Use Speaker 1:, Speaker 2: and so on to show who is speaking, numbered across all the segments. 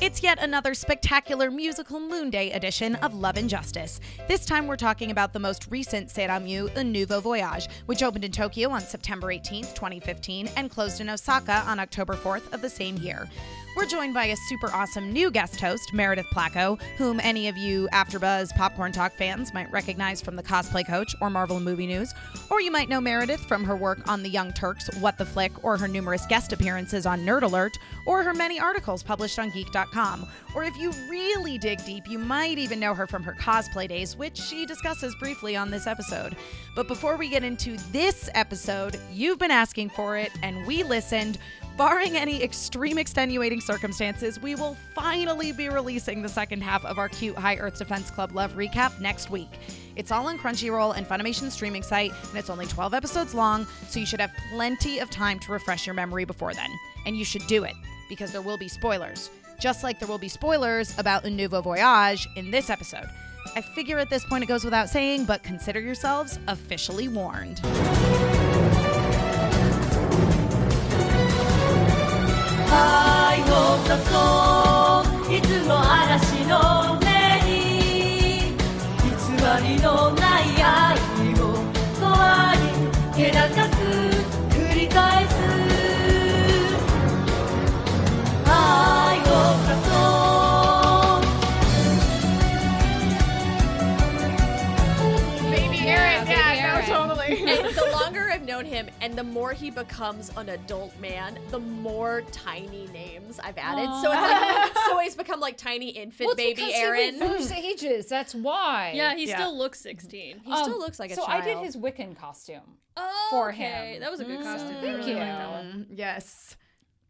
Speaker 1: It's yet another spectacular musical Moon Day edition of Love and Justice. This time we're talking about the most recent Seiramu Un Nouveau Voyage, which opened in Tokyo on September 18th, 2015, and closed in Osaka on October 4th of the same year. We're joined by a super awesome new guest host, Meredith Placco, whom any of you AfterBuzz Popcorn Talk fans might recognize from The Cosplay Coach or Marvel Movie News, or you might know Meredith from her work on The Young Turks, What the Flick, or her numerous guest appearances on Nerd Alert, or her many articles published on Geek.com. Or if you really dig deep, you might even know her from her cosplay days, which she discusses briefly on this episode. But before we get into this episode, you've been asking for it, and we listened. Barring any extreme extenuating circumstances, we will finally be releasing the second half of our cute High Earth Defense Club Love recap next week. It's all on Crunchyroll and Funimation's streaming site, and it's only 12 episodes long, so you should have plenty of time to refresh your memory before then. And you should do it, because there will be spoilers, just like there will be spoilers about Un Nouveau Voyage in this episode. I figure at this point it goes without saying, but consider yourselves officially warned.
Speaker 2: 愛を出そういつも嵐の音に偽りのない愛を怖い気高く繰り返す愛を出そう
Speaker 3: Baby Aaron, yeah, no, totally.
Speaker 4: And the longer I've known him and the more he becomes an adult man, the more tiny names I've added. So it's like, so he's become like tiny infant baby Aaron.
Speaker 5: He moves ages. That's why.
Speaker 3: Yeah, he still looks 16.
Speaker 4: He still looks like a
Speaker 5: um, so
Speaker 4: child.
Speaker 5: I did his Wiccan costume.
Speaker 4: oh,
Speaker 5: for
Speaker 3: okay.
Speaker 5: him.
Speaker 3: That was a good costume. I
Speaker 5: Thank
Speaker 3: really
Speaker 5: you.
Speaker 3: like that one.
Speaker 6: Yes.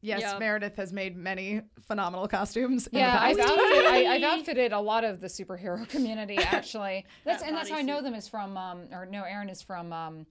Speaker 6: Yes,
Speaker 3: Yeah.
Speaker 6: Meredith has made many phenomenal costumes. in the
Speaker 5: Yeah, I've
Speaker 6: past.
Speaker 5: outfitted, I, I've outfitted a lot of the superhero community actually. That's
Speaker 3: That
Speaker 5: and that's how I
Speaker 3: bodysuit.
Speaker 5: know them is from um or no Aaron is from um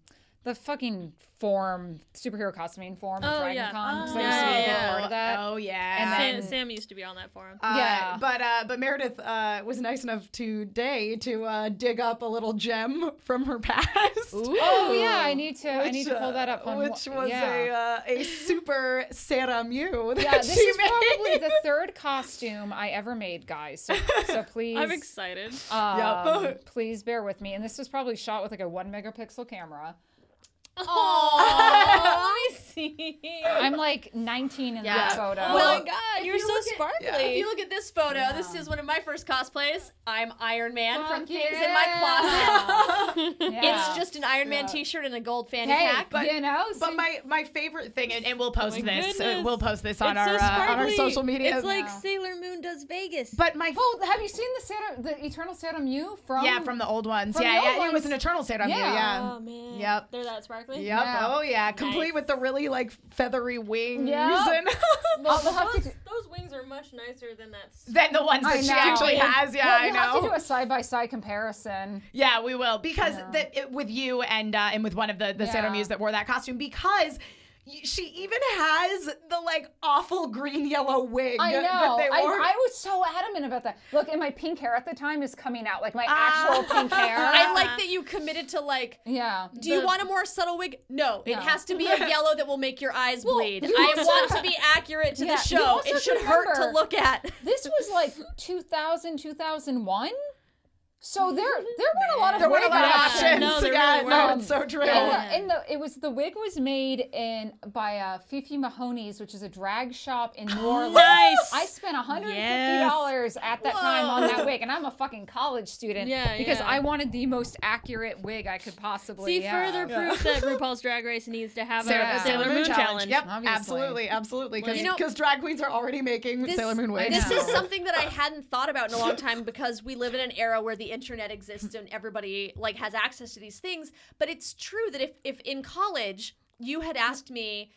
Speaker 5: the fucking form superhero costuming form of
Speaker 3: Oh,
Speaker 5: Dragon
Speaker 3: yeah.
Speaker 5: Con because I
Speaker 3: Oh,
Speaker 5: used to be a big
Speaker 3: yeah.
Speaker 5: part of that.
Speaker 6: Oh yeah.
Speaker 5: And then-
Speaker 3: Sam, Sam used to be on that forum.
Speaker 6: Uh,
Speaker 5: Yeah.
Speaker 6: but uh, but Meredith uh, was nice enough today to uh, dig up a little gem from her past.
Speaker 5: Oh yeah, I need to I need to
Speaker 6: uh,
Speaker 5: pull that up on wa-
Speaker 6: which was
Speaker 5: yeah.
Speaker 6: a uh, a super Sarah Mew that
Speaker 5: yeah, this
Speaker 6: she
Speaker 5: is
Speaker 6: made.
Speaker 5: probably the third costume I ever made, guys. So, so please,
Speaker 3: I'm excited.
Speaker 5: Um,
Speaker 6: Yep.
Speaker 5: please bear with me. And this was probably shot with like a one megapixel camera.
Speaker 4: Aw.
Speaker 3: Let me see.
Speaker 5: I'm like 19 in
Speaker 4: Yeah.
Speaker 5: that photo.
Speaker 4: Oh
Speaker 3: Well,
Speaker 4: my god, you're
Speaker 3: you
Speaker 4: so
Speaker 3: look at-
Speaker 4: sparkly.
Speaker 6: Yeah.
Speaker 4: If you look at this photo, this is one of my first cosplays. I'm Iron Man
Speaker 5: Fuck
Speaker 4: from Things in My
Speaker 5: yeah.
Speaker 4: Closet.
Speaker 5: Yeah.
Speaker 4: It's just an Iron Man t-shirt and a gold fanny
Speaker 5: hey,
Speaker 4: pack.
Speaker 5: but, you know,
Speaker 6: But
Speaker 5: see-
Speaker 6: my, my favorite thing, and, and
Speaker 5: Oh
Speaker 6: we'll post
Speaker 3: my
Speaker 6: this. Uh,
Speaker 3: goodness.
Speaker 6: we'll post this on
Speaker 3: It's so
Speaker 6: our uh, on our
Speaker 3: sparkly.
Speaker 6: social media.
Speaker 3: It's like
Speaker 5: Yeah.
Speaker 3: Sailor Moon does Vegas.
Speaker 6: but my
Speaker 5: oh, have you seen the Saturn, the Eternal Saturn Mew from?
Speaker 6: yeah from the old ones.
Speaker 5: from
Speaker 6: Yeah,
Speaker 5: the old
Speaker 6: yeah, it was
Speaker 5: ones.
Speaker 6: an eternal state on you.
Speaker 5: Yeah.
Speaker 6: Yeah.
Speaker 3: oh man.
Speaker 6: Yep.
Speaker 3: They're that sparkly.
Speaker 6: Yep.
Speaker 5: Yeah.
Speaker 6: Oh yeah. Complete
Speaker 3: Nice.
Speaker 6: with the really like feathery wings
Speaker 5: Yep.
Speaker 6: and
Speaker 5: Well, we'll have to
Speaker 3: Those,
Speaker 5: do-
Speaker 3: those wings are much nicer than that. s-
Speaker 6: than the ones that she actually has. Yeah,
Speaker 5: Well,
Speaker 6: I
Speaker 5: we'll
Speaker 6: know.
Speaker 5: have to do a side by side comparison.
Speaker 6: Yeah, we will because
Speaker 5: Yeah.
Speaker 6: that it, with you and uh, and with one of the the Santa
Speaker 5: Yeah.
Speaker 6: Muse that wore that costume because. y- She even has the like awful green yellow wig
Speaker 5: I know.
Speaker 6: that
Speaker 5: I,
Speaker 6: they wore.
Speaker 5: I was so adamant about that. Look, and my pink hair at the time is coming out, like my
Speaker 6: Ah.
Speaker 5: actual pink hair.
Speaker 4: I like that you committed to like
Speaker 5: yeah.
Speaker 4: Do you want a more subtle wig? No, it
Speaker 5: No.
Speaker 4: has to be a yellow that will make your eyes bleed.
Speaker 5: you
Speaker 4: I
Speaker 5: also-
Speaker 4: want to be accurate to
Speaker 5: Yeah,
Speaker 4: the
Speaker 5: you
Speaker 4: show.
Speaker 5: also
Speaker 4: It should hurt to
Speaker 5: remember-
Speaker 4: look at.
Speaker 5: This was like 2000, 2001. So there, there weren't a lot of
Speaker 6: there weren't a
Speaker 5: wig
Speaker 6: lot of
Speaker 5: options.
Speaker 6: options.
Speaker 3: No, there
Speaker 6: yeah,
Speaker 3: really
Speaker 6: no,
Speaker 3: weren't.
Speaker 6: it's so true.
Speaker 5: And the, and the- it was the wig was made in by uh, Fifi Mahoney's, which is a drag shop in New Orleans.
Speaker 3: Nice.
Speaker 5: I spent $150 at that time on that wig, and I'm a fucking college student
Speaker 3: Yeah,
Speaker 5: because
Speaker 3: yeah.
Speaker 5: I wanted the most accurate wig I could possibly.
Speaker 3: See,
Speaker 5: have.
Speaker 3: further proof that RuPaul's Drag Race needs to have
Speaker 6: Sailor,
Speaker 3: a,
Speaker 5: Yeah.
Speaker 3: Sailor Moon challenge.
Speaker 6: Yep,
Speaker 5: Obviously.
Speaker 6: absolutely, absolutely. Because
Speaker 3: You know-
Speaker 6: drag queens are already making Sailor Moon wigs.
Speaker 4: this
Speaker 6: so-
Speaker 4: is something that I hadn't thought about in a long time because we live in an era where the internet exists and everybody like has access to these things. But it's true that if if in college you had asked me,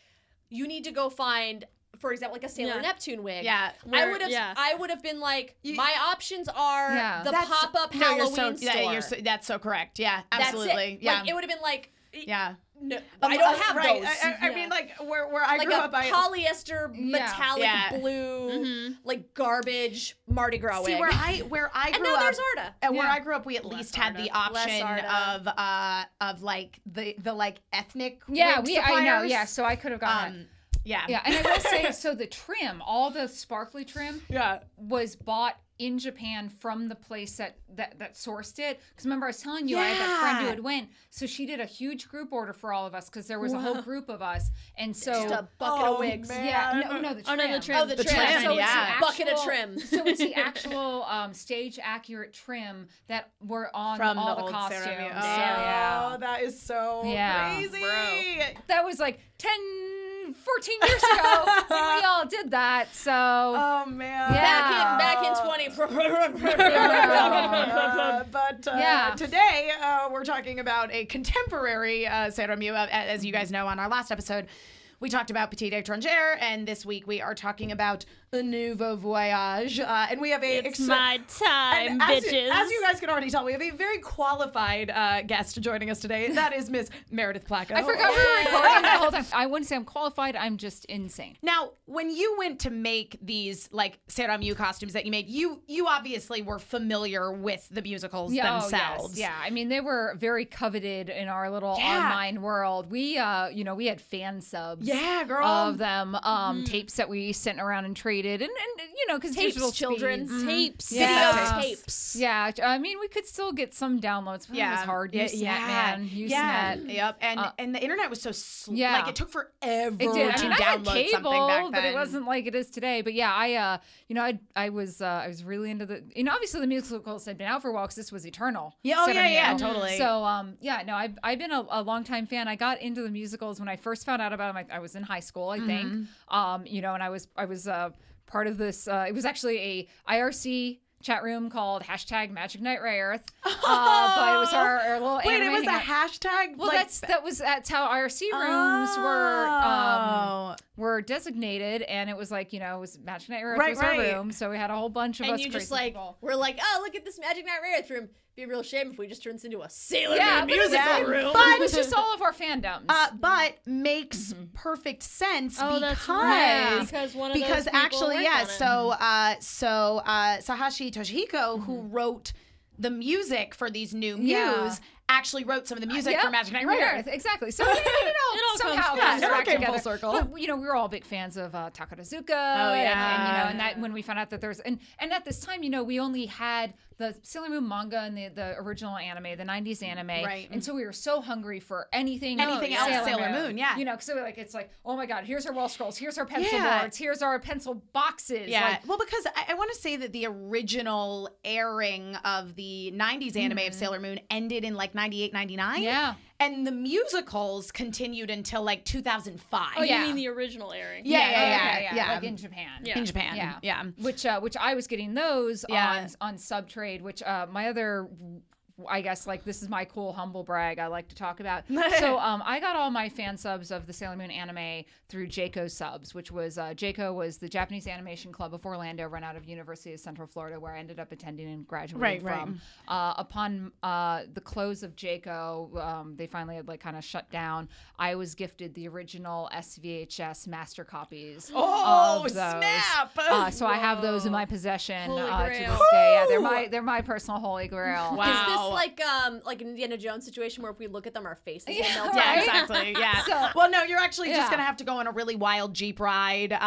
Speaker 4: you need to go find, for example, like a Sailor
Speaker 3: Yeah.
Speaker 4: Neptune wig.
Speaker 6: Yeah,
Speaker 4: I
Speaker 3: where-
Speaker 4: would have
Speaker 3: yeah.
Speaker 4: I would have been like, my options are
Speaker 5: Yeah.
Speaker 4: the
Speaker 6: That's-
Speaker 4: pop up
Speaker 6: no, you're
Speaker 4: Halloween
Speaker 6: so-
Speaker 4: store.
Speaker 6: yeah, you're so- that's so correct. Yeah,
Speaker 4: That's it.
Speaker 6: absolutely. Yeah,
Speaker 4: Like, it would have been like,
Speaker 6: yeah.
Speaker 4: no,
Speaker 6: Um,
Speaker 4: I don't
Speaker 6: uh,
Speaker 4: have
Speaker 6: right.
Speaker 4: those.
Speaker 6: I, I, I mean, like where where I
Speaker 4: like
Speaker 6: grew
Speaker 4: a
Speaker 6: up, I
Speaker 4: polyester metallic
Speaker 6: Yeah.
Speaker 4: blue, like garbage Mardi Gras
Speaker 6: see
Speaker 4: wig.
Speaker 6: where I where I
Speaker 4: and
Speaker 6: grew
Speaker 4: now
Speaker 6: up.
Speaker 4: there's Arda.
Speaker 6: And where
Speaker 5: Yeah.
Speaker 6: I grew up, we at least had the option
Speaker 4: Arda.
Speaker 6: of uh of like the the like ethnic
Speaker 5: Yeah,
Speaker 6: wig
Speaker 5: we. I know.
Speaker 6: suppliers.
Speaker 5: Yeah, so I could have gotten. it.
Speaker 6: Um, Yeah.
Speaker 5: Yeah, and I will say, so the trim, all the sparkly trim,
Speaker 6: Yeah.
Speaker 5: was bought in Japan from the place that that, that sourced it. Because remember, I was telling you I had that friend who
Speaker 6: Yeah.
Speaker 5: had went, so she did a huge group order for all of us because there was a whole group of us, and so
Speaker 4: Just a bucket
Speaker 6: Oh,
Speaker 4: of wigs.
Speaker 6: man.
Speaker 5: yeah, no, no, the
Speaker 3: Oh,
Speaker 5: trim.
Speaker 3: no, the trim.
Speaker 4: Oh, the,
Speaker 6: The
Speaker 4: trim.
Speaker 6: trim,
Speaker 4: So
Speaker 6: yeah.
Speaker 4: it's the bucket of
Speaker 5: actual-
Speaker 4: trim.
Speaker 5: so it's the actual um, stage accurate trim that were on
Speaker 1: From
Speaker 5: all
Speaker 1: the
Speaker 5: the,
Speaker 1: old
Speaker 5: costumes.
Speaker 1: ceremony.
Speaker 5: So,
Speaker 1: Oh,
Speaker 5: yeah.
Speaker 6: Oh, that is so
Speaker 5: Yeah.
Speaker 6: crazy.
Speaker 5: That was like 10, 14 years ago when we all did that. So
Speaker 6: Oh man.
Speaker 5: Yeah.
Speaker 4: Back in
Speaker 6: Oh.
Speaker 4: back in 20.
Speaker 6: Uh, but uh,
Speaker 5: Yeah.
Speaker 6: today uh, we're talking about a contemporary uh, Sarah Mew. Uh, As you guys know, on our last episode, we talked about Petit Étranger, and this week we are talking about a nouveau voyage. Uh, and we have a
Speaker 3: It's
Speaker 6: exce-
Speaker 3: my
Speaker 6: and
Speaker 3: time,
Speaker 6: as,
Speaker 3: bitches.
Speaker 6: You, as you guys can already tell, we have a very qualified uh, guest joining us today. That is Miss Meredith Placco.
Speaker 5: I forgot we were recording the whole time. I wouldn't say I'm qualified. I'm just insane.
Speaker 6: Now, when you went to make these like Sarah Mew costumes that you made, you you obviously were familiar with the musicals
Speaker 5: Yeah, oh, yes.
Speaker 6: themselves.
Speaker 5: Yeah, I mean they were very coveted in our little
Speaker 6: Yeah.
Speaker 5: online world. We, uh, you know, we had fan subs.
Speaker 6: Yeah, girl. Mm-hmm.
Speaker 5: Of them, um, tapes that we sent around and traded, and and you know, because digital
Speaker 4: children.
Speaker 5: speeds.
Speaker 3: Tapes.
Speaker 5: Yeah. Yeah.
Speaker 4: Video tapes.
Speaker 5: Yeah, I mean we could still get some downloads. But it was hard.
Speaker 6: Yeah,
Speaker 5: Usenet,
Speaker 6: yeah,
Speaker 5: man. Usenet.
Speaker 6: Yeah. Yep. And
Speaker 5: Uh,
Speaker 6: and the internet was so slow.
Speaker 5: yeah.
Speaker 6: Like it took forever
Speaker 5: It did.
Speaker 6: to
Speaker 5: I mean,
Speaker 6: download
Speaker 5: I had
Speaker 6: something
Speaker 5: cable,
Speaker 6: back then.
Speaker 5: but it wasn't like it is today. But yeah, I, uh, you know, I, I was, uh, I was really into the, you know, obviously the musicals had been out for a while because this was Eternal.
Speaker 6: Yeah, oh,
Speaker 5: Seven
Speaker 6: yeah, yeah,
Speaker 5: years.
Speaker 6: totally.
Speaker 5: So, um, yeah, no, I've, I've been a, a long time fan. I got into the musicals when I first found out about them. I, I was in high school, I think.
Speaker 6: Mm-hmm.
Speaker 5: Um, you know, and I was, I was, uh, part of this. Uh, it was actually a IRC. Chat room called hashtag Magic Night Ray Earth, uh, but it was our, our little.
Speaker 6: Wait, it
Speaker 5: anime
Speaker 6: was a
Speaker 5: hangout.
Speaker 6: hashtag.
Speaker 5: Well,
Speaker 6: like,
Speaker 5: that's that was that's how IRC rooms were um,
Speaker 6: Oh.
Speaker 5: were designated, and it was like you know it was Magic Night Earth
Speaker 6: Right,
Speaker 5: was our
Speaker 6: right.
Speaker 5: room, so we had a whole bunch of
Speaker 4: And
Speaker 5: us
Speaker 4: you just
Speaker 5: crazy
Speaker 4: like,
Speaker 5: people.
Speaker 4: we're like, oh, look at this Magic Night Rareth room. Be a real shame if we just turn this into a Sailor
Speaker 5: Yeah,
Speaker 4: Moon
Speaker 5: but it was
Speaker 4: musical
Speaker 5: like-
Speaker 4: room.
Speaker 6: Oh.
Speaker 5: But it was just all of our fandoms.
Speaker 6: Uh, but makes perfect sense
Speaker 3: Mm-hmm. Oh,
Speaker 6: because
Speaker 3: that's right. Because one of those
Speaker 6: because
Speaker 3: people
Speaker 6: actually
Speaker 3: worked
Speaker 6: yeah
Speaker 3: on it. Mm-hmm.
Speaker 6: so uh, so uh, Sahashi Toshihiko who wrote the music for these new mews
Speaker 5: Yeah.
Speaker 6: actually wrote some of the
Speaker 3: Uh,
Speaker 6: music
Speaker 5: Yep,
Speaker 6: for Magic Night
Speaker 5: Night
Speaker 6: Rider.
Speaker 5: exactly. So it, it, all,
Speaker 3: It all
Speaker 5: somehow comes,
Speaker 3: comes- yeah, it all
Speaker 5: back
Speaker 6: came
Speaker 5: together.
Speaker 6: full circle.
Speaker 5: But, you know, we were all big fans of uh, Takarazuka.
Speaker 6: Oh,
Speaker 5: and, and, you
Speaker 6: yeah.
Speaker 5: know, and that when we found out that there's and and at this time, you know, we only had the Sailor Moon manga and the, the original anime, the '90s anime,
Speaker 6: Right.
Speaker 5: and so we were so hungry for anything,
Speaker 6: Anything else Sailor Moon, yeah.
Speaker 5: You know, so like it's like, oh my god, here's our wall scrolls, here's our pencil
Speaker 6: Yeah.
Speaker 5: boards, here's our pencil boxes,
Speaker 6: Yeah.
Speaker 5: like,
Speaker 6: well, because I, I want to say that the original airing of the 90s anime
Speaker 3: Mm-hmm.
Speaker 6: of Sailor Moon ended in like 98, 99.
Speaker 5: Yeah.
Speaker 6: And the musicals continued until like 2005.
Speaker 3: Oh,
Speaker 5: yeah.
Speaker 3: you mean the original airing?
Speaker 6: Yeah, yeah, yeah,
Speaker 5: okay,
Speaker 6: yeah.
Speaker 5: like in Japan,
Speaker 3: Yeah.
Speaker 6: In Japan.
Speaker 5: Yeah,
Speaker 6: Yeah.
Speaker 5: Which uh, which I was getting those
Speaker 6: Yeah.
Speaker 5: on on Subtrade. Which uh, my other, I guess like this is my cool humble brag I like to talk about. so um, I got all my fan subs of the Sailor Moon anime through Jayco subs, which was uh, Jayco was the Japanese Animation Club of Orlando, run out of University of Central Florida, where I ended up attending and graduating
Speaker 6: Right, right.
Speaker 5: from. Uh, upon uh, the close of Jayco, um, they finally had like kind of shut down. I was gifted the original SVHS master copies.
Speaker 6: Oh,
Speaker 5: of those.
Speaker 6: snap!
Speaker 5: Uh, so I have those in my possession
Speaker 3: Holy
Speaker 5: uh, to this
Speaker 3: grail.
Speaker 5: day. Yeah, they're my they're my personal holy grail.
Speaker 6: Wow.
Speaker 4: Is this like um like an Indiana Jones situation where if we look at them, our faces will melt?
Speaker 5: right?
Speaker 6: Yeah, exactly. Yeah.
Speaker 5: So-
Speaker 6: well, no, you're actually
Speaker 5: Yeah.
Speaker 6: just gonna have to go on a really wild jeep ride uh,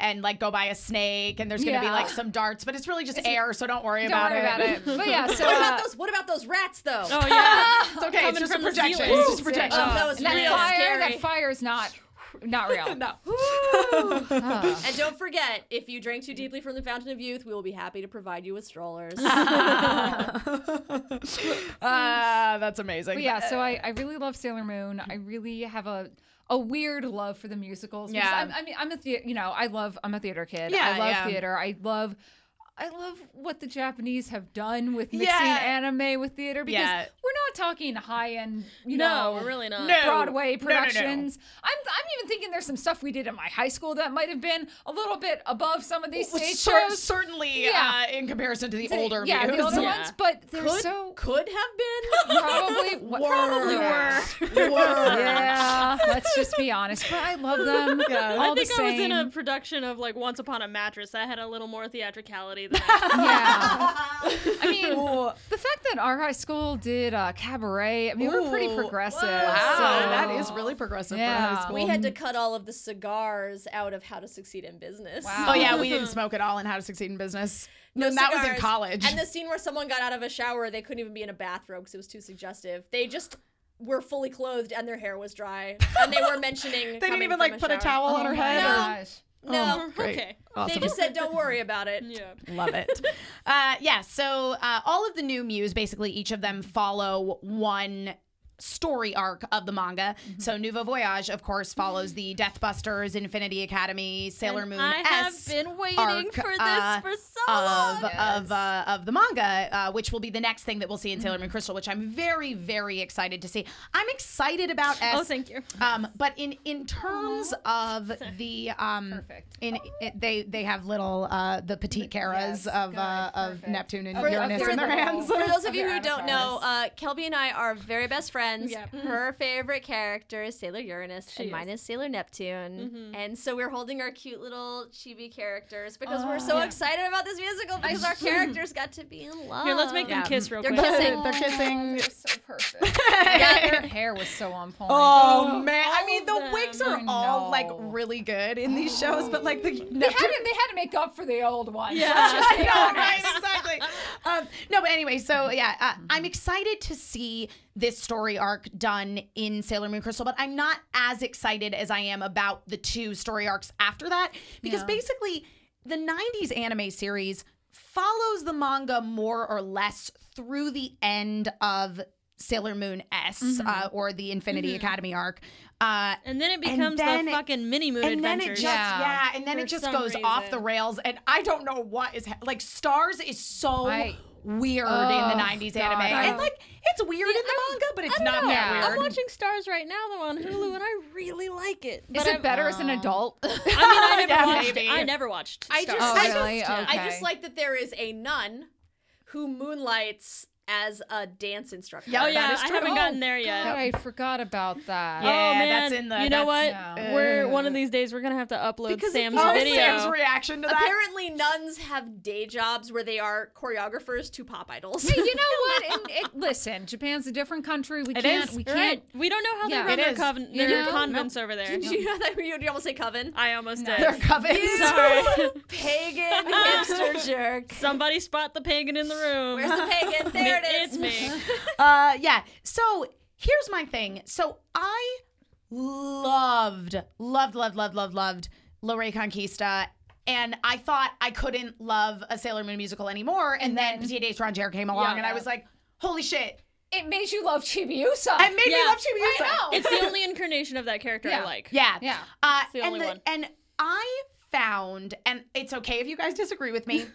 Speaker 6: and like go by a snake, and there's gonna be
Speaker 5: Yeah.
Speaker 6: like some darts, but it's really just air, so don't worry
Speaker 5: Don't
Speaker 6: about
Speaker 5: worry
Speaker 6: it.
Speaker 5: about it. But yeah, so
Speaker 4: What about
Speaker 5: uh,
Speaker 4: those? What about those rats though?
Speaker 3: Oh, yeah.
Speaker 6: It's okay.
Speaker 3: Coming
Speaker 6: it's just
Speaker 3: from
Speaker 6: a
Speaker 3: the
Speaker 6: projection.
Speaker 3: ceiling.
Speaker 6: It's just a protection.
Speaker 4: Oh, that was
Speaker 5: and that
Speaker 4: real
Speaker 5: fire
Speaker 4: scary.
Speaker 5: that fire is not not real.
Speaker 6: no.
Speaker 5: Uh,
Speaker 4: and don't forget, if you drink too deeply from the fountain of youth, we will be happy to provide you with strollers.
Speaker 6: Ah, that's amazing.
Speaker 5: but yeah, so uh, I, I really love Sailor Moon. I really have a a weird love for the musicals. because
Speaker 6: Yeah.
Speaker 5: I'm, I mean, I'm a the, you know I love I'm a theater kid.
Speaker 6: Yeah,
Speaker 5: I love
Speaker 6: yeah.
Speaker 5: theater. I love. I love what the Japanese have done with mixing
Speaker 6: Yeah.
Speaker 5: anime with theater because
Speaker 6: Yeah.
Speaker 5: we're not talking high end, you
Speaker 3: No,
Speaker 5: know,
Speaker 3: we're really not.
Speaker 6: No. No,
Speaker 5: Broadway
Speaker 6: no, no.
Speaker 5: productions. I'm, I'm even thinking there's some stuff we did in my high school that might have been a little bit above some of these
Speaker 6: Well,
Speaker 5: stage
Speaker 6: cer-
Speaker 5: shows.
Speaker 6: certainly
Speaker 5: Yeah.
Speaker 6: uh, in comparison to the older
Speaker 5: yeah,
Speaker 6: views.
Speaker 5: the older
Speaker 3: Yeah.
Speaker 5: ones, but they're
Speaker 4: could
Speaker 5: so
Speaker 4: could have been.
Speaker 5: probably were.
Speaker 6: Probably were.
Speaker 5: Yeah, let's just be honest. But I love them.
Speaker 6: Yeah.
Speaker 5: all
Speaker 3: I think
Speaker 5: the same.
Speaker 3: I was in a production of like Once Upon a Mattress that had a little more theatricality the
Speaker 5: Yeah.
Speaker 3: next.
Speaker 5: I mean, the fact that our high school did uh, cabaret, I mean, we we're pretty
Speaker 6: Ooh.
Speaker 5: progressive.
Speaker 6: Wow,
Speaker 5: so-
Speaker 6: that is really progressive for
Speaker 5: Yeah.
Speaker 6: high school.
Speaker 4: We had to cut all of the cigars out of how to succeed in business.
Speaker 5: Wow.
Speaker 6: Oh yeah, we didn't smoke at all in How to Succeed in Business. No,
Speaker 4: No
Speaker 6: and that was in
Speaker 4: cigars.
Speaker 6: college.
Speaker 4: And the scene where someone got out of a shower, they couldn't even be in a bathrobe because it was too suggestive. They just were fully clothed and their hair was dry, and they were mentioning.
Speaker 6: they didn't
Speaker 4: coming
Speaker 6: even
Speaker 4: from
Speaker 6: like
Speaker 4: a
Speaker 6: put a
Speaker 4: shower.
Speaker 6: towel on
Speaker 5: Oh
Speaker 6: her
Speaker 5: my
Speaker 6: head. or-
Speaker 5: gosh.
Speaker 4: No,
Speaker 6: Oh, great.
Speaker 3: okay.
Speaker 6: Awesome.
Speaker 4: they just said, "Don't worry about it."
Speaker 3: Yeah.
Speaker 6: Love it. Uh, yeah. So uh, all of the new Muse, basically, each of them follow one story arc of the manga.
Speaker 3: Mm-hmm.
Speaker 6: So Nouveau Voyage, of course, follows the Death Busters, Infinity Academy, Sailor
Speaker 3: And
Speaker 6: Moon
Speaker 3: I
Speaker 6: S.
Speaker 3: have been waiting
Speaker 6: arc,
Speaker 3: for this
Speaker 6: uh,
Speaker 3: for so long.
Speaker 6: of of, uh, of the manga, uh, which will be the next thing that we'll see in
Speaker 3: Mm-hmm.
Speaker 6: Sailor Moon Crystal, which I'm very very excited to see. I'm excited about S.
Speaker 3: Oh, thank you.
Speaker 6: Um, but in in terms of the um,
Speaker 5: Perfect.
Speaker 6: in it, they they have little uh the petite caras
Speaker 5: yes,
Speaker 6: of uh,
Speaker 5: good,
Speaker 6: of
Speaker 5: perfect.
Speaker 6: Neptune and
Speaker 5: Of their- of
Speaker 6: Uranus
Speaker 5: their
Speaker 6: in their
Speaker 5: little-
Speaker 6: hands.
Speaker 4: For those of you
Speaker 5: Other
Speaker 4: who don't know, uh,
Speaker 5: avatars.
Speaker 4: Kelby and I are very best friends.
Speaker 3: Yep.
Speaker 4: Her favorite character is Sailor Uranus, and
Speaker 3: is.
Speaker 4: mine is Sailor Neptune.
Speaker 3: Mm-hmm.
Speaker 4: And so we're holding our cute little chibi characters because we're so
Speaker 5: yeah.
Speaker 4: excited about this musical because our characters got to be in love.
Speaker 3: Here, let's make them
Speaker 6: Yeah.
Speaker 3: kiss real
Speaker 4: They're
Speaker 3: quick.
Speaker 4: kissing.
Speaker 6: They're kissing.
Speaker 5: They're so perfect.
Speaker 4: Yeah,
Speaker 5: Their hair was so on point.
Speaker 6: Oh man! I mean,
Speaker 3: all
Speaker 6: the
Speaker 3: of
Speaker 6: wigs are
Speaker 5: them.
Speaker 6: all like
Speaker 5: I know.
Speaker 6: really good in these shows, but like the
Speaker 5: They
Speaker 6: Neptune
Speaker 5: had, to, they had to make up for the old one.
Speaker 3: Yeah.
Speaker 6: I know, right? Exactly. Um, no, but anyway, so yeah, uh, I'm excited to see this story arc done in Sailor Moon Crystal, but I'm not as excited as I am about the two story arcs after that because
Speaker 5: Yeah.
Speaker 6: basically the 90s anime series follows the manga more or less through the end of Sailor Moon S uh, or the Infinity Academy arc. Uh,
Speaker 3: And then it
Speaker 6: And
Speaker 3: becomes
Speaker 6: then
Speaker 3: the
Speaker 6: it-
Speaker 3: fucking mini moon
Speaker 6: and then it
Speaker 3: adventures.
Speaker 6: just yeah,
Speaker 5: Yeah.
Speaker 6: and then
Speaker 3: For
Speaker 6: it just
Speaker 3: some
Speaker 6: goes off
Speaker 3: reason.
Speaker 6: the rails and i don't know what is hap- like stars is so
Speaker 5: I-
Speaker 6: weird in the
Speaker 5: Ugh,
Speaker 6: 90s
Speaker 5: God,
Speaker 6: anime
Speaker 5: I-
Speaker 6: and like it's weird in the manga but it's not
Speaker 5: know.
Speaker 6: that
Speaker 5: Yeah.
Speaker 6: weird
Speaker 3: I'm watching Stars right now though on Hulu, and I really like it. But
Speaker 5: Is
Speaker 3: I'm-
Speaker 5: it better as an adult?
Speaker 3: I mean, I never
Speaker 6: Yeah,
Speaker 3: watched.
Speaker 6: maybe.
Speaker 3: It. I never watched.
Speaker 4: I
Speaker 3: Stars.
Speaker 4: just-
Speaker 5: oh,
Speaker 4: I just-
Speaker 5: really?
Speaker 3: yeah.
Speaker 5: okay.
Speaker 4: I just like that there is a nun who moonlights as a dance instructor.
Speaker 6: Yeah.
Speaker 3: Oh
Speaker 6: That
Speaker 3: yeah,
Speaker 6: is
Speaker 3: I
Speaker 6: true.
Speaker 3: haven't
Speaker 6: Oh,
Speaker 3: gotten there yet.
Speaker 5: God, I forgot about that.
Speaker 6: Yeah.
Speaker 3: oh man,
Speaker 6: that's in the-
Speaker 3: you know what?
Speaker 6: that's-
Speaker 5: No.
Speaker 3: We're
Speaker 6: Ugh.
Speaker 3: one of these days we're gonna have to upload
Speaker 4: Because if
Speaker 3: Sam's
Speaker 4: you-
Speaker 6: oh,
Speaker 3: video.
Speaker 6: sam's reaction to that
Speaker 4: Apparently, nuns have day jobs where they are choreographers to pop idols.
Speaker 5: Hey, you know what? And it, listen, Japan's a different country. We
Speaker 6: It
Speaker 5: can't.
Speaker 6: is,
Speaker 5: We can't.
Speaker 3: Right? We don't know how
Speaker 5: Yeah.
Speaker 3: they run
Speaker 6: It
Speaker 3: their,
Speaker 6: is.
Speaker 3: coven-
Speaker 5: You
Speaker 3: their
Speaker 5: know?
Speaker 3: convents over there.
Speaker 4: Did you know that you almost say coven?
Speaker 3: I almost did.
Speaker 6: their covets
Speaker 3: Sorry.
Speaker 4: Pagan hipster jerk.
Speaker 3: Somebody spot the pagan in the room.
Speaker 4: Where's the pagan?
Speaker 3: Me-
Speaker 4: There it is.
Speaker 3: It's me.
Speaker 6: uh yeah so here's my thing so i loved loved loved loved loved loved la Rey conquista and I thought I couldn't love a Sailor Moon musical anymore. And, then, then Petite Étrangère came along, and I was like, holy shit,
Speaker 5: It made you love Chibiusa.
Speaker 6: It made me
Speaker 3: Yeah.
Speaker 6: love Chibiusa. I
Speaker 3: It's the only incarnation of that character I
Speaker 5: Yeah.
Speaker 3: like.
Speaker 6: Yeah.
Speaker 5: Yeah.
Speaker 6: Uh,
Speaker 3: the
Speaker 6: and
Speaker 3: only
Speaker 6: the-
Speaker 3: one.
Speaker 6: And I found, and it's okay if you guys disagree with me,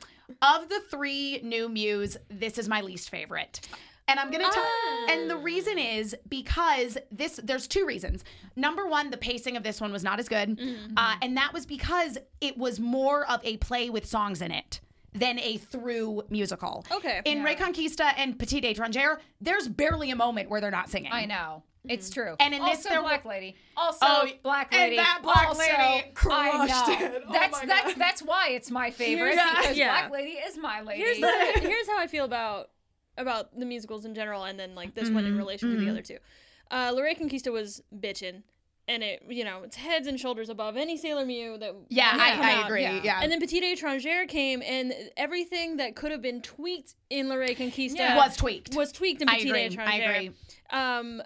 Speaker 6: of the three new Muse, this is my least favorite. And I'm gonna tell, and the reason
Speaker 3: Ah.
Speaker 6: is because this. There's two reasons. Number one, the pacing of this one was not as good,
Speaker 3: Mm-hmm.
Speaker 6: uh, and that was because it was more of a play with songs in it than a through musical.
Speaker 3: Okay.
Speaker 6: In Reconquista and Petite Étrangère, there's barely a moment where they're not singing.
Speaker 5: I know. It's true.
Speaker 6: And in
Speaker 5: also,
Speaker 6: this, there
Speaker 5: black
Speaker 6: were-
Speaker 5: lady. Also,
Speaker 6: Oh,
Speaker 5: black
Speaker 6: and
Speaker 5: lady.
Speaker 6: that black
Speaker 5: also,
Speaker 6: lady crushed
Speaker 5: I know.
Speaker 6: it. Oh
Speaker 5: that's
Speaker 6: my
Speaker 5: that's
Speaker 6: God.
Speaker 5: that's why it's my favorite.
Speaker 3: Yeah.
Speaker 5: Because
Speaker 3: Yeah.
Speaker 5: black lady is my lady.
Speaker 3: Here's the, here's how I feel about about the musicals in general, and then like this one
Speaker 6: Mm-hmm,
Speaker 3: in relation to the other two. Uh, La Rey Conquista was bitchin', and it you know it's heads and shoulders above any Sailor Mew that
Speaker 6: Yeah,
Speaker 3: that come
Speaker 6: I, I
Speaker 3: out.
Speaker 6: agree.
Speaker 5: yeah.
Speaker 6: yeah.
Speaker 3: And then Petite Étrangère came, and everything that could have been tweaked in La Rey Conquista
Speaker 5: Yeah.
Speaker 6: was tweaked.
Speaker 3: was tweaked in
Speaker 6: I
Speaker 3: Petite
Speaker 6: agree.
Speaker 3: Étrangère.
Speaker 6: I agree.
Speaker 3: Um,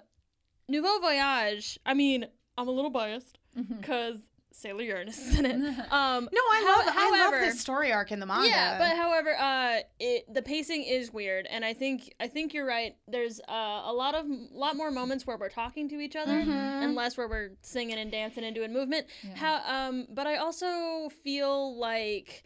Speaker 3: Nouveau Voyage. I mean, I'm a little biased because Sailor Uranus is in it. Um,
Speaker 6: Mm-hmm. No, I
Speaker 3: how-
Speaker 6: love I
Speaker 3: however-
Speaker 6: love this story arc in the manga.
Speaker 3: Yeah, but however, uh, it the pacing is weird, and I think I think you're right. There's uh, a lot of lot more moments where we're talking to each other,
Speaker 5: Mm-hmm.
Speaker 3: and less where we're singing and dancing and doing movement. How? Um, but I also feel like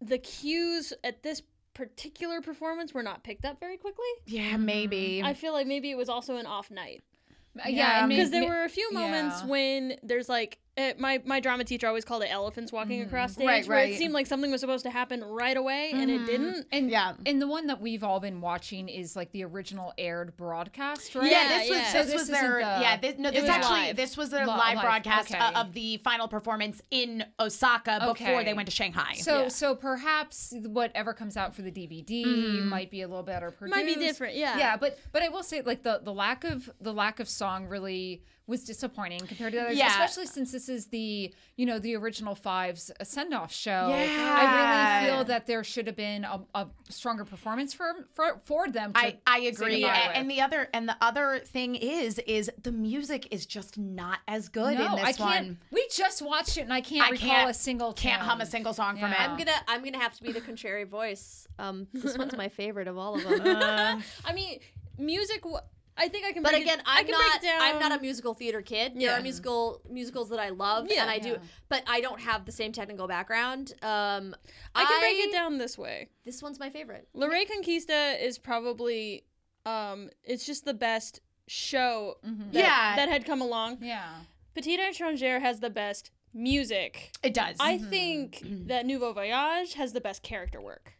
Speaker 3: the cues at this particular performance were not picked up very quickly.
Speaker 6: yeah, maybe.
Speaker 3: I feel like maybe it was also an off night
Speaker 5: yeah.
Speaker 6: Yeah.
Speaker 5: and may-
Speaker 3: because there
Speaker 5: may-
Speaker 3: were a few moments
Speaker 5: yeah.
Speaker 3: when there's like it, my my drama teacher always called it elephants walking across
Speaker 5: Mm-hmm.
Speaker 3: stage,
Speaker 6: Right,
Speaker 3: where
Speaker 6: right.
Speaker 3: it seemed like something was supposed to happen right away and it didn't.
Speaker 5: And
Speaker 6: Yeah.
Speaker 5: and the one that we've all been watching is like the original aired broadcast, right?
Speaker 6: Yeah,
Speaker 3: Yeah,
Speaker 6: this was
Speaker 3: yeah.
Speaker 5: So
Speaker 6: this,
Speaker 5: this
Speaker 6: was
Speaker 5: isn't
Speaker 6: their
Speaker 5: the-
Speaker 6: yeah. This, no,
Speaker 5: it
Speaker 6: this
Speaker 5: was
Speaker 6: actually
Speaker 5: live.
Speaker 6: this was their
Speaker 5: Li-
Speaker 6: live
Speaker 5: live,
Speaker 6: broadcast uh,
Speaker 5: okay.
Speaker 6: of the final performance in Osaka before
Speaker 5: Okay.
Speaker 6: they went to Shanghai.
Speaker 5: So so perhaps whatever comes out for the DVD
Speaker 6: Mm-hmm.
Speaker 5: might be a little better produced.
Speaker 3: Might be different, yeah.
Speaker 5: Yeah, but but I will say like the the lack of the lack of song really was disappointing compared to the others,
Speaker 6: Yeah.
Speaker 5: especially since this is the you know the original five's send off show. I
Speaker 6: Yeah.
Speaker 5: really feel that there should have been a, a stronger performance for, for for them. To
Speaker 6: I, I
Speaker 5: say
Speaker 6: agree. A-
Speaker 5: goodbye
Speaker 6: And,
Speaker 5: with.
Speaker 6: the other and the other thing is is the music is just not as good in
Speaker 5: no,
Speaker 6: this
Speaker 5: I can't.
Speaker 6: one.
Speaker 5: We just watched it and I can't
Speaker 6: I
Speaker 5: recall
Speaker 6: can't-
Speaker 5: a single
Speaker 6: Can't hum a
Speaker 5: tune.
Speaker 6: single song from it.
Speaker 5: Yeah.
Speaker 4: I'm gonna I'm gonna have to be the contrary voice. Um, this one's my favorite of all of
Speaker 3: Uh,
Speaker 4: them.
Speaker 3: I mean, music. W- I think I can.
Speaker 4: But
Speaker 3: break
Speaker 4: again,
Speaker 3: it, I
Speaker 4: I'm
Speaker 3: can
Speaker 4: not
Speaker 3: Break
Speaker 4: I'm
Speaker 3: down-
Speaker 4: not a musical theater kid. There
Speaker 3: Yeah.
Speaker 4: are musical musicals that I love
Speaker 3: Yeah.
Speaker 4: and I do, but I don't have the same technical background. Um,
Speaker 3: I can break it down this way.
Speaker 4: This one's my favorite.
Speaker 3: La Rey Conquista is probably, um, it's just the best show
Speaker 4: Mm-hmm.
Speaker 3: that,
Speaker 6: Yeah.
Speaker 3: that had come along.
Speaker 5: Yeah.
Speaker 3: Petite Étrangère has the best music.
Speaker 6: It does.
Speaker 3: I
Speaker 4: Mm-hmm.
Speaker 3: think that Nouveau Voyage has the best character work.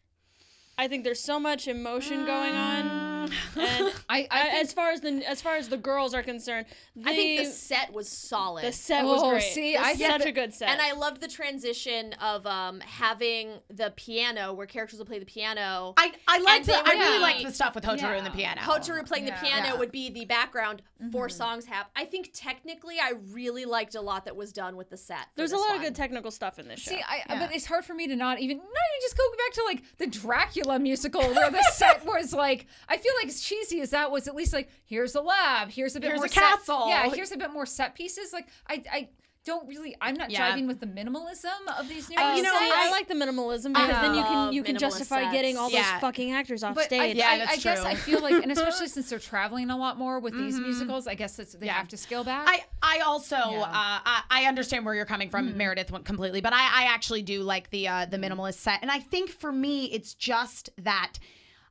Speaker 3: I think there's so much emotion going on,
Speaker 4: Mm.
Speaker 3: and
Speaker 5: I, I
Speaker 3: I-
Speaker 5: think
Speaker 3: as far as the as far as the girls are concerned, the,
Speaker 4: I think the set was solid.
Speaker 3: the set was
Speaker 5: Oh,
Speaker 3: great.
Speaker 5: see,
Speaker 3: The
Speaker 5: I
Speaker 3: set-
Speaker 5: think
Speaker 3: such a good set.
Speaker 4: And I loved the transition of um, having the piano where characters would play the piano.
Speaker 6: I I like
Speaker 4: And
Speaker 6: the
Speaker 4: they
Speaker 6: I
Speaker 4: were-
Speaker 6: really
Speaker 4: Yeah.
Speaker 6: like the stuff with Hotaru and the
Speaker 5: Yeah.
Speaker 6: piano.
Speaker 4: Hotaru playing
Speaker 5: Yeah.
Speaker 4: the piano
Speaker 6: Yeah.
Speaker 4: would be the background for
Speaker 3: Mm-hmm.
Speaker 4: songs have. I think technically, I really liked a lot that was done with the set.
Speaker 3: there's a lot of good technical stuff in this show.
Speaker 5: See, I, but it's hard for me to not even not even just go back to like the Dracula musical where the set was like I feel like as cheesy as that was at least like here's a lab, here's a bit
Speaker 6: Here's
Speaker 5: more
Speaker 6: a
Speaker 5: set-
Speaker 6: castle.
Speaker 5: yeah, here's a bit more set pieces. Like I I don't really I'm not
Speaker 6: Yeah.
Speaker 5: driving with the minimalism of these new
Speaker 3: you know,
Speaker 5: sets.
Speaker 3: I, like the minimalism because then you
Speaker 4: love
Speaker 3: can you can
Speaker 4: minimalist
Speaker 3: justify getting all
Speaker 6: Yeah.
Speaker 3: those fucking actors off
Speaker 5: But I,
Speaker 3: stage.
Speaker 6: Yeah,
Speaker 5: I,
Speaker 6: that's
Speaker 5: I guess
Speaker 6: true. Mm-hmm.
Speaker 5: I feel like, and especially since they're traveling a lot more with these musicals, I guess that's, they
Speaker 6: Yeah.
Speaker 5: have to scale back.
Speaker 6: I, I also
Speaker 5: Yeah. Mm-hmm.
Speaker 6: uh, I, I understand where you're coming from, Meredith, went completely, but I, I actually do like the uh, the minimalist set, and I think for me it's just that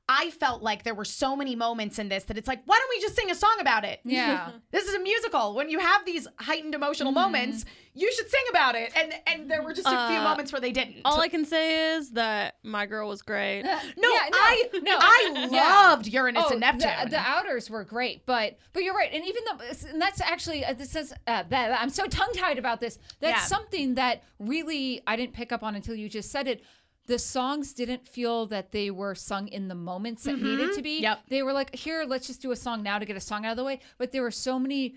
Speaker 6: I felt like there were so many moments in this that it's like, why don't we just sing a song about it?
Speaker 5: Yeah.
Speaker 6: this is a musical. When you have these heightened emotional
Speaker 5: Mm-hmm.
Speaker 6: moments, you should sing about it. And and there were just a
Speaker 5: Uh,
Speaker 6: few moments where they didn't.
Speaker 5: oh,
Speaker 3: All I can say is that my girl was great.
Speaker 6: no,
Speaker 5: Yeah, no,
Speaker 6: I
Speaker 5: no.
Speaker 6: I
Speaker 5: Yeah. Oh,
Speaker 6: loved Uranus and
Speaker 5: the-
Speaker 6: Neptune.
Speaker 5: The, uh, outers were great, but but you're right, and even though and that's actually uh, this is uh, that I'm so tongue tied about this. That's
Speaker 6: Yeah.
Speaker 5: something that really I didn't pick up on until you just said it. The songs didn't feel that they were sung in the moments that needed to be.
Speaker 6: Mm-hmm. Yep.
Speaker 5: They were like, here, let's just do a song now to get a song out of the way. But there were so many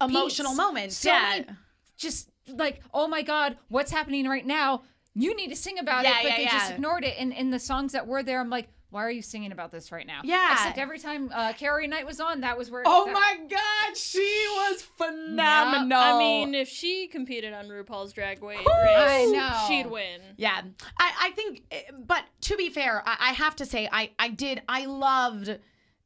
Speaker 6: Emotional
Speaker 5: beats,
Speaker 6: moments.
Speaker 5: so
Speaker 6: yeah.
Speaker 5: many just like, oh my God, what's happening right now? You need to sing about
Speaker 6: Yeah,
Speaker 5: it, but
Speaker 6: yeah,
Speaker 5: they just
Speaker 6: yeah.
Speaker 5: ignored it. And, and the songs that were there, I'm like, why are you singing about this right now?
Speaker 6: Yeah.
Speaker 5: Except every time uh, Carrie Knight was on, that was where.
Speaker 6: Oh
Speaker 5: that-
Speaker 6: my God, she was phenomenal.
Speaker 3: I mean, if she competed on RuPaul's Drag Race,
Speaker 5: I know.
Speaker 3: she'd win.
Speaker 6: Yeah, I, I think, eh, but to be fair, I, I have to say, I, I did, I loved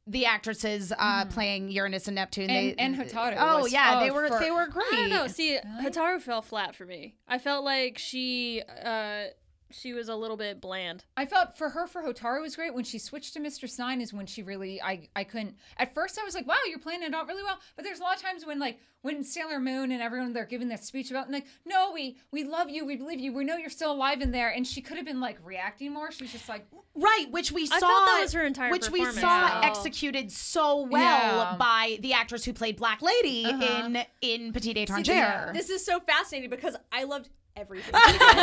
Speaker 6: the actresses uh, playing Uranus and Neptune.
Speaker 5: And-
Speaker 6: they,
Speaker 5: and Hotaru
Speaker 6: Oh
Speaker 5: was-
Speaker 6: yeah,
Speaker 5: oh,
Speaker 6: they were
Speaker 5: for-
Speaker 6: they were great.
Speaker 3: I don't know. See, Hataru fell flat for me. I felt like she uh, she was a little bit bland.
Speaker 5: I felt for her for Hotaru was great. When she switched to Mr. Stein is when she really I I couldn't at first I was like, wow, you're playing it out really well. But there's a lot of times when like when Sailor Moon and everyone they're giving that speech about and like, no, we we love you, we believe you, we know you're still alive in there. And she could have been like reacting more. She was just like
Speaker 6: Right, which we saw.
Speaker 3: felt that was her entire
Speaker 6: Which we
Speaker 3: performance,
Speaker 6: saw
Speaker 4: though.
Speaker 6: executed so well
Speaker 5: Yeah.
Speaker 6: by the actress who played Black Lady in in Petite Étrangère.
Speaker 4: This is so fascinating because I loved everything.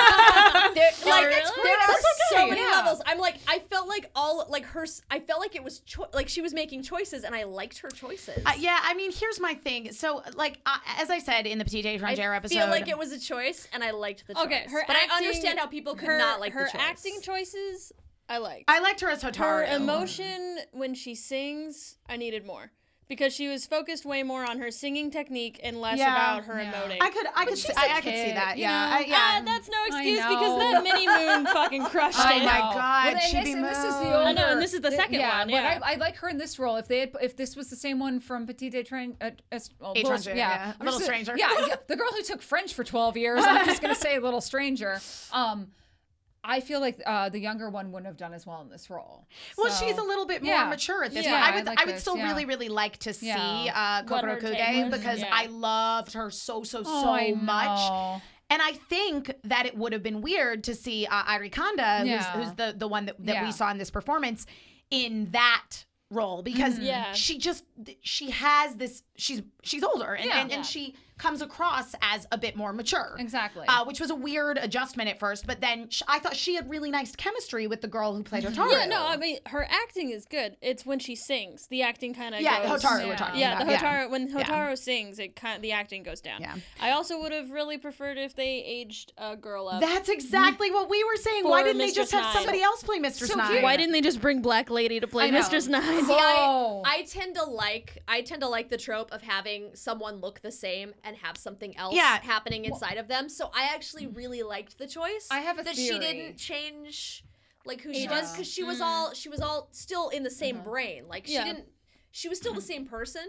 Speaker 4: there,
Speaker 3: Oh,
Speaker 4: like there are so many
Speaker 5: Yeah.
Speaker 4: levels. I'm like I felt like all like her. s- I felt like it was cho- like she was making choices, and I liked her choices.
Speaker 6: Uh, yeah, I mean, here's my thing. So, like, I as I said in the Petite
Speaker 4: I
Speaker 6: Étrangère episode,
Speaker 4: feel like it was a choice, and I liked the choice.
Speaker 3: Okay, her
Speaker 4: but
Speaker 3: acting-
Speaker 4: I understand how people could
Speaker 3: her,
Speaker 4: not like
Speaker 3: her
Speaker 4: the choice.
Speaker 3: acting choices. I liked.
Speaker 6: I liked her as
Speaker 3: her
Speaker 6: Hotaru.
Speaker 3: emotion when she sings. I needed more because she was focused way more on her singing technique and less
Speaker 6: Yeah.
Speaker 3: about her emoting.
Speaker 6: I could, I could, see, I, I could see
Speaker 5: kid,
Speaker 6: that.
Speaker 5: you
Speaker 6: Yeah,
Speaker 5: know?
Speaker 6: I, yeah.
Speaker 3: Ah, that's no
Speaker 5: I
Speaker 3: excuse because
Speaker 5: know.
Speaker 3: that mini moon fucking crushed
Speaker 5: I
Speaker 3: it.
Speaker 6: Oh my
Speaker 5: know.
Speaker 6: God,
Speaker 5: then
Speaker 6: she be
Speaker 5: and this is the
Speaker 6: moved.
Speaker 5: older,
Speaker 6: I
Speaker 3: know, and this is the second
Speaker 5: yeah,
Speaker 3: one,
Speaker 5: but
Speaker 3: yeah.
Speaker 5: I, I like her in this role. If they had, if this was the same one from Petite Train, uh, as- well,
Speaker 6: Étranger,
Speaker 5: Little-
Speaker 6: yeah.
Speaker 5: I'm
Speaker 6: Little
Speaker 5: just-
Speaker 6: Stranger.
Speaker 5: yeah, yeah, the girl who took French for twelve years. I'm just gonna say Little Stranger. Um, I feel like uh, the younger one wouldn't have done as well in this role.
Speaker 6: Well,
Speaker 5: So-
Speaker 6: she's a little bit more
Speaker 5: Yeah.
Speaker 6: mature at this
Speaker 5: Yeah,
Speaker 6: point.
Speaker 5: I
Speaker 6: I would, I,
Speaker 5: like
Speaker 6: would
Speaker 5: this,
Speaker 6: still
Speaker 5: yeah.
Speaker 6: really, really like to see
Speaker 5: Yeah.
Speaker 6: uh,
Speaker 3: What
Speaker 6: Kokoro
Speaker 3: her take
Speaker 6: Kude
Speaker 3: was,
Speaker 6: because
Speaker 3: yeah.
Speaker 6: I loved her so, so, so
Speaker 5: Oh, I
Speaker 6: much.
Speaker 5: know.
Speaker 6: And I think that it would have been weird to see uh, Irie Konda,
Speaker 5: Yeah.
Speaker 6: who's, who's the the one that, that
Speaker 5: Yeah.
Speaker 6: we saw in this performance, in that role because
Speaker 5: Mm-hmm.
Speaker 3: Yeah.
Speaker 6: she just she has this she's she's older and,
Speaker 5: Yeah.
Speaker 6: and, and she comes across as a bit more mature
Speaker 5: Exactly.
Speaker 6: uh, which was a weird adjustment at first but then sh- i thought she had really nice chemistry with the girl who played
Speaker 5: Mm-hmm.
Speaker 6: Otaru.
Speaker 3: Yeah, no, I mean her acting is good. It's when she sings, the acting kind of
Speaker 6: yeah
Speaker 3: goes.
Speaker 6: hotaru we're
Speaker 5: Yeah.
Speaker 6: talking
Speaker 3: Yeah, the
Speaker 6: about
Speaker 3: Hotaru when Hotaru sings, it kind the acting goes down.
Speaker 6: Yeah.
Speaker 3: I also would have really preferred if they aged a girl up.
Speaker 6: That's exactly what we were saying. Why
Speaker 3: For
Speaker 6: didn't they just
Speaker 3: Mistress
Speaker 6: have
Speaker 3: Nine.
Speaker 6: somebody else play Mistress Nine?
Speaker 3: Why didn't they just bring Black Lady to play
Speaker 5: know.
Speaker 3: Mistress Nine?
Speaker 4: See, I,
Speaker 5: Oh.
Speaker 4: I tend to like I tend to like the trope of having someone look the same and have something else
Speaker 6: Yeah.
Speaker 4: happening inside of them. So I actually really liked the choice.
Speaker 5: I have a
Speaker 4: that she
Speaker 5: theory.
Speaker 4: didn't change like who she was because she was all she was all still in the same brain. Like she
Speaker 3: Yeah.
Speaker 4: didn't she was still the same person.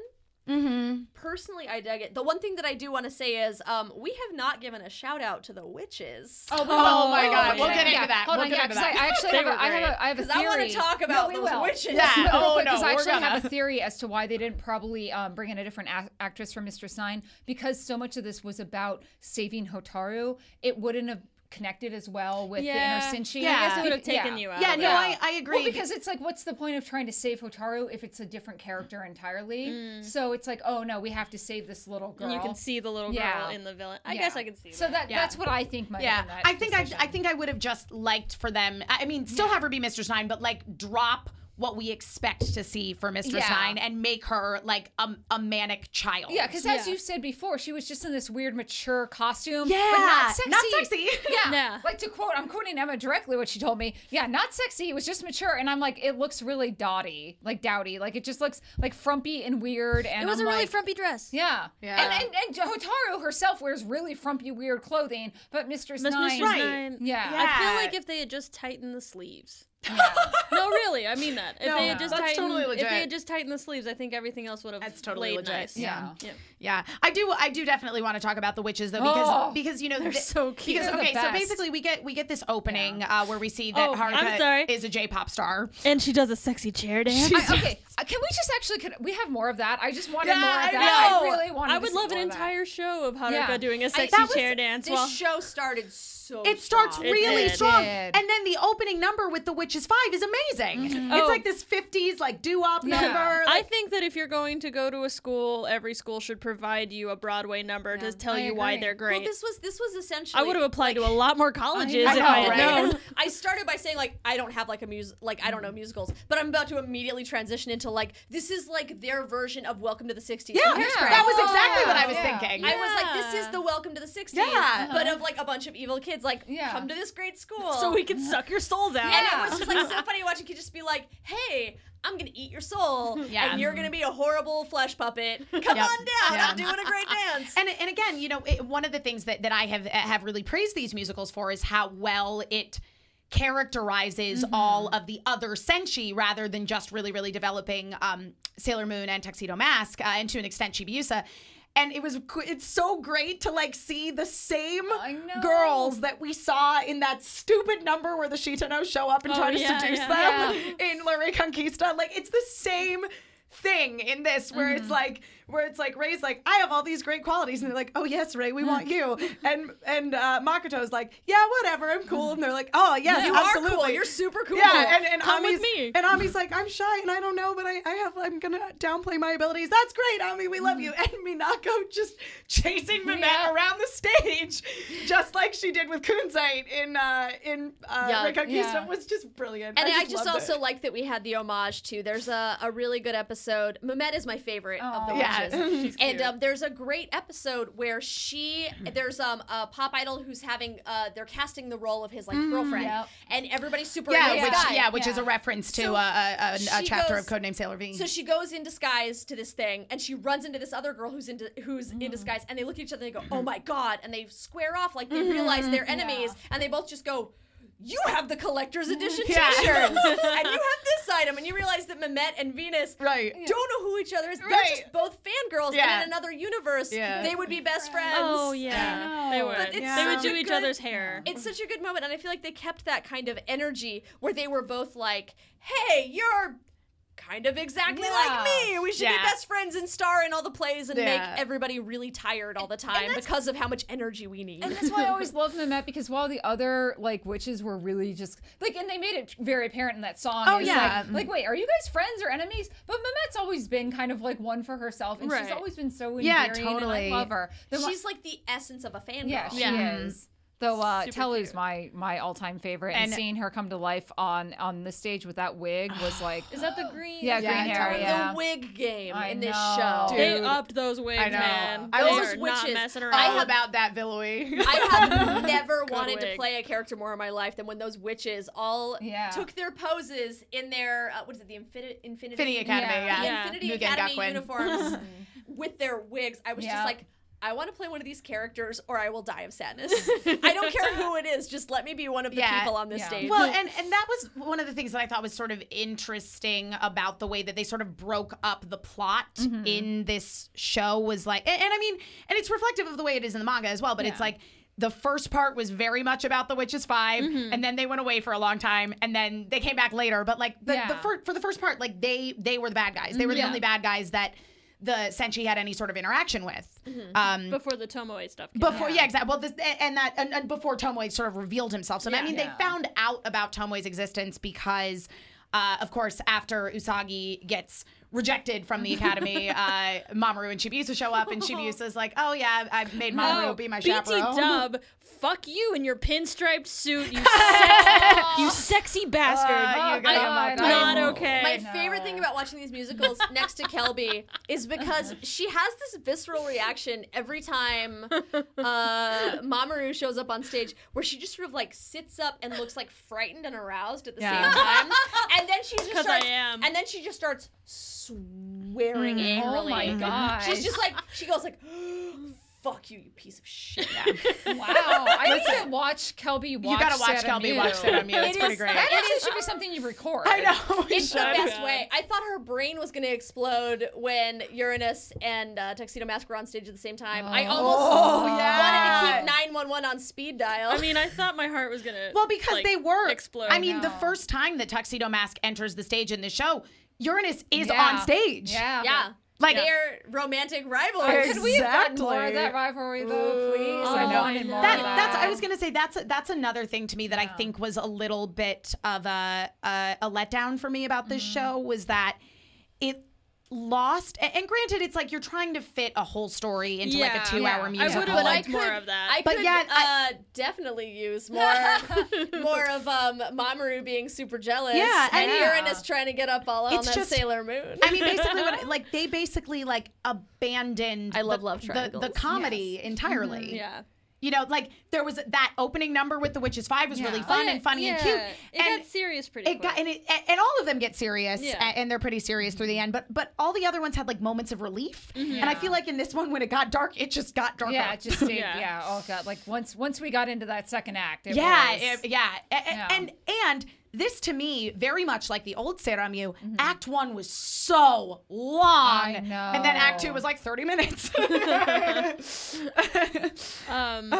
Speaker 4: Personally, I dug it. The one thing that I do want to say is um, we have not given a shout out to the witches.
Speaker 5: Oh,
Speaker 6: Oh my God, we'll
Speaker 5: yeah.
Speaker 6: get into
Speaker 5: Yeah.
Speaker 6: that.
Speaker 5: Hold
Speaker 6: We'll
Speaker 5: on,
Speaker 6: get
Speaker 5: yeah,
Speaker 6: into
Speaker 5: 'cause
Speaker 6: that.
Speaker 5: I actually have a, I have a, I have a
Speaker 4: Because I want
Speaker 5: theory.
Speaker 4: to talk about
Speaker 5: no, we
Speaker 4: those
Speaker 5: will.
Speaker 4: witches.
Speaker 6: Yeah. Oh, no,
Speaker 5: Because I
Speaker 6: we're
Speaker 5: actually
Speaker 6: gonna.
Speaker 5: have a theory as to why they didn't probably um, bring in a different ac actress for Mistress Nine because so much of this was about saving Hotaru. It wouldn't have connected as well with
Speaker 3: Yeah.
Speaker 5: the inner Senshi.
Speaker 3: Yeah, I guess it would have
Speaker 5: Be-
Speaker 3: taken you out.
Speaker 6: Yeah,
Speaker 3: of
Speaker 6: no,
Speaker 3: it.
Speaker 6: I, I agree.
Speaker 5: Well, because it's like, what's the point of trying to save Hotaru if it's a different character entirely? So it's like, oh no, we have to save this little girl.
Speaker 3: And you can see the little girl
Speaker 5: Yeah.
Speaker 3: in the villain. I
Speaker 5: Yeah.
Speaker 3: guess I can see.
Speaker 5: So that
Speaker 6: Yeah.
Speaker 5: that's what I think might.
Speaker 6: yeah,
Speaker 5: have been that
Speaker 6: I think I,
Speaker 5: decision.
Speaker 6: I think I would have just liked for them. I I mean, still have her be Mistress Nine, but like drop what we expect to see for Mistress
Speaker 5: Yeah.
Speaker 6: Nine and make her like a, a manic child.
Speaker 5: Yeah, because as you said before, she was just in this weird mature costume. but
Speaker 6: Yeah,
Speaker 5: not sexy.
Speaker 6: not sexy.
Speaker 5: Yeah.
Speaker 3: Yeah.
Speaker 5: Like to quote, I'm quoting Emma directly what she told me. Yeah, not sexy. It was just mature, and I'm like, it looks really dotty, like dowdy, like it just looks like frumpy and weird. And
Speaker 3: It was
Speaker 5: I'm
Speaker 3: a really
Speaker 5: like,
Speaker 3: frumpy dress.
Speaker 5: Yeah.
Speaker 6: Yeah.
Speaker 5: And, and and Hotaru herself wears really frumpy, weird clothing, but Mistress
Speaker 3: Miss
Speaker 5: Nine.
Speaker 3: Mistress
Speaker 6: Right.
Speaker 3: Nine.
Speaker 5: Yeah.
Speaker 3: I feel
Speaker 6: Yeah.
Speaker 3: like if they had just tightened the sleeves. no, really, I mean that. If
Speaker 6: No,
Speaker 3: they had just
Speaker 6: that's
Speaker 3: tightened,
Speaker 6: totally
Speaker 3: if they
Speaker 6: legit.
Speaker 3: had just tightened the sleeves, I think everything else would have.
Speaker 6: That's totally
Speaker 3: laid
Speaker 6: legit.
Speaker 3: Nice.
Speaker 5: Yeah.
Speaker 3: Yeah.
Speaker 6: Yeah, I do. I do definitely want to talk about the witches though, because
Speaker 5: Oh,
Speaker 6: because you know they're
Speaker 3: so cute.
Speaker 6: Because
Speaker 5: They're the
Speaker 6: okay, so
Speaker 5: best.
Speaker 6: basically we get we get this opening uh, where we see that
Speaker 3: Oh, I'm
Speaker 6: Haruka
Speaker 3: sorry.
Speaker 6: is a J-pop star.
Speaker 3: And she does a sexy chair dance.
Speaker 5: I- okay, uh, can we just actually? Could we have more of that? I just wanted
Speaker 6: Yeah,
Speaker 5: more of
Speaker 6: I
Speaker 5: that.
Speaker 6: know.
Speaker 5: I really wanted.
Speaker 3: I
Speaker 5: to
Speaker 3: would
Speaker 5: see
Speaker 3: love an
Speaker 5: more of that.
Speaker 3: entire show of Haruka
Speaker 5: Yeah.
Speaker 3: doing a
Speaker 4: I-
Speaker 3: sexy
Speaker 4: that was-
Speaker 3: chair dance.
Speaker 4: This
Speaker 3: While,
Speaker 4: show started so.
Speaker 6: It starts
Speaker 4: strong.
Speaker 6: really
Speaker 3: did.
Speaker 6: strong,
Speaker 5: Did.
Speaker 6: and then the opening number with the witches five is amazing. It's
Speaker 3: Oh.
Speaker 6: like this '50s like doo-wop
Speaker 5: Yeah.
Speaker 6: number.
Speaker 3: I think that if you're going to go to a school, every school should provide you a Broadway number to tell
Speaker 5: I
Speaker 3: you why
Speaker 5: agree.
Speaker 3: they're great.
Speaker 4: Well, this was this was essentially.
Speaker 3: I would have applied to a lot more colleges
Speaker 5: I
Speaker 3: if
Speaker 5: know,
Speaker 3: I had
Speaker 5: right?
Speaker 3: known.
Speaker 4: I started by saying like I don't have like a mus like I don't know musicals, but I'm about to immediately transition into like this is like their version of Welcome to the '60s.
Speaker 6: yeah,
Speaker 4: from Hairspray.
Speaker 6: that was exactly what I
Speaker 5: Yeah.
Speaker 6: was
Speaker 5: Yeah.
Speaker 6: thinking.
Speaker 4: Oh, I was like,
Speaker 3: Yeah.
Speaker 4: this is the Welcome to the '60s,
Speaker 6: Yeah.
Speaker 4: but of like a bunch of evil kids like
Speaker 5: Yeah.
Speaker 4: come to this great school.
Speaker 3: So we can suck your souls out.
Speaker 4: And
Speaker 5: Yeah.
Speaker 4: it was just like so funny watching kids just be like, hey. I'm gonna eat your soul,
Speaker 6: Yeah.
Speaker 4: and you're gonna be a horrible flesh puppet. Come on
Speaker 6: Yep.
Speaker 4: down,
Speaker 6: Yeah.
Speaker 4: I'm doing a great dance.
Speaker 6: And, and again, you know, it, one of the things that, that I have have really praised these musicals for is how well it characterizes all of the other senshi rather than just really, really developing um, Sailor Moon and Tuxedo Mask, uh, and to an extent Chibiusa. And it was qu- it's so great to like see the same
Speaker 5: I know.
Speaker 6: girls that we saw in that stupid number where the Shitanos show up and try to
Speaker 3: yeah,
Speaker 6: seduce
Speaker 3: yeah.
Speaker 6: them in La Reconquista. Like it's the same thing in this where it's like where it's like Ray's like, I have all these great qualities and they're like, Oh yes, Ray, we want you. And and uh Makoto's like, Yeah, whatever, I'm cool. And they're like, Oh yes,
Speaker 4: you
Speaker 6: absolutely.
Speaker 4: are cool. You're super cool.
Speaker 6: Yeah, and, and
Speaker 3: Come
Speaker 6: Ami's
Speaker 3: with me.
Speaker 6: and Ami's like, I'm shy and I don't know, but I, I have I'm gonna downplay my abilities. That's great, Ami, we love you. And Minako just chasing Mimette
Speaker 5: Yeah.
Speaker 6: around the stage, just like she did with Kunzite in uh in uh
Speaker 4: Yeah.
Speaker 6: Reconquista
Speaker 5: Yeah.
Speaker 6: was just brilliant.
Speaker 4: And I just,
Speaker 6: loved it.
Speaker 4: also like that we had the homage too. There's a, a really good episode. Mamet is my favorite of the
Speaker 5: Aw.
Speaker 6: Yeah.
Speaker 4: witches. and um, there's a great episode where she there's um a pop idol who's having uh they're casting the role of his like girlfriend,
Speaker 5: Yep.
Speaker 4: and everybody's super
Speaker 6: Yeah,
Speaker 4: into
Speaker 6: which
Speaker 4: this guy.
Speaker 6: yeah, which
Speaker 5: Yeah.
Speaker 6: is a reference to
Speaker 4: So
Speaker 6: uh, a, a, a
Speaker 4: she
Speaker 6: chapter
Speaker 4: goes-
Speaker 6: of Codename Sailor V.
Speaker 4: So she goes in disguise to this thing, and she runs into this other girl who's into who's
Speaker 6: Mm.
Speaker 4: in disguise, and they look at each other and they go, "Oh my god!" and they square off like they realize they're
Speaker 6: Mm-hmm.
Speaker 4: enemies, and they both just go. You have the collector's edition
Speaker 6: Mm-hmm. Yeah.
Speaker 4: T-shirt, and you have this item, and you realize that Mehmet and Venus
Speaker 6: Right.
Speaker 4: don't know who each other is. They're
Speaker 6: Right.
Speaker 4: just both fangirls,
Speaker 6: Yeah.
Speaker 4: and in another universe,
Speaker 6: Yeah.
Speaker 4: they would be best friends.
Speaker 3: Oh yeah,
Speaker 5: know.
Speaker 3: they
Speaker 5: But
Speaker 3: would.
Speaker 4: it's
Speaker 3: They would
Speaker 4: such a
Speaker 3: do each
Speaker 4: good-
Speaker 3: other's hair.
Speaker 4: It's such a good moment, and I feel like they kept that kind of energy where they were both like, "Hey, you're kind of exactly
Speaker 5: Yeah.
Speaker 4: like me. We should be
Speaker 6: Yeah.
Speaker 4: best friends and star in all the plays and
Speaker 6: Yeah.
Speaker 4: make everybody really tired all the time because of how much energy we need."
Speaker 5: And that's why I always loved Mehmet because while the other like witches were really just like, and they made it very apparent in that song.
Speaker 6: Oh,
Speaker 5: It was
Speaker 6: yeah.
Speaker 5: like, like, wait, are you guys friends or enemies? But Mehmet's always been kind of like one for herself, and she's
Speaker 3: Right.
Speaker 5: always been so endearing.
Speaker 6: Yeah,
Speaker 5: And
Speaker 6: totally.
Speaker 5: I love her. The one-
Speaker 4: She's like the essence of a fangirl.
Speaker 5: yeah, she
Speaker 3: Yeah.
Speaker 5: is. Though uh,
Speaker 3: Super
Speaker 5: Telly's
Speaker 3: cute.
Speaker 5: my my all time favorite, and,
Speaker 6: And-
Speaker 5: seeing her come to life on on the stage with that wig was like,
Speaker 3: Is that the green?
Speaker 5: yeah,
Speaker 6: Yeah,
Speaker 5: green
Speaker 6: totally.
Speaker 5: hair,
Speaker 4: the
Speaker 5: yeah.
Speaker 4: wig game
Speaker 5: I
Speaker 4: in this
Speaker 5: know.
Speaker 4: show.
Speaker 6: Dude.
Speaker 3: They upped those wigs,
Speaker 6: I know.
Speaker 3: man.
Speaker 6: I was-
Speaker 3: Those are not
Speaker 4: witches.
Speaker 3: messing around.
Speaker 6: All about that, Billowy.
Speaker 4: I have never
Speaker 3: Good
Speaker 4: wanted to
Speaker 3: wig.
Speaker 4: play a character more in my life than when those witches all
Speaker 5: Yeah.
Speaker 4: took their poses in their uh, what is it the Infin- Infinity
Speaker 6: Infinity Academy,
Speaker 5: Yeah.
Speaker 6: yeah.
Speaker 4: the
Speaker 3: Yeah.
Speaker 4: Infinity
Speaker 6: Mugen
Speaker 4: Academy
Speaker 6: Gakuin.
Speaker 4: uniforms with their wigs. I was
Speaker 5: Yeah.
Speaker 4: just like. I want to play one of these characters, or I will die of sadness. I don't care who it is; just let me be one of the
Speaker 6: Yeah.
Speaker 4: people on this
Speaker 5: Yeah.
Speaker 4: stage.
Speaker 6: Well, and and that was one of the things that I thought was sort of interesting about the way that they sort of broke up the plot
Speaker 5: Mm-hmm.
Speaker 6: in this show was like, and, and I mean, and it's reflective of the way it is in the manga as well. But it's
Speaker 5: Yeah.
Speaker 6: like the first part was very much about the witches 5
Speaker 5: Mm-hmm.
Speaker 6: and then they went away for a long time, and then they came back later. But like the, the
Speaker 5: Yeah. Mm-hmm.
Speaker 6: fir- for the first part, like they they were the bad guys. They were the
Speaker 5: Yeah.
Speaker 6: only bad guys that the Senshi had any sort of interaction with.
Speaker 5: Mm-hmm.
Speaker 6: Um,
Speaker 3: before the Tomoe stuff. Came
Speaker 6: before
Speaker 5: Yeah.
Speaker 6: yeah, exactly well this and- and that and, and before tomoe sort of revealed himself so i
Speaker 3: Yeah.
Speaker 6: mean
Speaker 5: Yeah.
Speaker 6: they found out about tomoe's existence because uh, of course after usagi gets rejected from the academy uh, mamoru and chibiusa show up and chibiusa's like oh yeah i've made mamoru
Speaker 3: Oh,
Speaker 6: be my
Speaker 3: BT
Speaker 6: chaperone
Speaker 3: Dub, fuck you in your pinstriped suit, you sexy, you
Speaker 6: Uh,
Speaker 3: sexy bastard.
Speaker 5: Oh,
Speaker 6: you
Speaker 5: God,
Speaker 6: got
Speaker 5: I-
Speaker 3: Not
Speaker 5: no.
Speaker 3: okay.
Speaker 4: My
Speaker 5: No.
Speaker 4: favorite thing about watching these musicals next to Kelby is because she has this visceral reaction every time uh, Mamoru shows up on stage, where she just sort of like sits up and looks like frightened and aroused at the
Speaker 5: Yeah.
Speaker 4: same time, and then she just
Speaker 3: 'Cause I
Speaker 4: starts,
Speaker 3: am.
Speaker 4: and then she just starts swearing
Speaker 5: Oh
Speaker 4: angrily.
Speaker 5: my god!
Speaker 6: Mm-hmm.
Speaker 4: She's just like she goes like, "Fuck you, you piece of shit."
Speaker 5: wow. I need to watch Kelby. Watch
Speaker 6: you gotta watch
Speaker 5: Said on
Speaker 6: kelby
Speaker 5: You.
Speaker 6: watch that on you it's pretty great
Speaker 5: That actually should be something you record.
Speaker 6: i know we
Speaker 4: It's the
Speaker 6: should.
Speaker 4: best way. I thought her brain was gonna explode when Uranus and uh, Tuxedo Mask were on stage at the same time. I
Speaker 3: Oh.
Speaker 4: almost wanted to
Speaker 6: yeah.
Speaker 4: keep nine one one on speed dial.
Speaker 3: I mean, I thought my heart was gonna.
Speaker 6: Well, because
Speaker 3: like,
Speaker 6: they were.
Speaker 3: explode.
Speaker 6: I mean, the
Speaker 5: No.
Speaker 6: first time that Tuxedo Mask enters the stage in the show, Uranus is
Speaker 5: Yeah.
Speaker 6: on stage.
Speaker 5: Yeah.
Speaker 4: yeah,
Speaker 6: Like-
Speaker 4: their romantic rivalry.
Speaker 5: Could we have gotten more of
Speaker 6: Exactly.
Speaker 5: that rivalry though, please?
Speaker 3: I know.
Speaker 5: wanted more of
Speaker 6: that,
Speaker 5: that.
Speaker 6: that's I was gonna say that's that's another thing to me that I think was a little bit of a a, a letdown for me about this show was that it lost a- and granted it's like you're trying to fit a whole story into like
Speaker 3: Yeah.
Speaker 6: a two
Speaker 5: Yeah. I
Speaker 6: hour
Speaker 3: I
Speaker 6: musical.
Speaker 3: would have
Speaker 4: But I
Speaker 3: liked more
Speaker 4: could-
Speaker 3: of that.
Speaker 4: I
Speaker 6: But
Speaker 4: could
Speaker 6: yet,
Speaker 4: uh, definitely use more more of um, Mamoru being super jealous.
Speaker 6: Yeah,
Speaker 4: and
Speaker 6: and-
Speaker 4: Uranus trying to get up all on
Speaker 6: It's
Speaker 4: that
Speaker 6: just-
Speaker 4: Sailor Moon.
Speaker 6: I mean, basically, what, I- like they basically like abandoned.
Speaker 4: I love
Speaker 6: the,
Speaker 4: love
Speaker 6: the-
Speaker 4: triangles. Mm-hmm.
Speaker 6: The, comedy entirely.
Speaker 3: yeah.
Speaker 6: You know, like there was that opening number with the Witches Five was really
Speaker 5: Yeah.
Speaker 6: fun and funny and cute.
Speaker 3: It
Speaker 6: and
Speaker 3: got serious pretty
Speaker 6: it got and it and- and all of them get serious
Speaker 3: Yeah.
Speaker 6: a- and they're pretty serious through the end but but all the other ones had like moments of relief and i
Speaker 5: Mm-hmm. Yeah.
Speaker 6: feel like in this one when it got dark it just got darker
Speaker 5: Yeah, it just stayed, yeah.
Speaker 3: Yeah.
Speaker 5: Oh god, like once once we got into that second act, it
Speaker 6: yeah
Speaker 5: was,
Speaker 6: it- yeah. A- a-
Speaker 5: Yeah.
Speaker 6: and and this to me very much like the old Seramu act 1 was so long
Speaker 5: Mm-hmm. I
Speaker 6: and then act
Speaker 5: know.
Speaker 6: 2 was like 30 minutes
Speaker 3: Um,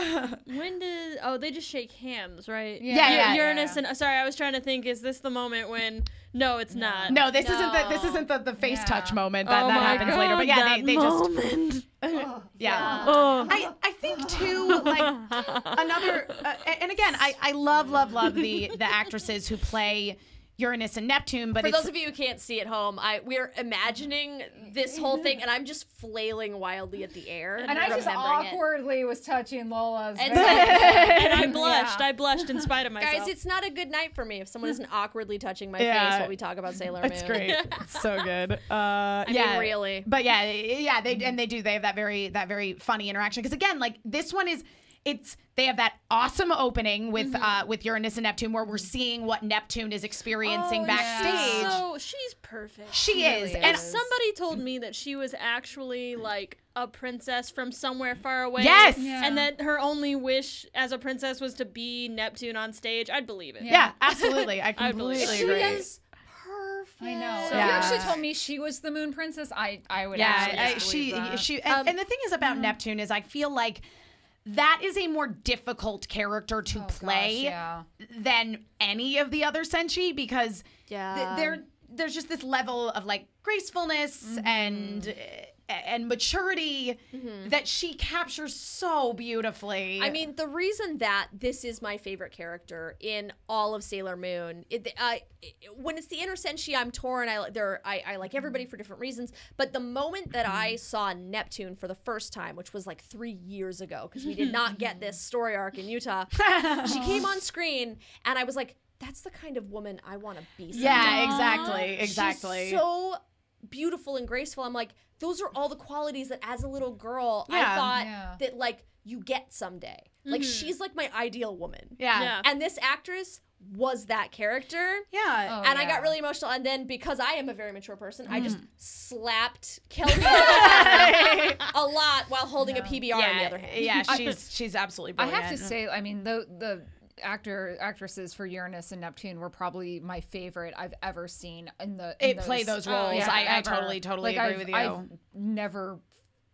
Speaker 3: when did? Oh, they just shake hands, right?
Speaker 6: Yeah,
Speaker 3: U-
Speaker 6: yeah,
Speaker 3: Uranus and uh, sorry, I was trying to think. Is this the moment when? No, it's not.
Speaker 6: no this isn't the this
Speaker 4: No.
Speaker 6: isn't the, the face
Speaker 5: Yeah.
Speaker 6: touch moment that,
Speaker 3: oh
Speaker 6: that
Speaker 3: my
Speaker 6: happens
Speaker 3: God,
Speaker 6: later but yeah
Speaker 3: that
Speaker 6: they, they just
Speaker 3: moment.
Speaker 6: yeah.
Speaker 3: Oh,
Speaker 6: I, I think too like another uh, a- and again I, I love love love the the actresses who play Uranus and Neptune but
Speaker 4: For
Speaker 6: it's
Speaker 4: those of you who can't see at home, I we're imagining this whole thing, and I'm just flailing wildly at the air.
Speaker 5: And I just
Speaker 4: remembering it.
Speaker 5: awkwardly was touching Lola's.
Speaker 4: And
Speaker 5: face.
Speaker 3: and I blushed.
Speaker 5: Yeah.
Speaker 3: I blushed in spite of myself.
Speaker 4: Guys, it's not a good night for me if someone isn't awkwardly touching my
Speaker 6: Yeah.
Speaker 4: face while we talk about Sailor Moon.
Speaker 6: it's great it's so good uh yeah
Speaker 4: really.
Speaker 6: but yeah yeah they and they do they have that very that very funny interaction because again like this one is it's they have that awesome opening with uh with Uranus and Neptune where we're seeing what Neptune is experiencing
Speaker 5: Oh, yeah.
Speaker 6: backstage
Speaker 3: so she's perfect.
Speaker 6: she is
Speaker 5: really
Speaker 6: and
Speaker 5: is.
Speaker 3: Somebody told me that she was actually like a princess from somewhere far away.
Speaker 6: Yes!
Speaker 5: Yeah.
Speaker 3: And that her only wish as a princess was to be Neptune on stage. I'd believe it.
Speaker 6: yeah absolutely I
Speaker 3: believe
Speaker 6: completely
Speaker 3: it.
Speaker 4: She
Speaker 6: agree
Speaker 4: is
Speaker 5: I know. So
Speaker 6: Yeah.
Speaker 5: If you actually told me she was the moon princess, I I would actually
Speaker 6: yeah, I-
Speaker 5: believe
Speaker 6: she
Speaker 5: that.
Speaker 6: she and,
Speaker 4: Um,
Speaker 6: and the thing is
Speaker 4: mm-hmm.
Speaker 6: about Neptune is I feel like that is a more difficult character to play
Speaker 5: Oh, Gosh, yeah.
Speaker 6: than any of the other senshi because
Speaker 4: Yeah.
Speaker 6: th- there there's just this level of like gracefulness
Speaker 4: Mm-hmm.
Speaker 6: and uh, and maturity that she captures so beautifully.
Speaker 4: Mm-hmm. I mean, the reason that this is my favorite character in all of Sailor Moon, it, I- it- when it's the inner senshi, I'm torn. I like there, I, I like everybody for different reasons. But the moment that I saw Neptune for the first time, which was like three years ago, because we did not get this story arc in Utah, she came on screen, and I was like, "That's the kind of woman I want to be." Someday.
Speaker 6: yeah, exactly,
Speaker 4: She's
Speaker 6: exactly.
Speaker 4: so beautiful and graceful. I'm like, those are all the qualities that as a little girl I
Speaker 6: Yeah. Mm-hmm.
Speaker 4: thought
Speaker 5: Yeah.
Speaker 4: that like you get someday. Like she's like my ideal woman.
Speaker 6: yeah.
Speaker 3: Yeah.
Speaker 4: And this actress was that character.
Speaker 6: Yeah.
Speaker 5: Oh,
Speaker 4: and I
Speaker 5: yeah.
Speaker 4: got really emotional. And then because I am a very mature person, I
Speaker 6: Mm.
Speaker 4: just slapped Kelly a lot while holding a PBR in the other hand.
Speaker 6: yeah, she's she's absolutely
Speaker 5: I
Speaker 6: brilliant.
Speaker 5: have to say, I mean, the the actor actresses for Uranus and Neptune were probably my favorite I've ever seen in the in
Speaker 6: It play those roles.
Speaker 5: uh, yeah,
Speaker 6: I, I
Speaker 5: ever.
Speaker 6: totally, totally
Speaker 5: Like,
Speaker 6: agree
Speaker 5: I've-
Speaker 6: with you.
Speaker 5: I've never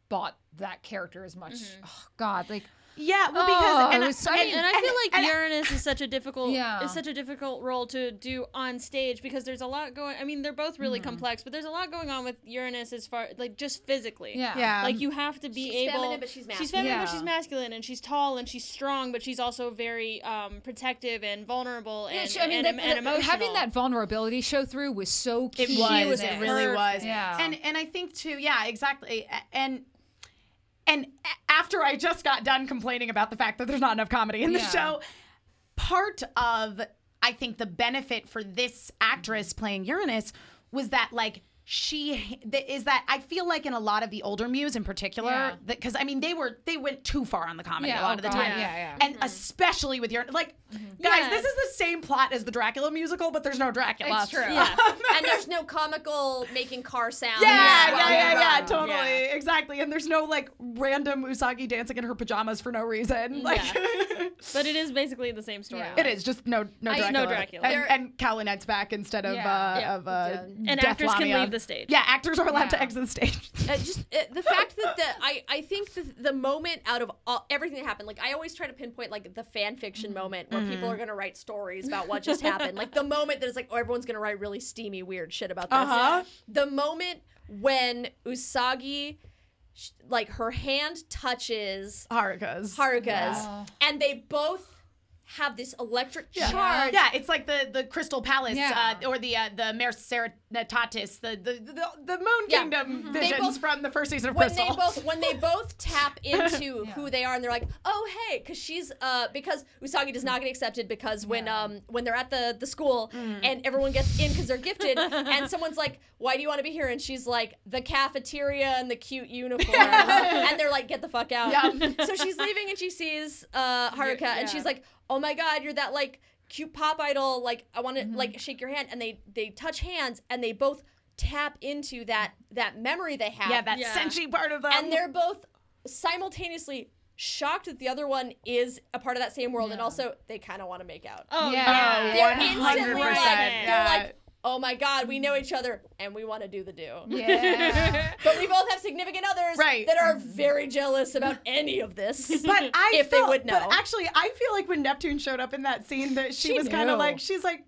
Speaker 5: bought that character as much. Oh, God, like
Speaker 6: yeah, Mm-hmm. well, because
Speaker 5: Oh,
Speaker 6: and
Speaker 5: it
Speaker 6: I-
Speaker 5: was so- I mean,
Speaker 3: and I feel like
Speaker 6: and-
Speaker 3: Uranus is such a difficult
Speaker 5: Yeah.
Speaker 3: is such a difficult role to do on stage because there's a lot going. I mean, they're both really
Speaker 5: Mm-hmm.
Speaker 3: complex, but there's a lot going on with Uranus as far like just physically.
Speaker 5: yeah,
Speaker 6: yeah,
Speaker 3: Like you have to be
Speaker 4: She's
Speaker 3: able.
Speaker 4: feminine, but she's
Speaker 3: She's feminine, but
Speaker 5: masculine.
Speaker 3: she's
Speaker 5: Yeah.
Speaker 3: masculine, and she's tall and she's strong, but she's also very um, protective and vulnerable and,
Speaker 5: Yeah, she- I mean,
Speaker 3: and,
Speaker 5: the-
Speaker 3: em- and
Speaker 5: the- having
Speaker 3: emotional.
Speaker 5: that vulnerability show through was so
Speaker 6: it
Speaker 5: key.
Speaker 6: was,
Speaker 3: was
Speaker 6: it really was.
Speaker 3: perfect.
Speaker 5: Yeah.
Speaker 6: and and I think too, yeah, exactly, A- and. And a- after I just got done complaining about the fact that there's not enough comedy in the
Speaker 5: Yeah.
Speaker 6: show, part of I think the benefit for this actress playing Uranus was that like she th- is that I feel like in a lot of the older muse in
Speaker 5: Yeah.
Speaker 6: particular because I mean they were they went too far on the comedy a
Speaker 5: Yeah,
Speaker 6: lot
Speaker 5: oh
Speaker 6: of the
Speaker 5: God,
Speaker 6: time
Speaker 5: yeah, yeah. Mm-hmm.
Speaker 6: and especially with your like guys
Speaker 3: Yeah.
Speaker 6: this is the same plot as the Dracula musical but there's no Dracula
Speaker 5: It's true.
Speaker 3: yeah.
Speaker 4: and there's no comical making car sounds.
Speaker 6: yeah, yeah,
Speaker 4: while you're
Speaker 6: yeah, yeah,
Speaker 4: driving.
Speaker 6: totally, exactly. And there's no like random Usagi dancing in her pajamas for no reason. Like
Speaker 3: but it is basically the same story.
Speaker 5: Yeah.
Speaker 6: it is just no, no Dracula.
Speaker 3: no Dracula.
Speaker 6: And,
Speaker 4: There-
Speaker 6: and Kalinette's back instead of
Speaker 5: Yeah.
Speaker 6: uh,
Speaker 3: Yeah.
Speaker 6: of uh,
Speaker 3: And
Speaker 6: Death
Speaker 3: actors can
Speaker 6: Lamia.
Speaker 3: leave the stage.
Speaker 6: Yeah, actors are allowed to
Speaker 5: Yeah.
Speaker 6: exit the stage.
Speaker 4: uh, just uh, the fact that the I, I think the, the moment out of all, everything that happened like i always try to pinpoint like the fan
Speaker 6: Mm-hmm.
Speaker 4: fiction moment where people are going to write stories about what just happened like the moment that it's like oh everyone's going to write really steamy weird shit about this
Speaker 6: Uh-huh.
Speaker 4: the moment when usagi sh- like her hand touches
Speaker 6: Oh, Haruka's.
Speaker 4: haruka's and they both have this electric charge
Speaker 6: Yeah, it's like the the Crystal Palace
Speaker 5: Yeah.
Speaker 6: uh, or the uh, the Mare Serenitatis, the the, the the Moon
Speaker 4: Yeah. Mm-hmm.
Speaker 6: Kingdom
Speaker 4: They
Speaker 6: visions
Speaker 4: both-
Speaker 6: from the first season of
Speaker 4: when
Speaker 6: Crystal.
Speaker 4: they both when they both tap into who they are and they're like oh hey because she's uh because usagi does not get accepted because when um when they're at the the school
Speaker 6: Mm.
Speaker 4: and everyone gets in because they're gifted and someone's like why do you want to be here and she's like the cafeteria and the cute uniform and they're like get the fuck out
Speaker 6: Yeah.
Speaker 4: so she's leaving and she sees uh haruka and she's like oh my god you're that like cute pop idol like i want to
Speaker 6: Mm-hmm.
Speaker 4: like shake your hand and they they touch hands and they both tap into that that memory they have
Speaker 6: yeah, that
Speaker 3: Yeah.
Speaker 6: senshi part of them.
Speaker 4: and they're both simultaneously shocked that the other one is a part of that same world, and also they kind of want to make out.
Speaker 3: Oh,
Speaker 5: Yeah.
Speaker 3: yeah.
Speaker 4: they're
Speaker 6: one
Speaker 4: instantly
Speaker 6: hundred
Speaker 4: like,
Speaker 6: percent.
Speaker 4: they're like, oh my god, we know each other, and we want to do the do.
Speaker 5: Yeah.
Speaker 4: But we both have significant others
Speaker 6: Right.
Speaker 4: that are very jealous about any of this.
Speaker 6: But I
Speaker 4: if
Speaker 6: felt,
Speaker 4: they would know.
Speaker 6: But actually, I feel like when Neptune showed up in that scene, that she,
Speaker 5: She
Speaker 6: was kind of
Speaker 5: knew.
Speaker 6: like, she's like,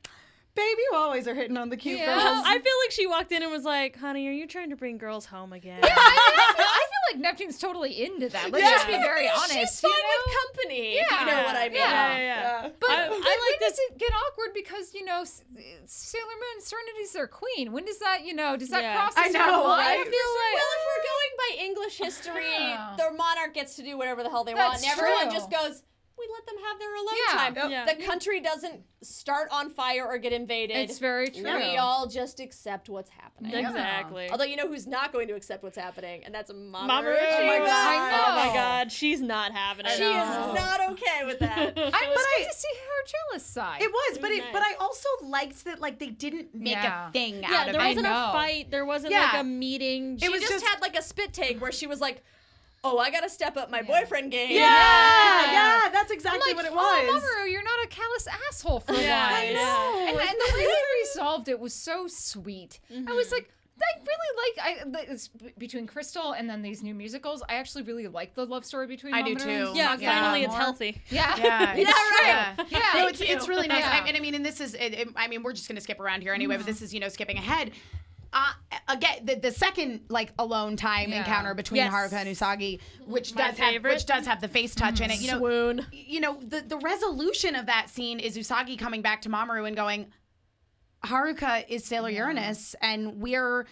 Speaker 6: "Baby, you always are hitting on the cute
Speaker 5: Yeah.
Speaker 6: girls."
Speaker 3: I feel like she walked in and was like, "Honey, are you trying to bring girls home again?"
Speaker 5: I, feel, I feel like Neptune's totally into that. Let's just be very honest.
Speaker 4: She's
Speaker 5: you
Speaker 4: fine with
Speaker 5: know?
Speaker 4: company, if you know what I mean.
Speaker 5: yeah.
Speaker 3: yeah, yeah.
Speaker 5: But
Speaker 3: I,
Speaker 5: when
Speaker 3: I like
Speaker 5: does
Speaker 3: this.
Speaker 5: it get awkward because you know S- Sailor Moon Serenity's their queen? When does that you know does that
Speaker 3: Yeah.
Speaker 5: cross?
Speaker 6: I
Speaker 5: into
Speaker 6: know,
Speaker 5: Her
Speaker 6: right?
Speaker 5: mind?
Speaker 6: I feel
Speaker 4: Well, if we're going by English history,
Speaker 5: Yeah.
Speaker 4: the monarch gets to do whatever the hell they want,
Speaker 5: That's
Speaker 4: and everyone
Speaker 5: true.
Speaker 4: just goes. We let them have their alone
Speaker 5: Yeah.
Speaker 4: time.
Speaker 3: Yeah.
Speaker 4: The country doesn't start on fire or get invaded.
Speaker 5: It's very true.
Speaker 4: We all just accept what's happening.
Speaker 3: Exactly.
Speaker 4: Although you know who's not going to accept what's happening, and that's Mamoru.
Speaker 3: Mamoru.
Speaker 4: Oshii.
Speaker 6: Oh my God.
Speaker 5: I
Speaker 3: Oh my
Speaker 5: know.
Speaker 3: God. She's not having it.
Speaker 4: She is not okay with that.
Speaker 5: I was
Speaker 6: But
Speaker 5: good
Speaker 6: I-
Speaker 5: to see her jealous side.
Speaker 6: it was, but it, but I also liked that like they didn't make
Speaker 5: Yeah.
Speaker 6: a thing
Speaker 3: Yeah,
Speaker 6: out of
Speaker 3: there
Speaker 6: it.
Speaker 3: wasn't a
Speaker 5: know.
Speaker 3: fight. There wasn't
Speaker 6: Yeah.
Speaker 3: like a meeting.
Speaker 4: She
Speaker 6: was
Speaker 4: just,
Speaker 6: just-
Speaker 4: had like a spit take where she was like, "Oh, I gotta step up my boyfriend game."
Speaker 6: yeah, yeah, that's
Speaker 5: I'm
Speaker 6: exactly
Speaker 5: like,
Speaker 6: what it
Speaker 5: oh,
Speaker 6: was. Oh
Speaker 5: Mamoru, you're not a callous asshole for
Speaker 3: Yeah,
Speaker 5: once.
Speaker 3: I know.
Speaker 5: And, and the way they solved it was so sweet. I
Speaker 6: Mm-hmm.
Speaker 5: was like, I really like I the- it's b- between Crystal and then these new musicals. I actually really like the love story between.
Speaker 6: I do
Speaker 5: Mom and Rose.
Speaker 6: too.
Speaker 3: Yeah,
Speaker 6: Yeah.
Speaker 3: finally it's
Speaker 5: More.
Speaker 3: healthy.
Speaker 5: Yeah,
Speaker 6: Yeah, yeah, right. Yeah, no, it's,
Speaker 5: Thank
Speaker 6: it's really nice.
Speaker 5: Yeah.
Speaker 6: I, and I mean, and this is, it, it- I mean, we're just going to skip around here anyway, but this is, you know, skipping ahead. Uh, again, the, the second like alone time
Speaker 5: Yeah.
Speaker 6: encounter between
Speaker 3: Yes.
Speaker 6: Haruka and Usagi, which
Speaker 3: My
Speaker 6: does have
Speaker 3: favorite.
Speaker 6: which does have the face touch in it. You know,
Speaker 3: Swoon.
Speaker 6: You know, the the resolution of that scene is Usagi coming back to Mamoru and going, Haruka is Sailor Uranus, and we're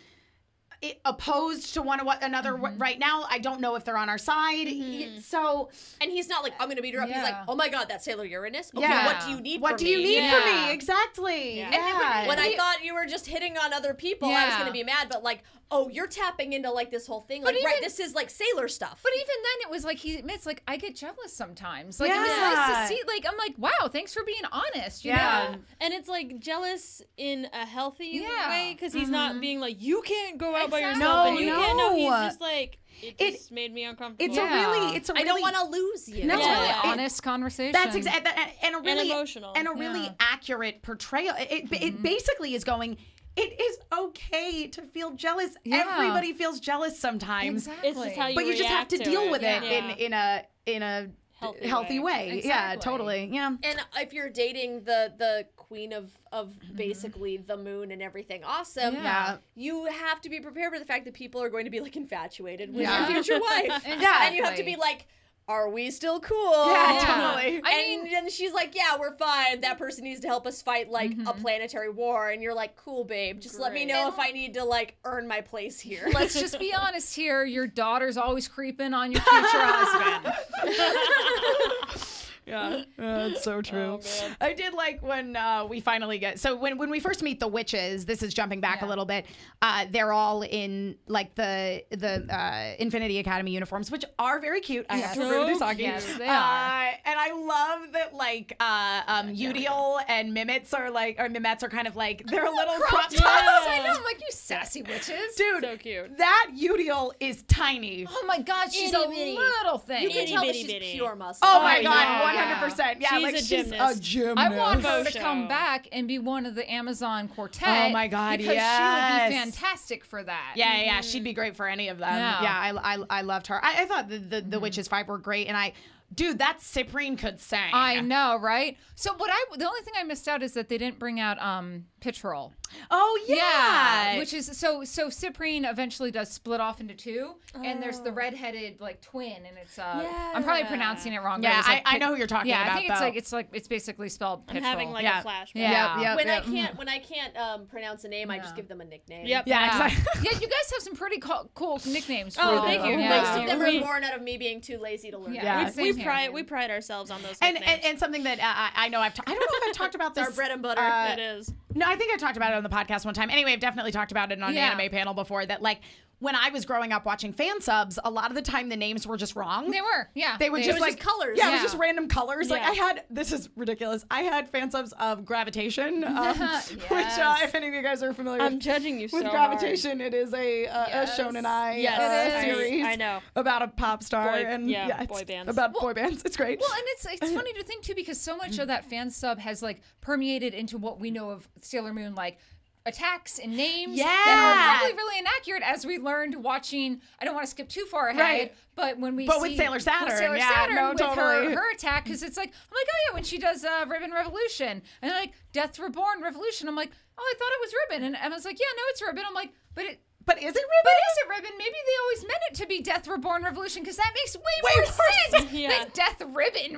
Speaker 6: i- opposed to one wa- another wa- right now. I don't know if they're on our side. Y- So,
Speaker 4: And he's not like, I'm going to beat her up. He's
Speaker 5: Yeah.
Speaker 4: like, oh my God, that's Sailor Uranus? Okay,
Speaker 6: Yeah.
Speaker 4: what do you need
Speaker 6: what
Speaker 4: from
Speaker 6: do you
Speaker 4: me?"
Speaker 6: need from
Speaker 5: Yeah.
Speaker 6: me exactly? Yeah.
Speaker 4: When I thought you were just hitting on other people, I was
Speaker 5: Yeah.
Speaker 4: going to be mad, but like, oh, you're tapping into like this whole thing. Like, right,
Speaker 5: even-
Speaker 4: this is like Sailor stuff.
Speaker 5: But even then, it was like he admits, like I get jealous sometimes. Like it was
Speaker 6: Yeah.
Speaker 5: nice to see. Like I'm like, wow, thanks for being honest. You
Speaker 6: Yeah.
Speaker 5: know?
Speaker 3: And it's like jealous in a healthy
Speaker 5: Yeah.
Speaker 3: way because he's not being like, you can't go out by
Speaker 5: Exactly.
Speaker 3: yourself.
Speaker 5: No,
Speaker 3: and you can't. No, he's
Speaker 6: Mm-hmm. no.
Speaker 3: just like, it
Speaker 6: It-
Speaker 3: just made me uncomfortable.
Speaker 6: it's
Speaker 5: Yeah.
Speaker 6: a really, it's a
Speaker 4: I
Speaker 6: really,
Speaker 4: don't want to lose you.
Speaker 5: That's
Speaker 3: Yeah.
Speaker 5: really
Speaker 3: Yeah.
Speaker 5: honest conversation.
Speaker 6: That's exactly and a really
Speaker 3: emotional.
Speaker 6: and a really
Speaker 5: Yeah.
Speaker 6: accurate portrayal. It, it, it basically is going. It is okay to feel jealous.
Speaker 5: Yeah.
Speaker 6: Everybody feels jealous sometimes,
Speaker 5: Exactly.
Speaker 3: It's just how you
Speaker 6: but you just have
Speaker 3: react
Speaker 6: to deal with it
Speaker 3: Yeah.
Speaker 6: in in a in a healthy,
Speaker 3: Healthy
Speaker 6: way.
Speaker 3: way.
Speaker 6: Yeah,
Speaker 5: Exactly.
Speaker 6: totally. Yeah.
Speaker 4: And if you're dating the the queen of of basically the moon and everything awesome,
Speaker 5: Yeah.
Speaker 4: you have to be prepared for the fact that people are going to be like infatuated with
Speaker 5: Yeah.
Speaker 4: your future wife.
Speaker 5: Exactly.
Speaker 4: And you have to be like, are we still cool?
Speaker 6: Yeah,
Speaker 5: Yeah.
Speaker 6: totally.
Speaker 5: I
Speaker 4: and
Speaker 5: mean-
Speaker 4: then she's like, "Yeah, we're fine. That person needs to help us fight like a planetary war." And you're like, "Cool, babe. Just let me
Speaker 3: Great.
Speaker 4: know if I need to like earn my place here."
Speaker 5: Let's just be honest here. Your daughter's always creeping on your future husband.
Speaker 6: yeah, that's so
Speaker 4: Oh,
Speaker 6: true. I did like when uh, we finally get so when when we first meet the witches. This is jumping back a little bit. Uh, they're all in like the the uh, Infinity Academy uniforms, which are very cute. I have to
Speaker 5: Yes.
Speaker 6: remember this
Speaker 5: So
Speaker 6: talking.
Speaker 5: cute. Yes, they
Speaker 6: uh,
Speaker 5: are.
Speaker 6: And I love that like uh, um, Udiel and Mimets are like or Mimets are kind of like they're a little crop tops.
Speaker 5: I know. I'm like you sassy witches.
Speaker 6: Dude,
Speaker 3: So cute.
Speaker 6: that Udiel is tiny.
Speaker 5: Oh my God, she's
Speaker 3: Itty
Speaker 5: a
Speaker 3: bitty.
Speaker 5: little thing.
Speaker 4: you can
Speaker 3: Itty
Speaker 4: tell that
Speaker 3: bitty
Speaker 4: she's
Speaker 3: bitty.
Speaker 4: pure muscle.
Speaker 6: Oh my
Speaker 5: Oh,
Speaker 6: god,
Speaker 5: yeah,
Speaker 6: one
Speaker 5: yeah.
Speaker 6: hundred percent. Yeah,
Speaker 3: She's
Speaker 6: like
Speaker 3: a
Speaker 6: she's a
Speaker 3: gymnast.
Speaker 5: I want
Speaker 6: gymnast.
Speaker 5: her to
Speaker 3: Faux
Speaker 5: come
Speaker 3: show.
Speaker 5: back and be one of the Amazon quartet.
Speaker 6: Oh my God,
Speaker 5: because she would
Speaker 6: yes.
Speaker 5: be fantastic for that.
Speaker 6: Yeah, yeah, yeah, she'd be great for any of them. Yeah,
Speaker 5: Mm-hmm. Yeah. Mm-hmm.
Speaker 6: I, I, I loved her. I, I thought the the, the witches five were great, and I, dude, that Cyprine could sing.
Speaker 5: I know, right? So what I the only thing I missed out is that they didn't bring out um Pitchroll.
Speaker 6: Oh yeah,
Speaker 5: Which is so so Cyprine eventually does split off into two and there's the redheaded like twin and it's uh I'm probably pronouncing it wrong. but it
Speaker 6: Yeah,
Speaker 5: was, like,
Speaker 6: I- I
Speaker 5: Pit-
Speaker 6: know who you're talking
Speaker 5: yeah,
Speaker 6: about,
Speaker 5: I think it's
Speaker 6: though.
Speaker 5: like it's like it's basically spelled
Speaker 3: I'm
Speaker 5: Pitchroll.
Speaker 3: having like
Speaker 6: Yeah.
Speaker 3: a flashback.
Speaker 5: yeah.
Speaker 6: Yep, yep.
Speaker 4: when I can't when I can't um, pronounce a name, I just give them a nickname.
Speaker 3: Yep.
Speaker 6: yeah,
Speaker 5: Yeah.
Speaker 6: exactly.
Speaker 5: yeah, you guys have some pretty co- cool nicknames for
Speaker 3: Oh,
Speaker 5: them.
Speaker 3: thank you.
Speaker 5: Yeah.
Speaker 4: Most of them
Speaker 3: We-
Speaker 4: are born out of me being too lazy to learn.
Speaker 5: Yeah.
Speaker 4: them.
Speaker 6: Yeah.
Speaker 5: Same
Speaker 3: We
Speaker 5: here.
Speaker 3: pride we pride ourselves on those.
Speaker 6: And, and
Speaker 3: nicknames.
Speaker 6: and something that uh, I I know I've ta- I don't know if I've talked about this.
Speaker 4: our bread and butter.
Speaker 6: uh,
Speaker 3: it is.
Speaker 6: No, I think I talked about it on the podcast one time. Anyway, I've definitely talked about it on
Speaker 5: Yeah.
Speaker 6: an anime panel before. That like when I was growing up watching fan subs, a lot of the time the names were just wrong.
Speaker 5: They were, yeah.
Speaker 6: They were
Speaker 5: They-
Speaker 6: just
Speaker 4: It was
Speaker 6: like
Speaker 4: just colors.
Speaker 6: Yeah, it was
Speaker 5: Yeah.
Speaker 6: just random colors. Like
Speaker 5: Yeah.
Speaker 6: I had this is ridiculous. I had fan subs of Gravitation, um, which uh,
Speaker 5: Yes.
Speaker 6: if any of you guys are familiar
Speaker 3: I'm
Speaker 6: with,
Speaker 3: judging you
Speaker 6: with
Speaker 3: so
Speaker 6: Gravitation, it is a uh,
Speaker 5: Yes.
Speaker 6: a shonen I
Speaker 3: Yes.
Speaker 6: uh,
Speaker 5: It is.
Speaker 6: series.
Speaker 3: I know.
Speaker 6: about a pop star
Speaker 3: Boy-
Speaker 6: and
Speaker 3: yeah,
Speaker 6: it's
Speaker 3: boy bands.
Speaker 6: about boy bands. It's great.
Speaker 5: Well, and it's it's funny to think too because so much of that fan sub has like permeated into what we know of Sailor Moon, like attacks and names
Speaker 6: Yeah.
Speaker 5: that are probably really inaccurate, as we learned watching. I don't want to skip too far ahead,
Speaker 6: Right.
Speaker 5: but when we
Speaker 6: But with
Speaker 5: see,
Speaker 6: Sailor Saturn,
Speaker 5: with Sailor
Speaker 6: yeah,
Speaker 5: Saturn
Speaker 6: no,
Speaker 5: with
Speaker 6: totally.
Speaker 5: her, her attack, because it's like I'm like oh yeah, when she does uh, Ribbon Revolution and like Death Reborn Revolution, I'm like oh I thought it was Ribbon, and Emma's like yeah no it's Ribbon, I'm like but it.
Speaker 6: but is it ribbon?
Speaker 5: But is it ribbon? Maybe they always meant it to be Death Reborn Revolution because that makes way, more, sense
Speaker 3: Yeah.
Speaker 5: than Death Ribbon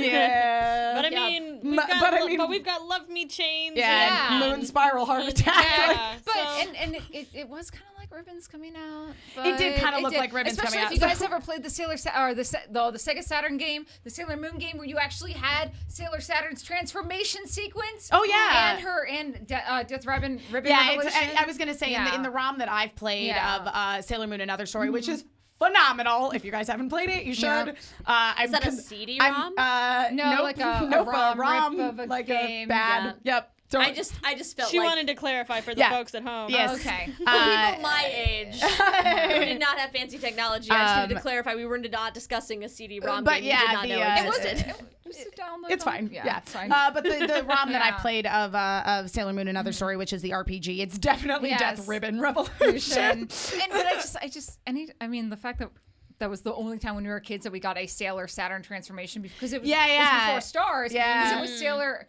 Speaker 6: yeah.
Speaker 3: But I
Speaker 5: Yeah.
Speaker 3: mean, we've
Speaker 6: Ma-
Speaker 3: got,
Speaker 6: but I
Speaker 3: lo-
Speaker 6: mean-
Speaker 3: but we've got love me chains.
Speaker 6: yeah,
Speaker 5: Yeah.
Speaker 6: Moon Spiral Heart Attack.
Speaker 3: Yeah.
Speaker 5: But
Speaker 3: so-
Speaker 5: and, and it, it, it was kind of like ribbons coming out.
Speaker 6: It did
Speaker 5: but
Speaker 6: kinda
Speaker 5: it
Speaker 6: look like ribbons
Speaker 5: especially
Speaker 6: coming
Speaker 5: if
Speaker 6: out,
Speaker 5: you guys
Speaker 6: so-
Speaker 5: ever played the Sailor Sa- or the Sa- the, the Sega Saturn game, the Sailor Moon game, where you actually had Sailor Saturn's transformation sequence.
Speaker 6: Oh, yeah.
Speaker 5: and her and De- uh, Death Ribbon Ribbon
Speaker 6: yeah, it's, uh,
Speaker 5: Revolution.
Speaker 6: I, I was gonna say in, the,
Speaker 5: Yeah.
Speaker 6: in the ROM that I've played
Speaker 5: Yeah.
Speaker 6: of uh, Sailor Moon: Another Story, which is phenomenal. If you guys haven't played it, you should.
Speaker 5: Yeah.
Speaker 6: Uh, I'm
Speaker 4: that a
Speaker 6: con-
Speaker 4: CD
Speaker 6: I'm,
Speaker 4: ROM?
Speaker 6: Uh,
Speaker 5: No,
Speaker 6: nope,
Speaker 5: like a- a
Speaker 6: nope,
Speaker 5: ROM rip
Speaker 6: ROM,
Speaker 5: of a
Speaker 6: like a
Speaker 5: game,
Speaker 6: bad. Yep. Don't,
Speaker 4: I just I just felt
Speaker 3: she
Speaker 4: like
Speaker 3: wanted to clarify for the
Speaker 6: Yeah.
Speaker 3: folks at home.
Speaker 6: Yes.
Speaker 5: okay.
Speaker 4: For
Speaker 6: Uh,
Speaker 4: people my age who did not have fancy technology, I just needed
Speaker 6: Um,
Speaker 4: to clarify we were not discussing a CD-ROM
Speaker 6: but
Speaker 4: game.
Speaker 6: yeah,
Speaker 4: we did not
Speaker 6: the,
Speaker 4: know
Speaker 6: uh,
Speaker 5: It
Speaker 4: existed.
Speaker 5: wasn't. Just download
Speaker 6: It's
Speaker 5: them.
Speaker 6: fine. Yeah,
Speaker 5: it's fine.
Speaker 6: Uh, but the, the ROM that I
Speaker 5: Yeah. Mm-hmm.
Speaker 6: played of uh, of Sailor Moon Another Story, which is the RPG, it's definitely Death
Speaker 5: Yes.
Speaker 6: Ribbon Revolution.
Speaker 5: and but I just, I just, any, I mean, the fact that that was the only time when we were kids that we got a Sailor Saturn transformation because it was,
Speaker 6: Yeah,
Speaker 5: it was
Speaker 6: yeah.
Speaker 5: before Stars.
Speaker 6: Yeah.
Speaker 5: because it was Sailor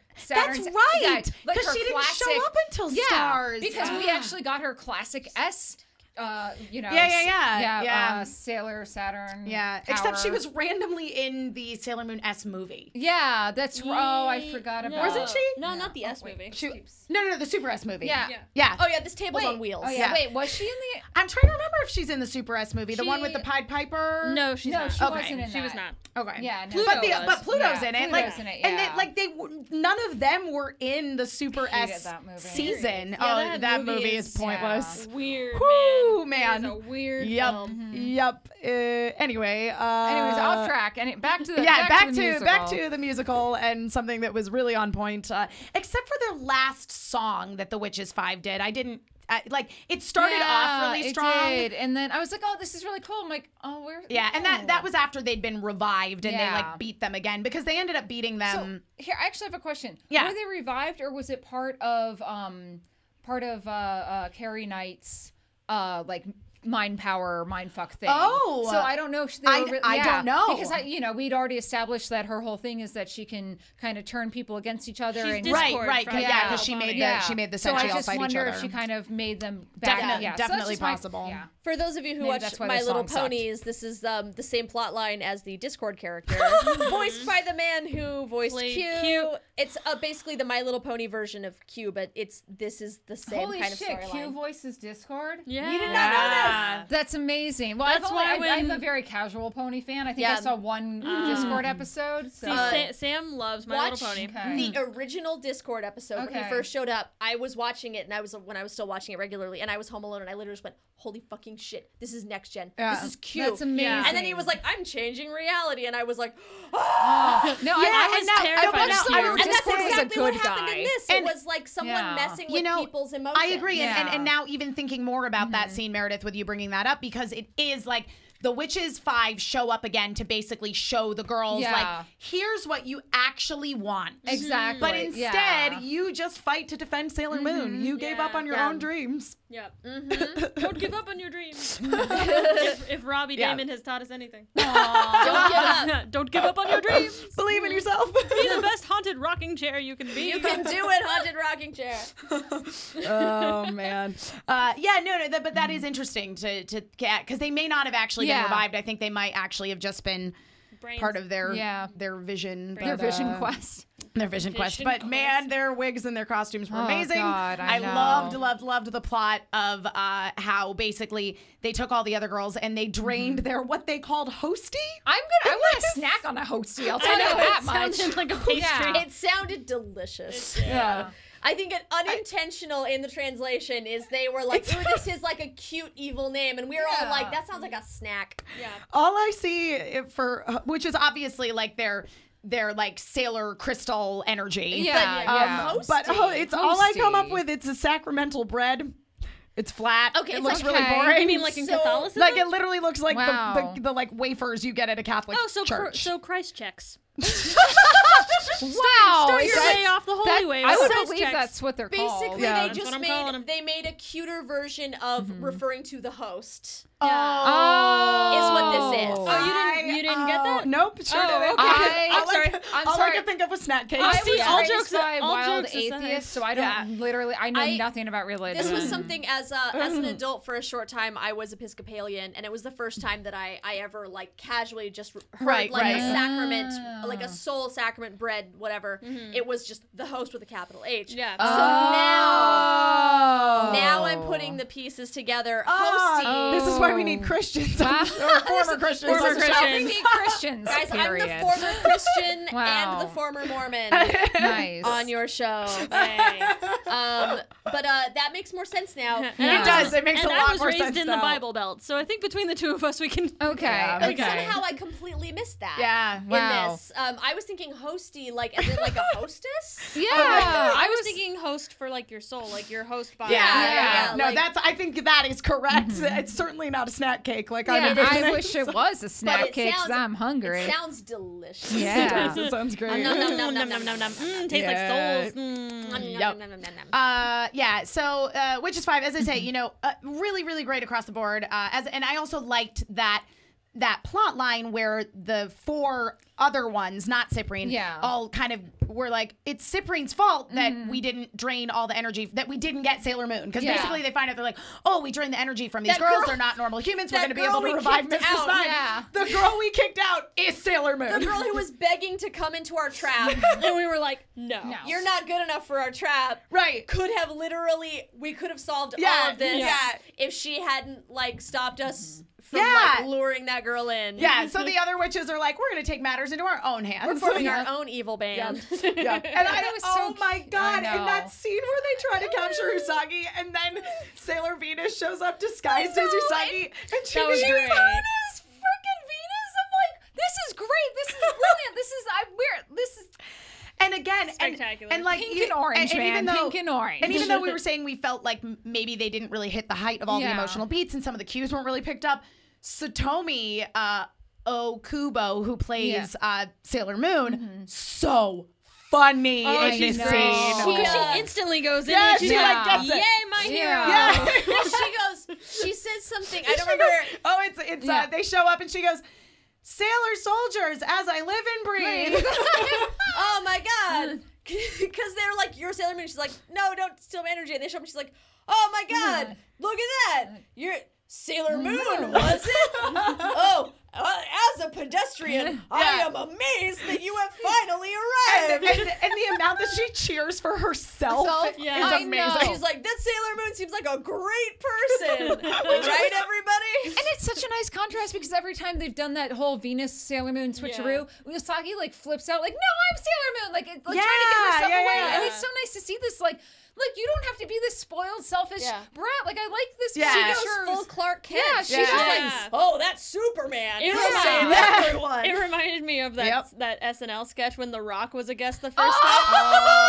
Speaker 5: Saturn.
Speaker 6: That's right. Because
Speaker 5: like her
Speaker 6: she didn't show
Speaker 5: classic-
Speaker 6: up until
Speaker 5: yeah,
Speaker 6: Stars.
Speaker 5: because we
Speaker 6: Yeah.
Speaker 5: actually got her classic S. Uh, you know.
Speaker 6: Yeah, yeah,
Speaker 5: s-
Speaker 6: yeah,
Speaker 5: yeah.
Speaker 6: yeah.
Speaker 5: Uh, Sailor Saturn.
Speaker 6: Yeah, except she
Speaker 5: power.
Speaker 6: was randomly in the Sailor Moon S movie.
Speaker 5: Yeah, that's. Oh, I
Speaker 3: Ye-
Speaker 5: forgot
Speaker 3: no.
Speaker 5: about.
Speaker 4: Oh.
Speaker 6: Wasn't she?
Speaker 3: No, not the S movie.
Speaker 6: She, no, no, no, the Super S movie.
Speaker 5: Yeah.
Speaker 3: Yeah.
Speaker 6: yeah.
Speaker 4: Oh yeah, this table's on wheels.
Speaker 5: Oh, yeah.
Speaker 6: Yeah.
Speaker 5: Wait, was she in the?
Speaker 6: I'm trying to remember if she's in the Super S movie, the one with the
Speaker 5: She-
Speaker 6: Pied Piper.
Speaker 3: No, she's
Speaker 5: no,
Speaker 3: not.
Speaker 5: she
Speaker 6: Okay.
Speaker 5: wasn't in
Speaker 3: She was
Speaker 5: that.
Speaker 3: not.
Speaker 6: Okay.
Speaker 5: Yeah, no.
Speaker 6: but the,
Speaker 3: Pluto
Speaker 6: but
Speaker 3: was.
Speaker 6: Pluto's
Speaker 5: Yeah,
Speaker 6: in it.
Speaker 5: Pluto's
Speaker 6: like,
Speaker 5: in it,
Speaker 6: and they,
Speaker 5: yeah.
Speaker 6: like they, w- none of them were in the Super
Speaker 5: Hated
Speaker 6: S
Speaker 5: that movie.
Speaker 6: season.
Speaker 3: Yeah,
Speaker 6: oh, that,
Speaker 3: that
Speaker 6: movie,
Speaker 3: movie
Speaker 6: is,
Speaker 3: is-
Speaker 6: pointless.
Speaker 3: Weird.
Speaker 6: Whew,
Speaker 3: man. It
Speaker 6: man.
Speaker 3: is a weird
Speaker 6: Yep.
Speaker 3: film.
Speaker 6: Yep. Uh, anyway. Uh,
Speaker 5: Anyways, off track. And back to the
Speaker 6: yeah, back,
Speaker 5: back,
Speaker 6: to,
Speaker 5: the
Speaker 6: back
Speaker 5: musical.
Speaker 6: to the musical and something that was really on point, uh, except for their last song that the Witches Five did. I didn't I, like it started
Speaker 5: Yeah,
Speaker 6: off really
Speaker 5: it
Speaker 6: strong.
Speaker 5: did. And then I was like, oh, this is really cool. I'm like, oh, where?
Speaker 6: Yeah, and that
Speaker 5: no.
Speaker 6: that was after they'd been revived and they
Speaker 5: Yeah.
Speaker 6: like beat them again because they ended up beating
Speaker 5: So,
Speaker 6: them.
Speaker 5: um, here, I actually have a question.
Speaker 6: Yeah.
Speaker 5: Were they revived or was it part of um part of uh, uh Carrie Knight's uh like mind power mind fuck thing?
Speaker 6: Oh.
Speaker 5: so I don't know. If they
Speaker 6: I-
Speaker 5: were re-
Speaker 6: I
Speaker 5: yeah,
Speaker 6: don't know.
Speaker 5: because I, you know we'd already established that her whole thing is that she can kind of turn people against each other.
Speaker 3: She's
Speaker 5: and
Speaker 3: Discord
Speaker 6: right, right, 'cause-
Speaker 3: from
Speaker 6: yeah,
Speaker 5: the
Speaker 6: because she made the
Speaker 3: Bonnie.
Speaker 6: she made the
Speaker 5: so
Speaker 6: sense
Speaker 5: I
Speaker 6: she all
Speaker 5: just
Speaker 6: fight each
Speaker 5: wonder
Speaker 6: other.
Speaker 5: if she kind of made them back.
Speaker 6: Definitely-
Speaker 5: yeah, so that's
Speaker 6: definitely
Speaker 5: just my-
Speaker 6: possible.
Speaker 5: yeah.
Speaker 4: For those of you who
Speaker 5: Maybe that's
Speaker 4: watched
Speaker 5: why
Speaker 4: My
Speaker 5: their
Speaker 4: Little
Speaker 5: song sucked.
Speaker 4: Ponies, this is um, the same plot line as the Discord character, voiced by the man who voiced
Speaker 3: Played
Speaker 4: Q.
Speaker 3: Q.
Speaker 4: It's uh, basically the My Little Pony version of Q, but it's this is the same
Speaker 5: Holy
Speaker 4: kind
Speaker 5: shit!
Speaker 4: of
Speaker 5: Q
Speaker 4: storyline.
Speaker 5: voices Discord.
Speaker 3: Yeah.
Speaker 4: You did not know this.
Speaker 5: That's amazing. Well,
Speaker 3: That's
Speaker 5: I've
Speaker 3: why
Speaker 5: only, I, I'm
Speaker 3: when-
Speaker 5: a very casual pony fan. I think
Speaker 4: Yeah.
Speaker 5: I saw one Discord episode. So.
Speaker 3: See, Sa- Sam loves My
Speaker 4: Watch
Speaker 3: Little Pony.
Speaker 5: Okay.
Speaker 4: the original Discord episode when
Speaker 5: Okay.
Speaker 4: he first showed up. I was watching it, and I was when I was still watching it regularly, and I was home alone, and I literally just went, "Holy fucking shit! This is next gen.
Speaker 6: Yeah.
Speaker 4: This is Q."
Speaker 5: That's amazing.
Speaker 4: And then he was like, "I'm changing reality," and I was like,
Speaker 5: no,
Speaker 6: yeah,
Speaker 5: I, I
Speaker 6: and
Speaker 5: was
Speaker 6: now- I
Speaker 5: terrified.
Speaker 6: watched
Speaker 5: of
Speaker 6: the
Speaker 5: Q.
Speaker 6: original-
Speaker 4: And that's
Speaker 5: Discord was a
Speaker 4: exactly what
Speaker 5: good
Speaker 4: happened
Speaker 5: guy.
Speaker 4: in this.
Speaker 6: And-
Speaker 4: it was like someone
Speaker 5: Yeah.
Speaker 4: messing
Speaker 6: You
Speaker 4: with
Speaker 6: know,
Speaker 4: people's emotions.
Speaker 6: I agree, and, and and
Speaker 5: Yeah. Mm-hmm.
Speaker 6: now even thinking more about that scene, Meredith, with you bringing that up because it is like the witches five show up again to basically show the girls
Speaker 5: Yeah.
Speaker 6: like here's what you actually want.
Speaker 5: Exactly.
Speaker 6: But instead,
Speaker 5: yeah. Mm-hmm.
Speaker 6: you just fight to defend Sailor Moon. You gave up
Speaker 3: Yeah.
Speaker 6: on your
Speaker 4: Yeah.
Speaker 6: own dreams.
Speaker 3: Yep. Don't give up on your dreams. if, if Robbie
Speaker 6: Yeah.
Speaker 3: Damon has taught us anything,
Speaker 4: Don't give up.
Speaker 3: don't give up on your dreams.
Speaker 6: Believe in yourself.
Speaker 3: Be the best haunted rocking chair you can be.
Speaker 4: You can do it, haunted rocking chair.
Speaker 6: oh man. Uh, yeah, no, no, that, but that is interesting to to because they may not have actually
Speaker 5: Mm-hmm. Yeah.
Speaker 6: been revived. I think they might actually have just been
Speaker 3: Brains.
Speaker 6: part of their
Speaker 5: Yeah.
Speaker 6: their vision
Speaker 5: their
Speaker 6: but,
Speaker 5: vision
Speaker 6: uh,
Speaker 5: quest.
Speaker 6: their vision, quest.
Speaker 3: Vision
Speaker 6: But
Speaker 3: quest.
Speaker 6: man, their wigs and their costumes were
Speaker 5: Oh,
Speaker 6: amazing.
Speaker 5: God, I know.
Speaker 6: loved, loved, loved the plot of uh, how basically they took all the other girls and they
Speaker 5: Mm-hmm.
Speaker 6: drained their what they called hostie.
Speaker 5: I'm gonna. I want to snack on a hostie. I'll tell you that
Speaker 3: it
Speaker 5: much.
Speaker 3: sounded like a pastry.
Speaker 5: Yeah.
Speaker 4: It sounded delicious.
Speaker 5: yeah.
Speaker 4: I think an unintentional in the translation is they were like, "Ooh, this is like a cute evil name," and we were all
Speaker 5: Yeah.
Speaker 4: like, "That sounds like a snack."
Speaker 6: all I see if for uh, which is obviously like their their like sailor crystal energy.
Speaker 5: Yeah,
Speaker 4: um, uh,
Speaker 6: But,
Speaker 5: yeah.
Speaker 6: but oh, it's all I come up
Speaker 5: Hostie.
Speaker 6: with. It's a sacramental bread. It's flat.
Speaker 4: Okay,
Speaker 6: it
Speaker 4: it's
Speaker 6: looks
Speaker 4: like-
Speaker 6: really
Speaker 5: Okay.
Speaker 6: boring.
Speaker 3: I mean, like in
Speaker 4: So-
Speaker 3: Catholicism.
Speaker 6: like it literally looks like
Speaker 5: Wow.
Speaker 6: the, the, the like wafers you get at a Catholic
Speaker 3: oh, so cr-
Speaker 6: church.
Speaker 3: so Christ checks.
Speaker 5: Wow.
Speaker 3: Start
Speaker 5: Oh, is
Speaker 3: your
Speaker 5: that-
Speaker 3: way off the holy
Speaker 5: that-
Speaker 3: way.
Speaker 5: I
Speaker 3: with
Speaker 5: would
Speaker 3: Christ
Speaker 5: believe
Speaker 3: checks.
Speaker 5: that's what they're called.
Speaker 4: Basically,
Speaker 6: Yeah.
Speaker 4: they
Speaker 6: That's
Speaker 3: what
Speaker 4: just
Speaker 3: I'm calling
Speaker 4: made
Speaker 3: 'em.
Speaker 4: they made a cuter version of referring to the host.
Speaker 5: Oh.
Speaker 4: Is what this is.
Speaker 3: Oh, you didn't- you didn't get that?
Speaker 6: uh, Nope, sure
Speaker 3: Oh,
Speaker 6: didn't.
Speaker 3: okay.
Speaker 5: I-
Speaker 6: all
Speaker 5: I'm sorry.
Speaker 6: I,
Speaker 5: I'm
Speaker 6: all I
Speaker 5: sorry.
Speaker 6: could think of was snack cake.
Speaker 5: I
Speaker 3: see,
Speaker 5: was
Speaker 3: all
Speaker 5: raised
Speaker 3: jokes-
Speaker 5: by
Speaker 3: all
Speaker 5: wild
Speaker 3: jokes aside.
Speaker 5: atheists, so I don't
Speaker 6: Yeah.
Speaker 5: literally. I know
Speaker 4: I-
Speaker 5: nothing about religion.
Speaker 4: This was something as a as
Speaker 6: Mm-hmm.
Speaker 4: an adult for a short time. I was Episcopalian, and it was the first time that I I ever like casually just r- heard
Speaker 6: Right,
Speaker 4: like
Speaker 6: right.
Speaker 4: a sacrament,
Speaker 5: Ah.
Speaker 4: like a soul sacrament, bread, whatever.
Speaker 6: Mm-hmm.
Speaker 4: It was just the host with a capital H.
Speaker 3: Yeah.
Speaker 4: Oh. So now now
Speaker 5: Oh.
Speaker 4: I'm putting the pieces together.
Speaker 6: Ah,
Speaker 4: Hosty.
Speaker 6: This is why we need Christians or former Christians.
Speaker 5: Former
Speaker 6: on the show.
Speaker 5: Christians. We need Christians.
Speaker 4: Guys, I'm
Speaker 5: period.
Speaker 4: the former Christian
Speaker 5: Wow.
Speaker 4: and the former Mormon
Speaker 5: nice.
Speaker 4: on your show.
Speaker 3: Hey.
Speaker 4: Um, but uh, that makes more sense now.
Speaker 3: And I was-
Speaker 6: does. It makes
Speaker 3: and
Speaker 6: a
Speaker 3: I
Speaker 6: lot
Speaker 3: was
Speaker 6: more
Speaker 3: raised
Speaker 6: sense
Speaker 3: in the
Speaker 6: now.
Speaker 3: Bible Belt, so I think between the two of us, we can.
Speaker 5: Okay.
Speaker 6: Yeah.
Speaker 5: Okay.
Speaker 4: But somehow I completely missed that.
Speaker 6: Yeah.
Speaker 5: Wow.
Speaker 4: In this, um, I was thinking hosty, like as in like a hostess.
Speaker 5: yeah.
Speaker 3: I was thinking host for like your soul, like your host body.
Speaker 4: Yeah, yeah,
Speaker 6: no,
Speaker 4: like-
Speaker 6: that's. I think that is correct. It's certainly not a snack cake. Like
Speaker 5: Yeah,
Speaker 6: I'm
Speaker 5: I wish it was a snack
Speaker 4: it
Speaker 5: cake 'cause
Speaker 4: sounds-
Speaker 5: I'm hungry.
Speaker 4: It sounds delicious.
Speaker 5: yeah.
Speaker 6: It sounds great.
Speaker 4: nom, nom,
Speaker 3: Um, Nom,
Speaker 4: nom,
Speaker 3: nom, nom, nom, nom. Mm, tastes
Speaker 6: Yeah.
Speaker 3: like souls. Mm.
Speaker 4: Nom, nom,
Speaker 6: Yep.
Speaker 4: nom, nom, nom, nom.
Speaker 6: Uh, yeah. So, uh, which is five, as I say, you know, uh, really, really great across the board. Uh, as and I also liked that that plot line where the four other ones, not Cyprian,
Speaker 5: Yeah.
Speaker 6: all kind of were like, it's Cyprian's fault that
Speaker 4: Mm-hmm.
Speaker 6: we didn't drain all the energy that we didn't get Sailor Moon because
Speaker 5: Yeah.
Speaker 6: basically they find out they're like, oh, we drained the energy from these
Speaker 4: That
Speaker 6: girls.
Speaker 4: girl-
Speaker 6: they're not normal humans. We're going to
Speaker 4: that
Speaker 6: be
Speaker 4: girl
Speaker 6: able to
Speaker 4: we
Speaker 6: revive
Speaker 4: kicked
Speaker 6: Mr.
Speaker 4: out,
Speaker 6: Stein.
Speaker 5: yeah.
Speaker 6: The girl we kicked out is Sailor Moon.
Speaker 4: The girl who was begging to come into our trap.
Speaker 3: And we were like, no.
Speaker 5: No.
Speaker 4: You're not good enough for our trap.
Speaker 6: right.
Speaker 4: Could have literally, we could have solved
Speaker 6: Yeah,
Speaker 4: all of this
Speaker 6: yeah. Mm-hmm.
Speaker 4: if she hadn't like stopped us from
Speaker 6: Yeah.
Speaker 4: like luring that girl in.
Speaker 6: Yeah, so the other witches are like, we're going to take matters into our own hands.
Speaker 4: We're forming our own evil band.
Speaker 6: Yeah. And I
Speaker 5: That was so
Speaker 6: oh my
Speaker 5: cute. I
Speaker 6: god,
Speaker 5: know. Oh.
Speaker 6: and that scene where they try to capture Usagi and then Sailor Venus shows up disguised as Usagi and she
Speaker 5: That was
Speaker 6: she
Speaker 5: great.
Speaker 6: honest.
Speaker 5: freaking Venus. I'm like, this is great. This is brilliant. this is I'm weird. This is
Speaker 6: And again, and,
Speaker 3: Spectacular.
Speaker 6: and like
Speaker 5: pink
Speaker 6: you-
Speaker 5: and
Speaker 6: and,
Speaker 5: orange,
Speaker 6: and
Speaker 5: man.
Speaker 6: even though-
Speaker 5: pink and orange.
Speaker 6: And even though we were saying we felt like m- maybe they didn't really hit the height of all
Speaker 5: Yeah.
Speaker 6: the emotional beats and some of the cues weren't really picked up, Satomi uh, Okubo, who plays uh, Sailor Moon, so funny
Speaker 5: Mm-hmm. Oh,
Speaker 6: in
Speaker 5: she's
Speaker 6: this
Speaker 5: great.
Speaker 6: scene.
Speaker 5: She-
Speaker 3: She,
Speaker 4: Yeah.
Speaker 3: she instantly goes in
Speaker 6: Yeah,
Speaker 3: and she's
Speaker 6: she,
Speaker 5: like,
Speaker 3: like,
Speaker 5: gets
Speaker 6: it.
Speaker 3: yay, my hero.
Speaker 5: Yeah.
Speaker 6: yeah.
Speaker 4: she goes, she says something, I don't
Speaker 6: She
Speaker 4: remember.
Speaker 6: goes, oh, it's it's
Speaker 5: Yeah.
Speaker 6: uh, they show up and she goes, "Sailor soldiers, as I live and breathe."
Speaker 4: oh my god. Because they're like, you're Sailor Moon. She's like, no, don't steal my energy. And they show up and she's like, oh my god, look at that. You're Sailor Moon, was it? oh, uh, as a pedestrian, I
Speaker 6: Yeah.
Speaker 4: am amazed that you have finally
Speaker 6: and,
Speaker 4: arrived.
Speaker 6: and- and the amount that she cheers for herself
Speaker 5: Herself,
Speaker 6: is
Speaker 5: yeah. I
Speaker 6: amazing.
Speaker 5: know.
Speaker 4: She's like, that Sailor Moon seems like a great person. right, everybody?
Speaker 5: And it's such a nice contrast because every time they've done that whole Venus Sailor Moon switcheroo, Usagi like flips out like, "No, I'm Sailor Moon!" Like, it- like trying to
Speaker 6: Yeah,
Speaker 5: give herself
Speaker 6: yeah,
Speaker 5: away.
Speaker 6: yeah.
Speaker 5: And it's so nice to see this like, look, you don't have to be this spoiled, selfish
Speaker 4: Yeah.
Speaker 5: brat. Like, I like this.
Speaker 6: Yeah.
Speaker 5: she
Speaker 4: She
Speaker 5: goes
Speaker 4: goes full Clark Kent.
Speaker 5: Yeah, she
Speaker 6: Yeah.
Speaker 5: just like
Speaker 3: Yeah.
Speaker 4: Oh, that's Superman. He'll
Speaker 3: Yeah.
Speaker 4: save
Speaker 6: Yeah.
Speaker 4: everyone.
Speaker 3: It reminded me of that
Speaker 6: Yep.
Speaker 3: that SNL sketch when The Rock was a guest the first
Speaker 5: Oh.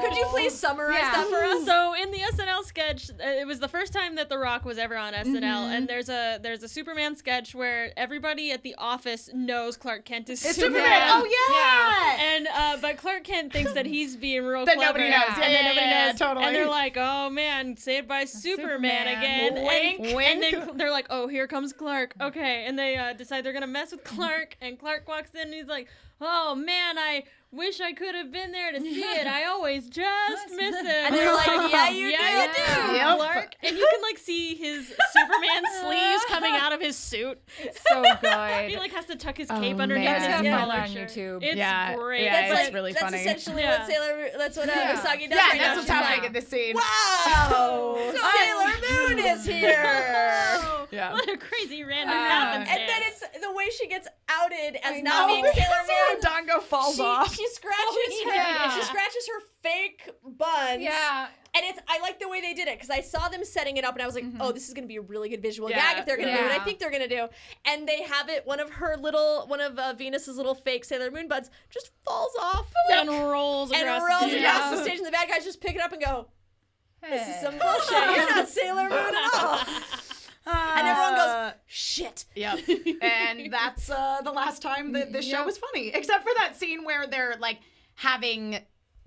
Speaker 4: Could you please summarize
Speaker 5: Yeah.
Speaker 6: Oh,
Speaker 4: that for
Speaker 3: time.
Speaker 4: us?
Speaker 3: So in the SNL sketch, uh, it was the first time that The Rock was ever on SNL,
Speaker 6: Mm-hmm.
Speaker 3: and there's a there's a Superman sketch where everybody at the office knows Clark Kent is
Speaker 6: It's
Speaker 3: Superman.
Speaker 6: Superman. Oh yeah.
Speaker 3: And uh, but Clark Kent thinks that he's being real
Speaker 6: That
Speaker 3: clever.
Speaker 6: nobody knows. Yeah, that nobody knows. Totally.
Speaker 3: And they're like, "Oh man, saved by Superman,
Speaker 5: Superman.
Speaker 3: again."
Speaker 6: Wink,
Speaker 3: and,
Speaker 6: wink.
Speaker 3: and then Cl- they're like, "Oh, here comes Clark." Okay, and they uh, decide they're gonna mess with Clark. And Clark walks in, and he's like, "Oh man, I wish I could have been there to see it. I always just miss it."
Speaker 4: And they're like, yeah, you
Speaker 3: yeah,
Speaker 4: do.
Speaker 3: you do,
Speaker 6: Yep.
Speaker 3: Clark. And you can like see his Superman sleeves coming out of his suit.
Speaker 5: so
Speaker 3: He
Speaker 5: good.
Speaker 3: like has to tuck his cape underneath.
Speaker 6: man.
Speaker 3: his
Speaker 6: That's got
Speaker 3: yellow
Speaker 5: fun on
Speaker 3: shirt.
Speaker 5: YouTube.
Speaker 3: It's
Speaker 6: Yeah,
Speaker 3: great.
Speaker 6: yeah,
Speaker 3: That's
Speaker 6: it's
Speaker 3: like,
Speaker 4: Like,
Speaker 6: really
Speaker 4: that's
Speaker 6: funny.
Speaker 4: essentially
Speaker 3: Yeah.
Speaker 4: what Sailor. That's what uh, Usagi
Speaker 5: Yeah.
Speaker 4: does
Speaker 6: yeah,
Speaker 4: right
Speaker 6: that's
Speaker 4: now.
Speaker 6: what's
Speaker 4: She's
Speaker 6: happening
Speaker 4: like,
Speaker 6: in this scene.
Speaker 4: Wow, Sailor Moon is here.
Speaker 3: Oh,
Speaker 6: Yeah.
Speaker 3: What a crazy random
Speaker 5: Yeah.
Speaker 3: happenstance.
Speaker 4: And then it's the way she gets outed as
Speaker 6: Oh,
Speaker 4: not being
Speaker 6: because
Speaker 4: Sailor Moon.
Speaker 6: Rodongo falls
Speaker 4: She,
Speaker 6: off.
Speaker 4: she scratches her
Speaker 5: yeah.
Speaker 4: she scratches her fake buns.
Speaker 5: Yeah.
Speaker 4: And it's I like the way they did it because I saw them setting it up and I was like, oh, this is gonna be a really good visual
Speaker 6: Mm-hmm. Yeah.
Speaker 4: gag if they're gonna do what
Speaker 5: Yeah.
Speaker 4: I think they're gonna do. And they have it one of her little one of uh, Venus's little fake Sailor Moon buds just falls off
Speaker 3: and rolls
Speaker 4: and
Speaker 3: across.
Speaker 4: rolls
Speaker 3: the
Speaker 5: Yeah.
Speaker 4: across the stage and the bad guys just pick it up and go, this is
Speaker 5: Hey.
Speaker 4: some bullshit. You're not Sailor Moon at all. And everyone goes, shit.
Speaker 6: Yep. and that's uh, the last time that this show was funny, except for that scene where they're like having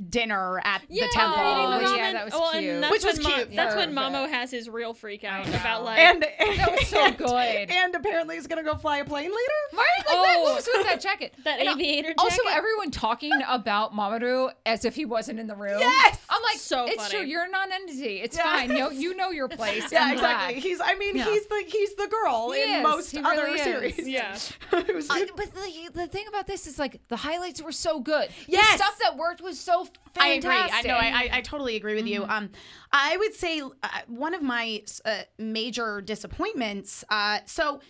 Speaker 6: dinner at the temple.
Speaker 5: eating the
Speaker 6: which-
Speaker 5: ramen. Oh, yeah, that was
Speaker 3: well, and
Speaker 5: cute.
Speaker 3: that's
Speaker 6: Which was
Speaker 3: when Ma-
Speaker 6: cute
Speaker 3: that's
Speaker 5: for-
Speaker 3: when
Speaker 5: for-
Speaker 3: Mamo has his real freak out
Speaker 5: I know.
Speaker 3: about like.
Speaker 6: and,
Speaker 5: That was so
Speaker 6: and-
Speaker 5: good.
Speaker 6: And apparently he's gonna go fly a plane later.
Speaker 5: Marty, like that,
Speaker 3: Oh.
Speaker 5: what was with that jacket?
Speaker 3: that
Speaker 5: And, uh,
Speaker 3: aviator
Speaker 5: Also,
Speaker 3: jacket?
Speaker 5: everyone talking about Mamoru as if he wasn't in the room.
Speaker 6: Yes!
Speaker 5: I'm like,
Speaker 3: So
Speaker 5: it's
Speaker 3: funny.
Speaker 5: true. You're a non-entity. It's
Speaker 6: Yes.
Speaker 5: fine. No, you know your place.
Speaker 6: Yeah,
Speaker 5: I'm black.
Speaker 6: exactly. He's I mean
Speaker 5: Yeah.
Speaker 6: he's the he's the girl
Speaker 5: He
Speaker 6: in
Speaker 5: is.
Speaker 6: most
Speaker 5: He
Speaker 6: other
Speaker 5: really is. Uh,
Speaker 6: series.
Speaker 3: Yeah.
Speaker 6: It was-
Speaker 5: I- but the, the thing about this is like the highlights were so good.
Speaker 6: Yes.
Speaker 5: the stuff that worked was so
Speaker 6: I agree.
Speaker 5: fantastic. Mm-hmm.
Speaker 6: I know. I, I, I totally agree with you. Um, I would say uh, one of my uh, major disappointments. Uh, so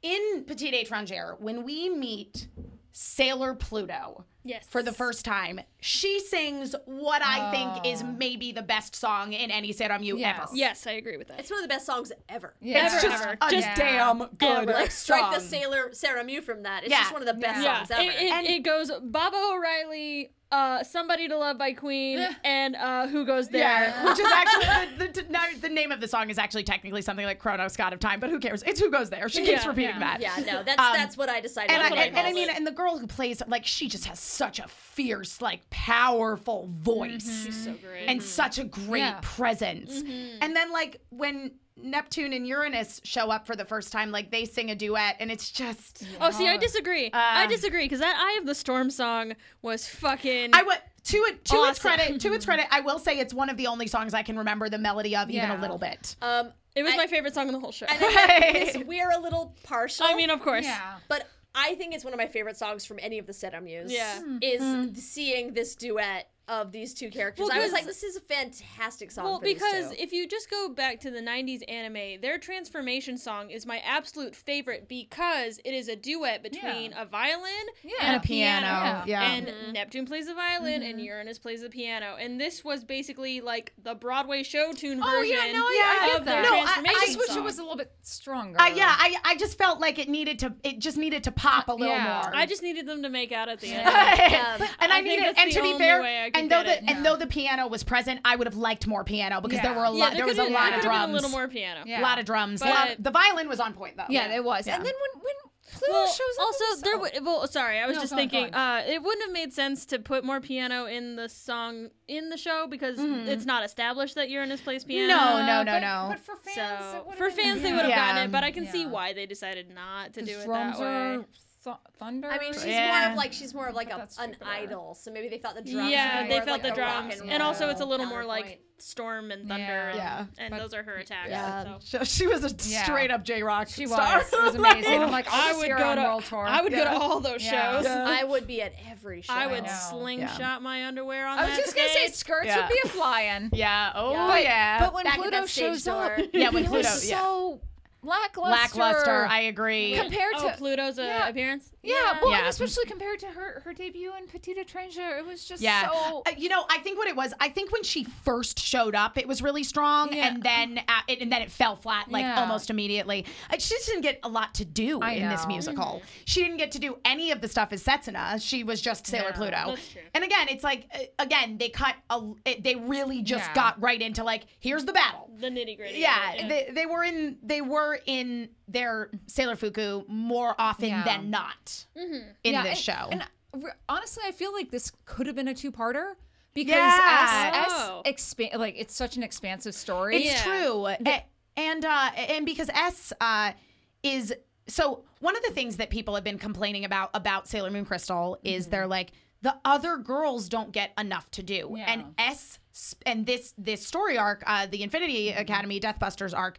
Speaker 6: in Petite Étrangère, when we meet Sailor Pluto,
Speaker 3: Yes.
Speaker 6: for the first time. She sings what I think is maybe the best song in any Set on You
Speaker 5: Ah. Yes.
Speaker 6: ever.
Speaker 3: Yes, I agree with that.
Speaker 4: It's one of the best songs ever.
Speaker 5: Yeah.
Speaker 6: It's
Speaker 3: Ever,
Speaker 6: just
Speaker 3: ever.
Speaker 6: a
Speaker 5: Just
Speaker 6: damn good
Speaker 4: Like strike the
Speaker 6: song.
Speaker 4: sailor Sarah Mew from that. It's
Speaker 6: Yeah.
Speaker 4: just one of the best
Speaker 3: yeah,
Speaker 4: songs ever.
Speaker 3: it, it,
Speaker 6: And-
Speaker 3: it goes Baba O'Reilly, uh, "Somebody to Love" by Queen, and uh, "Who Goes There."
Speaker 6: Yeah, which is actually the, the, no, the name of the song is actually technically something like Chronos God of Time, but who cares? It's who goes there. She keeps
Speaker 3: Yeah,
Speaker 6: repeating
Speaker 5: yeah.
Speaker 6: that.
Speaker 4: yeah, no, that's
Speaker 6: Um,
Speaker 4: that's what I decided.
Speaker 6: And I,
Speaker 4: that's what
Speaker 6: and, and I
Speaker 4: called
Speaker 6: mean,
Speaker 4: it.
Speaker 6: and the girl who plays, like, she just has such a fierce, like, powerful voice.
Speaker 3: so great.
Speaker 6: and such a great
Speaker 5: Yeah.
Speaker 6: presence. And then like when Neptune and Uranus show up for the first time, like they sing a duet, and it's just
Speaker 3: oh, see, I disagree. I disagree because that "Eye of the Storm" song was fucking.
Speaker 6: I would to it to its
Speaker 3: Awesome.
Speaker 6: credit to its credit, I will say it's one of the only songs I can remember the melody of even a
Speaker 5: Yeah.
Speaker 6: little bit.
Speaker 4: um,
Speaker 3: it was
Speaker 4: I-
Speaker 3: my favorite song on the whole show.
Speaker 4: I think that this- we're a little partial.
Speaker 3: I mean, of course.
Speaker 5: Yeah.
Speaker 4: but I think it's one of my favorite songs from any of the set I'm used.
Speaker 3: Yeah.
Speaker 4: is seeing this duet of these two characters.
Speaker 3: Well,
Speaker 4: I was
Speaker 3: 'cause-
Speaker 4: like, this is a fantastic song.
Speaker 3: Well,
Speaker 4: for these
Speaker 3: because
Speaker 4: two.
Speaker 3: if you just go back to the 90s anime, their transformation song is my absolute favorite because it is a duet between a violin and a piano.
Speaker 5: piano,
Speaker 6: Yeah. Mm-hmm.
Speaker 3: And Neptune plays the violin and Uranus plays the piano. And this was basically like the Broadway show tune version.
Speaker 6: Oh, yeah, no, I- I get
Speaker 3: of
Speaker 5: that.
Speaker 3: their
Speaker 5: No,
Speaker 6: I- I
Speaker 3: transformation
Speaker 5: I just wish it
Speaker 3: song.
Speaker 5: was a little bit stronger.
Speaker 6: Uh, yeah, I, I just felt like it needed to it just needed to pop a little
Speaker 5: Yeah.
Speaker 6: more.
Speaker 3: I just needed them to make out at the end.
Speaker 4: Um,
Speaker 6: and I,
Speaker 3: I think
Speaker 6: needed
Speaker 3: that's
Speaker 6: and
Speaker 3: the
Speaker 6: to be
Speaker 3: only
Speaker 6: fair,
Speaker 3: way I could
Speaker 6: and though
Speaker 3: get it.
Speaker 6: the and though the piano was present, I would have liked more piano because there
Speaker 5: Yeah.
Speaker 6: were a lot there was a
Speaker 3: could've-
Speaker 6: lot
Speaker 3: there
Speaker 6: of
Speaker 3: could've been
Speaker 6: drums.
Speaker 3: a little more piano.
Speaker 5: Yeah.
Speaker 6: lot of drums. Lot-
Speaker 3: But-
Speaker 6: the violin was on point though.
Speaker 5: Yeah, it was.
Speaker 6: Yeah.
Speaker 5: And then when when Pluto
Speaker 3: Well,
Speaker 5: shows up,
Speaker 3: also
Speaker 5: it was-
Speaker 3: there.
Speaker 5: oh.
Speaker 3: Would, well, sorry, I was
Speaker 5: No,
Speaker 3: just
Speaker 5: go on, go
Speaker 3: thinking uh, it wouldn't have made sense to put more piano in the song in the show because
Speaker 5: Mm-hmm.
Speaker 3: it's not established that Uranus plays piano.
Speaker 6: No, no, no,
Speaker 5: Uh, but,
Speaker 6: no.
Speaker 5: But for fans, it
Speaker 3: So
Speaker 5: would've
Speaker 3: for
Speaker 5: been-
Speaker 3: fans, they
Speaker 5: Yeah.
Speaker 3: would have
Speaker 6: Yeah.
Speaker 3: gotten it, but I can see
Speaker 5: Yeah.
Speaker 3: why they decided not to do it
Speaker 5: drums
Speaker 3: that way.
Speaker 5: are th- thunder.
Speaker 4: I mean, she's
Speaker 6: Yeah.
Speaker 4: more of like she's more of like a,
Speaker 5: that's
Speaker 4: an
Speaker 5: stupider.
Speaker 4: idol, so maybe they felt the drums. were
Speaker 3: Yeah, they
Speaker 4: more of,
Speaker 3: felt
Speaker 4: like,
Speaker 3: the
Speaker 4: a rock
Speaker 3: drums,
Speaker 4: and
Speaker 3: and also
Speaker 4: roll
Speaker 3: it's a little more like
Speaker 4: counterpoint.
Speaker 3: storm and thunder,
Speaker 5: Yeah.
Speaker 3: and,
Speaker 6: Yeah.
Speaker 3: and
Speaker 5: But-
Speaker 3: those are her attacks.
Speaker 6: Yeah,
Speaker 3: so.
Speaker 6: she, she was a
Speaker 5: Yeah.
Speaker 6: straight up J Rock.
Speaker 5: she
Speaker 6: star.
Speaker 5: was. It was amazing. I'm like,
Speaker 3: I
Speaker 5: I'll
Speaker 3: would
Speaker 5: see her
Speaker 3: go
Speaker 5: on
Speaker 3: to
Speaker 5: world tour.
Speaker 3: I would go to
Speaker 6: Yeah.
Speaker 3: all those
Speaker 5: Yeah.
Speaker 3: shows.
Speaker 6: Yeah.
Speaker 4: I would be at every show.
Speaker 3: I would
Speaker 5: know.
Speaker 3: slingshot my underwear on
Speaker 5: I
Speaker 3: that
Speaker 5: was just gonna say
Speaker 3: stage.
Speaker 5: skirts
Speaker 6: Yeah.
Speaker 5: would be a flying.
Speaker 6: Yeah. Oh
Speaker 4: Yeah.
Speaker 6: yeah.
Speaker 4: But-
Speaker 5: But when
Speaker 4: Back at
Speaker 5: Pluto
Speaker 4: that stage
Speaker 5: shows up,
Speaker 4: door.
Speaker 6: Yeah, when
Speaker 5: he
Speaker 6: Pluto-
Speaker 5: was
Speaker 6: yeah.
Speaker 5: so lackluster.
Speaker 6: lackluster. I agree.
Speaker 5: compared
Speaker 3: oh,
Speaker 5: to
Speaker 3: Pluto's uh,
Speaker 5: Yeah.
Speaker 3: appearance.
Speaker 5: yeah, well, and
Speaker 6: Yeah.
Speaker 5: especially compared to her her debut in Petite Treasure, it was just
Speaker 6: yeah.
Speaker 5: so.
Speaker 6: Uh, you know, I think what it was, I think when she first showed up, it was really strong,
Speaker 5: Yeah.
Speaker 6: and then uh, it, and then it fell flat like
Speaker 5: Yeah.
Speaker 6: almost immediately. Uh, She just didn't get a lot to do
Speaker 5: I
Speaker 6: in this
Speaker 5: know.
Speaker 6: musical. She didn't get to do any of the stuff as Setsuna. She was just Sailor
Speaker 5: No,
Speaker 6: Pluto.
Speaker 3: that's true.
Speaker 6: And again, it's like uh, again they cut a, it, they really just
Speaker 5: Yeah.
Speaker 6: got right into like here's the battle.
Speaker 3: The nitty gritty.
Speaker 6: yeah, They, they were in they were in their sailor fuku more often
Speaker 5: Yeah. Mm-hmm.
Speaker 6: than not in
Speaker 5: Yeah,
Speaker 6: this
Speaker 5: and-
Speaker 6: show
Speaker 5: And re- honestly, I feel like this could have been a two parter because
Speaker 6: Yeah.
Speaker 5: S,
Speaker 3: Oh.
Speaker 5: S expa- like it's such an expansive story.
Speaker 6: it's
Speaker 3: yeah.
Speaker 6: true A- and uh and because s uh is so one of the things that people have been complaining about about sailor moon crystal is they're like the other girls don't get enough to do
Speaker 5: Mm-hmm. Yeah.
Speaker 6: and s sp- and this this story arc uh the infinity
Speaker 5: Mm-hmm.
Speaker 6: academy deathbusters arc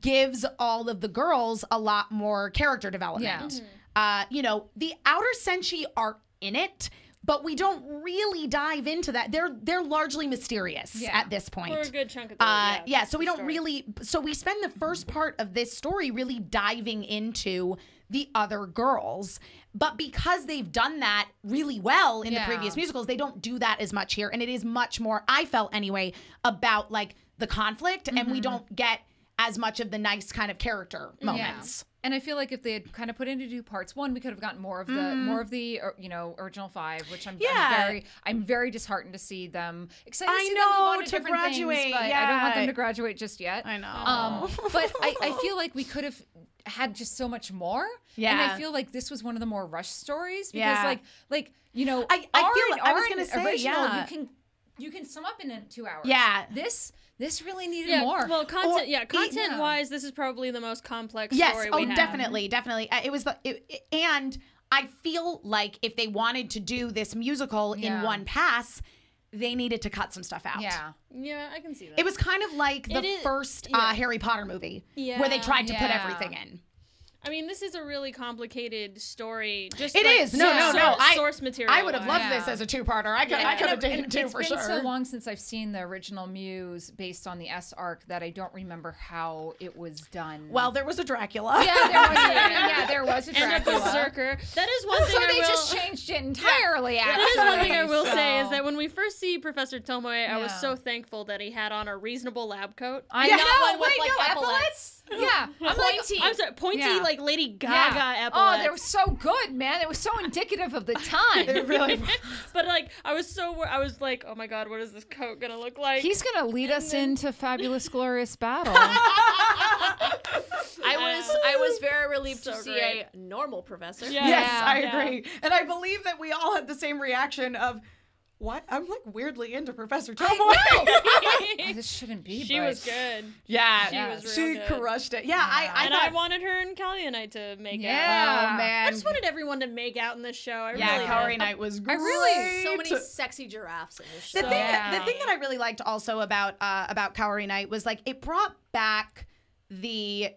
Speaker 6: gives all of the girls a lot more character development.
Speaker 5: Yeah. Mhm.
Speaker 6: Uh, you know, the outer senshi are in it, but we don't really dive into that. They're they're largely mysterious
Speaker 5: Yeah.
Speaker 6: at this point.
Speaker 3: For a good chunk of the
Speaker 6: uh, yeah, so we don't
Speaker 3: story.
Speaker 6: really. So we spend the first part of this story really diving into the other girls, but because they've done that really well in
Speaker 5: Yeah.
Speaker 6: the previous musicals, they don't do that as much here, and it is much more. I felt anyway about like the conflict, and we don't get as much of the nice kind of character moments.
Speaker 5: And I feel like if they had kind of put into two parts, one we could have gotten more of the more of the or, you know original five, which I'm, I'm
Speaker 6: Mm. Yeah.
Speaker 5: very I'm very disheartened to see them. Excited to
Speaker 6: I
Speaker 5: see them in a lot
Speaker 6: know,
Speaker 5: of
Speaker 6: to
Speaker 5: different things,
Speaker 6: graduate,
Speaker 5: but I don't want them
Speaker 6: yeah.
Speaker 5: to graduate just yet.
Speaker 6: I know.
Speaker 5: Um, but I, I feel like we could have had just so much more. And I
Speaker 6: Yeah.
Speaker 5: feel like this was one of the more rushed stories because
Speaker 6: Yeah.
Speaker 5: like like you know
Speaker 6: I- I
Speaker 5: R
Speaker 6: feel-
Speaker 5: and
Speaker 6: I was
Speaker 5: R and
Speaker 6: gonna say,
Speaker 5: original,
Speaker 6: yeah.
Speaker 5: you can you can sum up in uh, two hours.
Speaker 6: Yeah.
Speaker 5: This this really needed
Speaker 3: Yeah,
Speaker 5: more.
Speaker 3: Well, content. yeah,
Speaker 6: it-
Speaker 3: content wise, this is probably the most complex
Speaker 6: Yes.
Speaker 3: story.
Speaker 6: oh,
Speaker 3: we have.
Speaker 6: definitely, definitely. Uh, It was the it, it- and I feel like if they wanted to do this musical
Speaker 5: Yeah.
Speaker 6: in one pass, they needed to cut some stuff out.
Speaker 5: yeah.
Speaker 3: Yeah, I can see that.
Speaker 6: It was kind of like the
Speaker 3: It is-
Speaker 6: first
Speaker 3: yeah.
Speaker 6: uh, Harry Potter movie where they
Speaker 3: Yeah.
Speaker 6: tried to put
Speaker 5: Yeah.
Speaker 6: everything in.
Speaker 3: I mean, this is a really complicated story. Just
Speaker 6: It
Speaker 3: like,
Speaker 6: is. No,
Speaker 3: source-
Speaker 6: no, no. I-
Speaker 3: source material.
Speaker 6: I would have loved
Speaker 5: Yeah.
Speaker 6: this as a two-parter. I could, I
Speaker 5: And-
Speaker 6: could have
Speaker 5: and it-
Speaker 6: taken
Speaker 5: and
Speaker 6: two for
Speaker 5: It's been
Speaker 6: sure.
Speaker 5: so long since I've seen the original Muse based on the S arc that I don't remember how it was done.
Speaker 6: Well, there was a Dracula.
Speaker 5: yeah, there was, I mean, yeah, there was a
Speaker 3: And a
Speaker 5: Dracula.
Speaker 3: berserker. That is one thing
Speaker 5: So
Speaker 3: I
Speaker 5: they
Speaker 3: will.
Speaker 5: just changed it entirely. Actually,
Speaker 3: that is one thing I will say is
Speaker 5: so-
Speaker 3: that when we first see Professor Tomoe, I was
Speaker 5: Yeah.
Speaker 3: so thankful that he had on a reasonable lab coat.
Speaker 5: I
Speaker 6: Yeah.
Speaker 5: know.
Speaker 4: one with
Speaker 6: wait,
Speaker 4: like
Speaker 6: no,
Speaker 4: epaulets.
Speaker 5: Yeah, I'm like,
Speaker 4: Pointy.
Speaker 3: I'm sorry, pointy
Speaker 5: Yeah.
Speaker 3: like Lady
Speaker 5: yeah.
Speaker 3: Gaga
Speaker 5: Oh,
Speaker 3: epaulets.
Speaker 5: they were so good, man. It was so indicative of the time.
Speaker 6: It really
Speaker 3: but like, I was so wor- I was like, oh my god, what is this coat gonna look like?
Speaker 5: He's gonna lead us into fabulous, glorious battle.
Speaker 4: I was I was very relieved to
Speaker 3: So
Speaker 4: see
Speaker 3: great.
Speaker 4: a normal professor.
Speaker 3: Yeah.
Speaker 6: Yes,
Speaker 5: Yeah.
Speaker 6: I
Speaker 3: Yeah.
Speaker 6: agree. And I believe that we all had the same reaction of what? I'm like weirdly into Professor Tomoe.
Speaker 5: this shouldn't be.
Speaker 3: she
Speaker 5: but-
Speaker 3: was good.
Speaker 6: Yeah.
Speaker 3: She
Speaker 5: Yeah.
Speaker 3: was real
Speaker 6: She
Speaker 3: good.
Speaker 6: crushed it. Yeah, I, I
Speaker 3: and
Speaker 6: thought
Speaker 3: I wanted her and Kalyanite to make out.
Speaker 5: Yeah.
Speaker 6: Oh man.
Speaker 3: I just wanted everyone to make out in this show. I
Speaker 6: yeah,
Speaker 3: really
Speaker 6: Kaori
Speaker 3: did.
Speaker 6: Knight was great.
Speaker 5: really-
Speaker 4: So many sexy giraffes in this
Speaker 6: the
Speaker 4: show.
Speaker 6: thing, that,
Speaker 5: Yeah.
Speaker 6: the thing that I really liked also about uh, about Kaori Knight was like it brought back the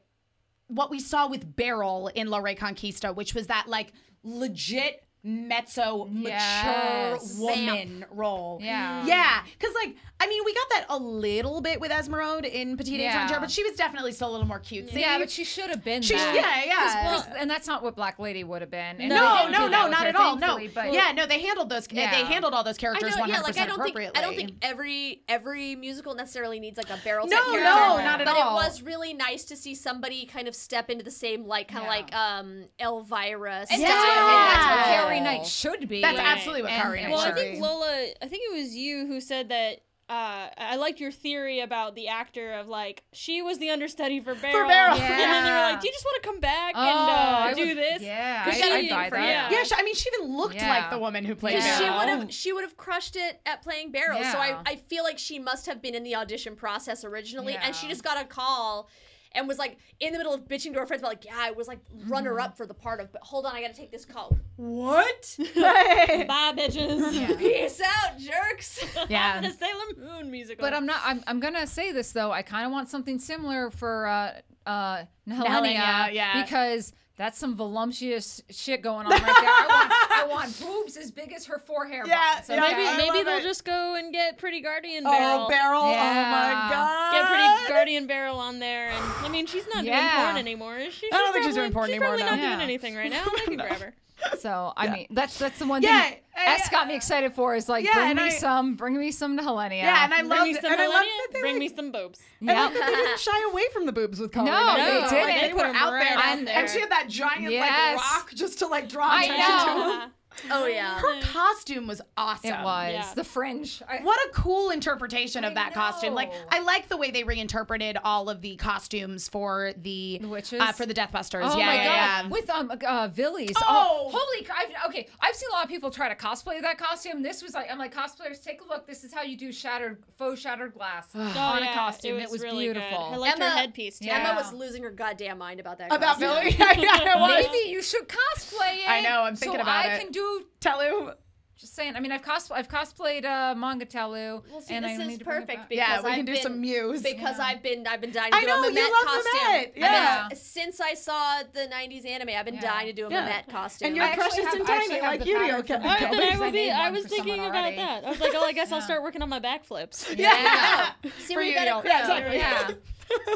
Speaker 6: what we saw with Beryl in La Reconquista, which was that like legit mezzo
Speaker 5: Yes.
Speaker 6: mature woman role.
Speaker 5: Yeah.
Speaker 6: Yeah. Cause like, I mean, we got that a little bit with Esmeralda in Petite
Speaker 5: Yeah.
Speaker 6: Danger, but she was definitely still a little more cutesy.
Speaker 5: Yeah, but she should have been.
Speaker 6: She-
Speaker 5: that.
Speaker 6: yeah, yeah.
Speaker 5: 'Cause- 'cause- and that's not what Black Lady would have been. And they
Speaker 6: no,
Speaker 5: didn't
Speaker 6: no,
Speaker 5: do that
Speaker 6: no,
Speaker 5: with
Speaker 6: not
Speaker 5: her,
Speaker 6: at all. No,
Speaker 5: thankfully, but
Speaker 6: yeah, no, they handled those.
Speaker 5: Yeah.
Speaker 6: They handled all those
Speaker 4: I
Speaker 6: characters
Speaker 4: know,
Speaker 6: one
Speaker 4: yeah,
Speaker 6: hundred
Speaker 4: like I
Speaker 6: percent
Speaker 4: don't think
Speaker 6: appropriately.
Speaker 4: I don't think every every musical necessarily needs like a barrel
Speaker 6: No,
Speaker 4: type character.
Speaker 6: no, not at
Speaker 4: but
Speaker 6: all.
Speaker 4: it was really nice to see somebody kind of step into the same like kind of
Speaker 5: Yeah.
Speaker 4: like um Elvira
Speaker 5: And
Speaker 4: style.
Speaker 5: that's what, and that's what
Speaker 6: Yeah.
Speaker 5: Carrie Knight should be.
Speaker 6: That's
Speaker 3: Right.
Speaker 6: absolutely what
Speaker 5: And-
Speaker 6: Kaori Knight
Speaker 5: and
Speaker 3: Well, I
Speaker 5: Sorry.
Speaker 3: think Lola, I think it was you who said that. Uh, I liked your theory about the actor of like she was the understudy for Beryl,
Speaker 6: Beryl.
Speaker 3: and then they were
Speaker 5: Yeah.
Speaker 3: like, "Do you just want to come back
Speaker 5: Oh,
Speaker 3: and uh,
Speaker 5: I
Speaker 3: do
Speaker 5: would-
Speaker 3: this?"
Speaker 5: Yeah, I,
Speaker 3: 'Cause she-
Speaker 5: I'd buy
Speaker 3: for-
Speaker 5: that.
Speaker 3: yeah.
Speaker 6: Yeah, she, I mean, she even looked
Speaker 5: Yeah.
Speaker 6: like the woman who played
Speaker 5: Yeah.
Speaker 4: She
Speaker 6: Beryl.
Speaker 4: would have she would have crushed it at playing Barrel. So
Speaker 5: Yeah.
Speaker 4: I, I feel like she must have been in the audition process originally and she
Speaker 5: Yeah.
Speaker 4: just got a call and was like in the middle of bitching to her friends about like, yeah, I was like
Speaker 5: Mm-hmm.
Speaker 4: runner up for the part of but hold on, I gotta take this call. What?
Speaker 3: Bye, bitches.
Speaker 4: Peace out, jerks.
Speaker 3: yeah, the Sailor Moon musical.
Speaker 5: But um, I'm not. I'm, I'm gonna say this though. I kind of want something similar for uh, uh, Helenia,
Speaker 6: Nhelenia, yeah.
Speaker 5: because that's some voluptuous shit going on right there. I want, I want boobs as big as her forehair. bone.
Speaker 6: Yeah,
Speaker 5: so
Speaker 6: yeah,
Speaker 5: maybe.
Speaker 3: maybe
Speaker 6: I
Speaker 3: maybe
Speaker 6: love
Speaker 3: they'll
Speaker 6: it.
Speaker 3: just go and get Pretty Guardian Barrel.
Speaker 6: Oh, Beryl!
Speaker 5: Yeah.
Speaker 6: Oh my god!
Speaker 3: Get Pretty Guardian Barrel on there, and I mean she's not
Speaker 5: Yeah.
Speaker 3: doing porn anymore, is she?
Speaker 6: I don't
Speaker 3: She's
Speaker 6: think she's doing porn
Speaker 3: probably-
Speaker 6: anymore,
Speaker 3: She's
Speaker 6: no.
Speaker 3: probably not doing
Speaker 5: Yeah.
Speaker 3: anything right now. I can grab her.
Speaker 5: So I mean, that's that's the one
Speaker 6: Yeah,
Speaker 5: thing
Speaker 6: I-
Speaker 5: S got me excited for is like
Speaker 6: Yeah,
Speaker 5: bring
Speaker 6: and
Speaker 5: me
Speaker 6: I-
Speaker 5: some, bring me some to Helenia.
Speaker 6: Yeah, and I
Speaker 3: Bring me
Speaker 6: loved,
Speaker 3: some
Speaker 6: and I loved that
Speaker 3: Melania.
Speaker 6: they,
Speaker 3: Bring
Speaker 6: like,
Speaker 3: me some boobs.
Speaker 5: Yep.
Speaker 6: they didn't shy away from the boobs with Kaori
Speaker 5: No,
Speaker 6: Knight.
Speaker 5: they
Speaker 6: Like,
Speaker 5: didn't.
Speaker 6: They,
Speaker 5: They
Speaker 6: were
Speaker 3: put 'em
Speaker 6: out there,
Speaker 3: right out
Speaker 6: and,
Speaker 3: there.
Speaker 6: and she had that giant
Speaker 5: Yes.
Speaker 6: like rock just to like draw
Speaker 5: I
Speaker 6: attention
Speaker 5: know.
Speaker 6: to.
Speaker 3: Uh,
Speaker 4: Oh yeah.
Speaker 6: Her costume was awesome.
Speaker 5: It was
Speaker 3: Yeah.
Speaker 5: the fringe. I,
Speaker 6: What a cool interpretation of
Speaker 5: I
Speaker 6: that costume. Like
Speaker 5: know.
Speaker 6: I like the way they reinterpreted all of the costumes for the
Speaker 5: The witches?
Speaker 6: uh, for the Deathbusters.
Speaker 5: Oh
Speaker 6: yeah,
Speaker 5: my
Speaker 6: yeah,
Speaker 5: god!
Speaker 6: yeah.
Speaker 5: With um uh, Villies.
Speaker 6: Oh!
Speaker 5: holy! cr- I've, okay, I've seen a lot of people try to cosplay that costume. This was like, I'm like, cosplayers, take a look. This is how you do shattered faux shattered glass
Speaker 6: Oh,
Speaker 5: on a
Speaker 3: Oh, yeah,
Speaker 5: costume. It was,
Speaker 3: really good.
Speaker 5: beautiful.
Speaker 3: I liked
Speaker 4: Emma-
Speaker 3: her headpiece too.
Speaker 5: Yeah.
Speaker 4: Emma was losing her goddamn mind about that.
Speaker 6: About
Speaker 4: costume.
Speaker 6: Billy. yeah, yeah, it was.
Speaker 5: Maybe you should cosplay it.
Speaker 6: I know, I'm thinking
Speaker 5: so
Speaker 6: about
Speaker 5: I
Speaker 6: it.
Speaker 5: can do.
Speaker 6: Telu.
Speaker 5: Just saying. I mean, I've cos I've cosplayed uh, manga Talu.
Speaker 4: Well, see,
Speaker 5: and I
Speaker 4: this
Speaker 5: need
Speaker 4: is
Speaker 5: to bring it
Speaker 4: perfect
Speaker 5: back.
Speaker 4: because
Speaker 6: Yeah, we
Speaker 4: I've
Speaker 6: can do
Speaker 4: been-
Speaker 6: some muse.
Speaker 4: Because I've been I've been dying to
Speaker 6: I
Speaker 4: do a
Speaker 6: know, you
Speaker 4: Mimette
Speaker 6: love
Speaker 4: costume.
Speaker 6: Mimette,
Speaker 4: I've been-
Speaker 5: yeah.
Speaker 4: since I saw the '90s anime, I've been
Speaker 5: Yeah.
Speaker 4: dying to do a
Speaker 6: Yeah.
Speaker 4: Mimette costume.
Speaker 6: And you're
Speaker 5: I actually
Speaker 6: precious
Speaker 5: have-
Speaker 6: and
Speaker 5: I actually
Speaker 6: tiny
Speaker 5: have
Speaker 6: like
Speaker 5: the
Speaker 6: Yuri.
Speaker 5: pattern
Speaker 6: Okay.
Speaker 5: for the
Speaker 3: Then Oh, I
Speaker 5: Because
Speaker 3: will
Speaker 5: I
Speaker 3: be.
Speaker 5: made
Speaker 3: I
Speaker 5: one
Speaker 3: was
Speaker 5: for someone
Speaker 3: thinking about
Speaker 5: already.
Speaker 3: that. I was like, oh, I guess I'll start working on my backflips.
Speaker 6: Yeah.
Speaker 4: See,
Speaker 6: For
Speaker 4: we
Speaker 6: you,
Speaker 4: got
Speaker 6: y'all.
Speaker 4: it.
Speaker 6: Yeah,
Speaker 4: crowd.
Speaker 6: exactly.
Speaker 5: Yeah.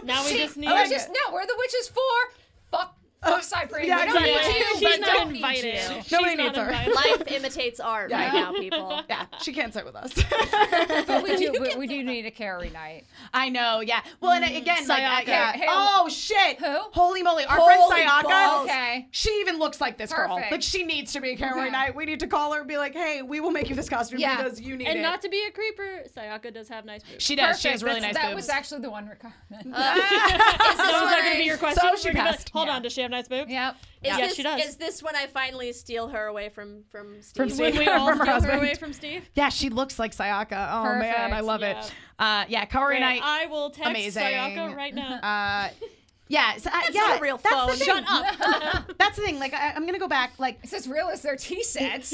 Speaker 3: Now we just need.
Speaker 6: Oh,
Speaker 5: We're just no. We're the witches for fuck. Fuck Cypress.
Speaker 6: yeah,
Speaker 5: we don't
Speaker 6: exactly.
Speaker 5: need you.
Speaker 6: Yeah,
Speaker 5: we
Speaker 3: She's not
Speaker 5: don't need
Speaker 3: invited.
Speaker 5: you.
Speaker 3: She's
Speaker 6: Nobody
Speaker 3: not
Speaker 6: needs her.
Speaker 3: invited.
Speaker 4: Life imitates art right now, people.
Speaker 6: Yeah, she can't sit with us.
Speaker 5: But we do. We, we do need a carry night.
Speaker 6: I know, yeah. Well, and again, like, uh,
Speaker 5: Sayaka.
Speaker 6: yeah.
Speaker 5: Hey,
Speaker 6: oh shit!
Speaker 5: who?
Speaker 6: Holy moly! Our
Speaker 4: Holy
Speaker 6: friend Sayaka.
Speaker 4: balls.
Speaker 5: Okay.
Speaker 6: She even looks like this girl.
Speaker 5: Perfect.
Speaker 6: Like she needs to be a Caroline Knight. We need to call her and be like, "Hey, we will make you this costume
Speaker 5: Yeah.
Speaker 6: because you need it."
Speaker 3: And not to be a creeper, Sayaka does have nice boobs.
Speaker 6: she does. She
Speaker 5: Perfect.
Speaker 6: has really
Speaker 5: That's-
Speaker 6: nice
Speaker 5: That
Speaker 6: boobs. Uh,
Speaker 5: was actually the one requirement.
Speaker 4: Is this
Speaker 3: That was
Speaker 4: when
Speaker 3: not going to be
Speaker 4: I-
Speaker 3: your question.
Speaker 6: she
Speaker 3: We're gonna be like,
Speaker 6: passed.
Speaker 3: Hold
Speaker 5: Yeah.
Speaker 3: on, does she have nice boobs?
Speaker 5: yep.
Speaker 4: Is
Speaker 3: Yes,
Speaker 4: this,
Speaker 3: she does.
Speaker 4: Is this when I finally steal her away from from Steve?
Speaker 6: From
Speaker 3: When
Speaker 6: Steve.
Speaker 3: we all
Speaker 6: From her
Speaker 3: steal her
Speaker 6: husband.
Speaker 3: away from Steve.
Speaker 6: yeah, she looks like Sayaka. Oh man, I
Speaker 5: Perfect.
Speaker 6: love it. Uh, yeah,
Speaker 3: Great.
Speaker 6: Kaori Knight.
Speaker 3: I will text
Speaker 6: amazing.
Speaker 3: Sayaka right now.
Speaker 6: Uh, Yeah, so I,
Speaker 4: That's
Speaker 6: yeah,
Speaker 4: not a real
Speaker 6: that's
Speaker 4: phone.
Speaker 6: The thing.
Speaker 4: Shut up.
Speaker 6: That's the thing. Like, I, I'm gonna go back. Like,
Speaker 5: It's as real as their tea sets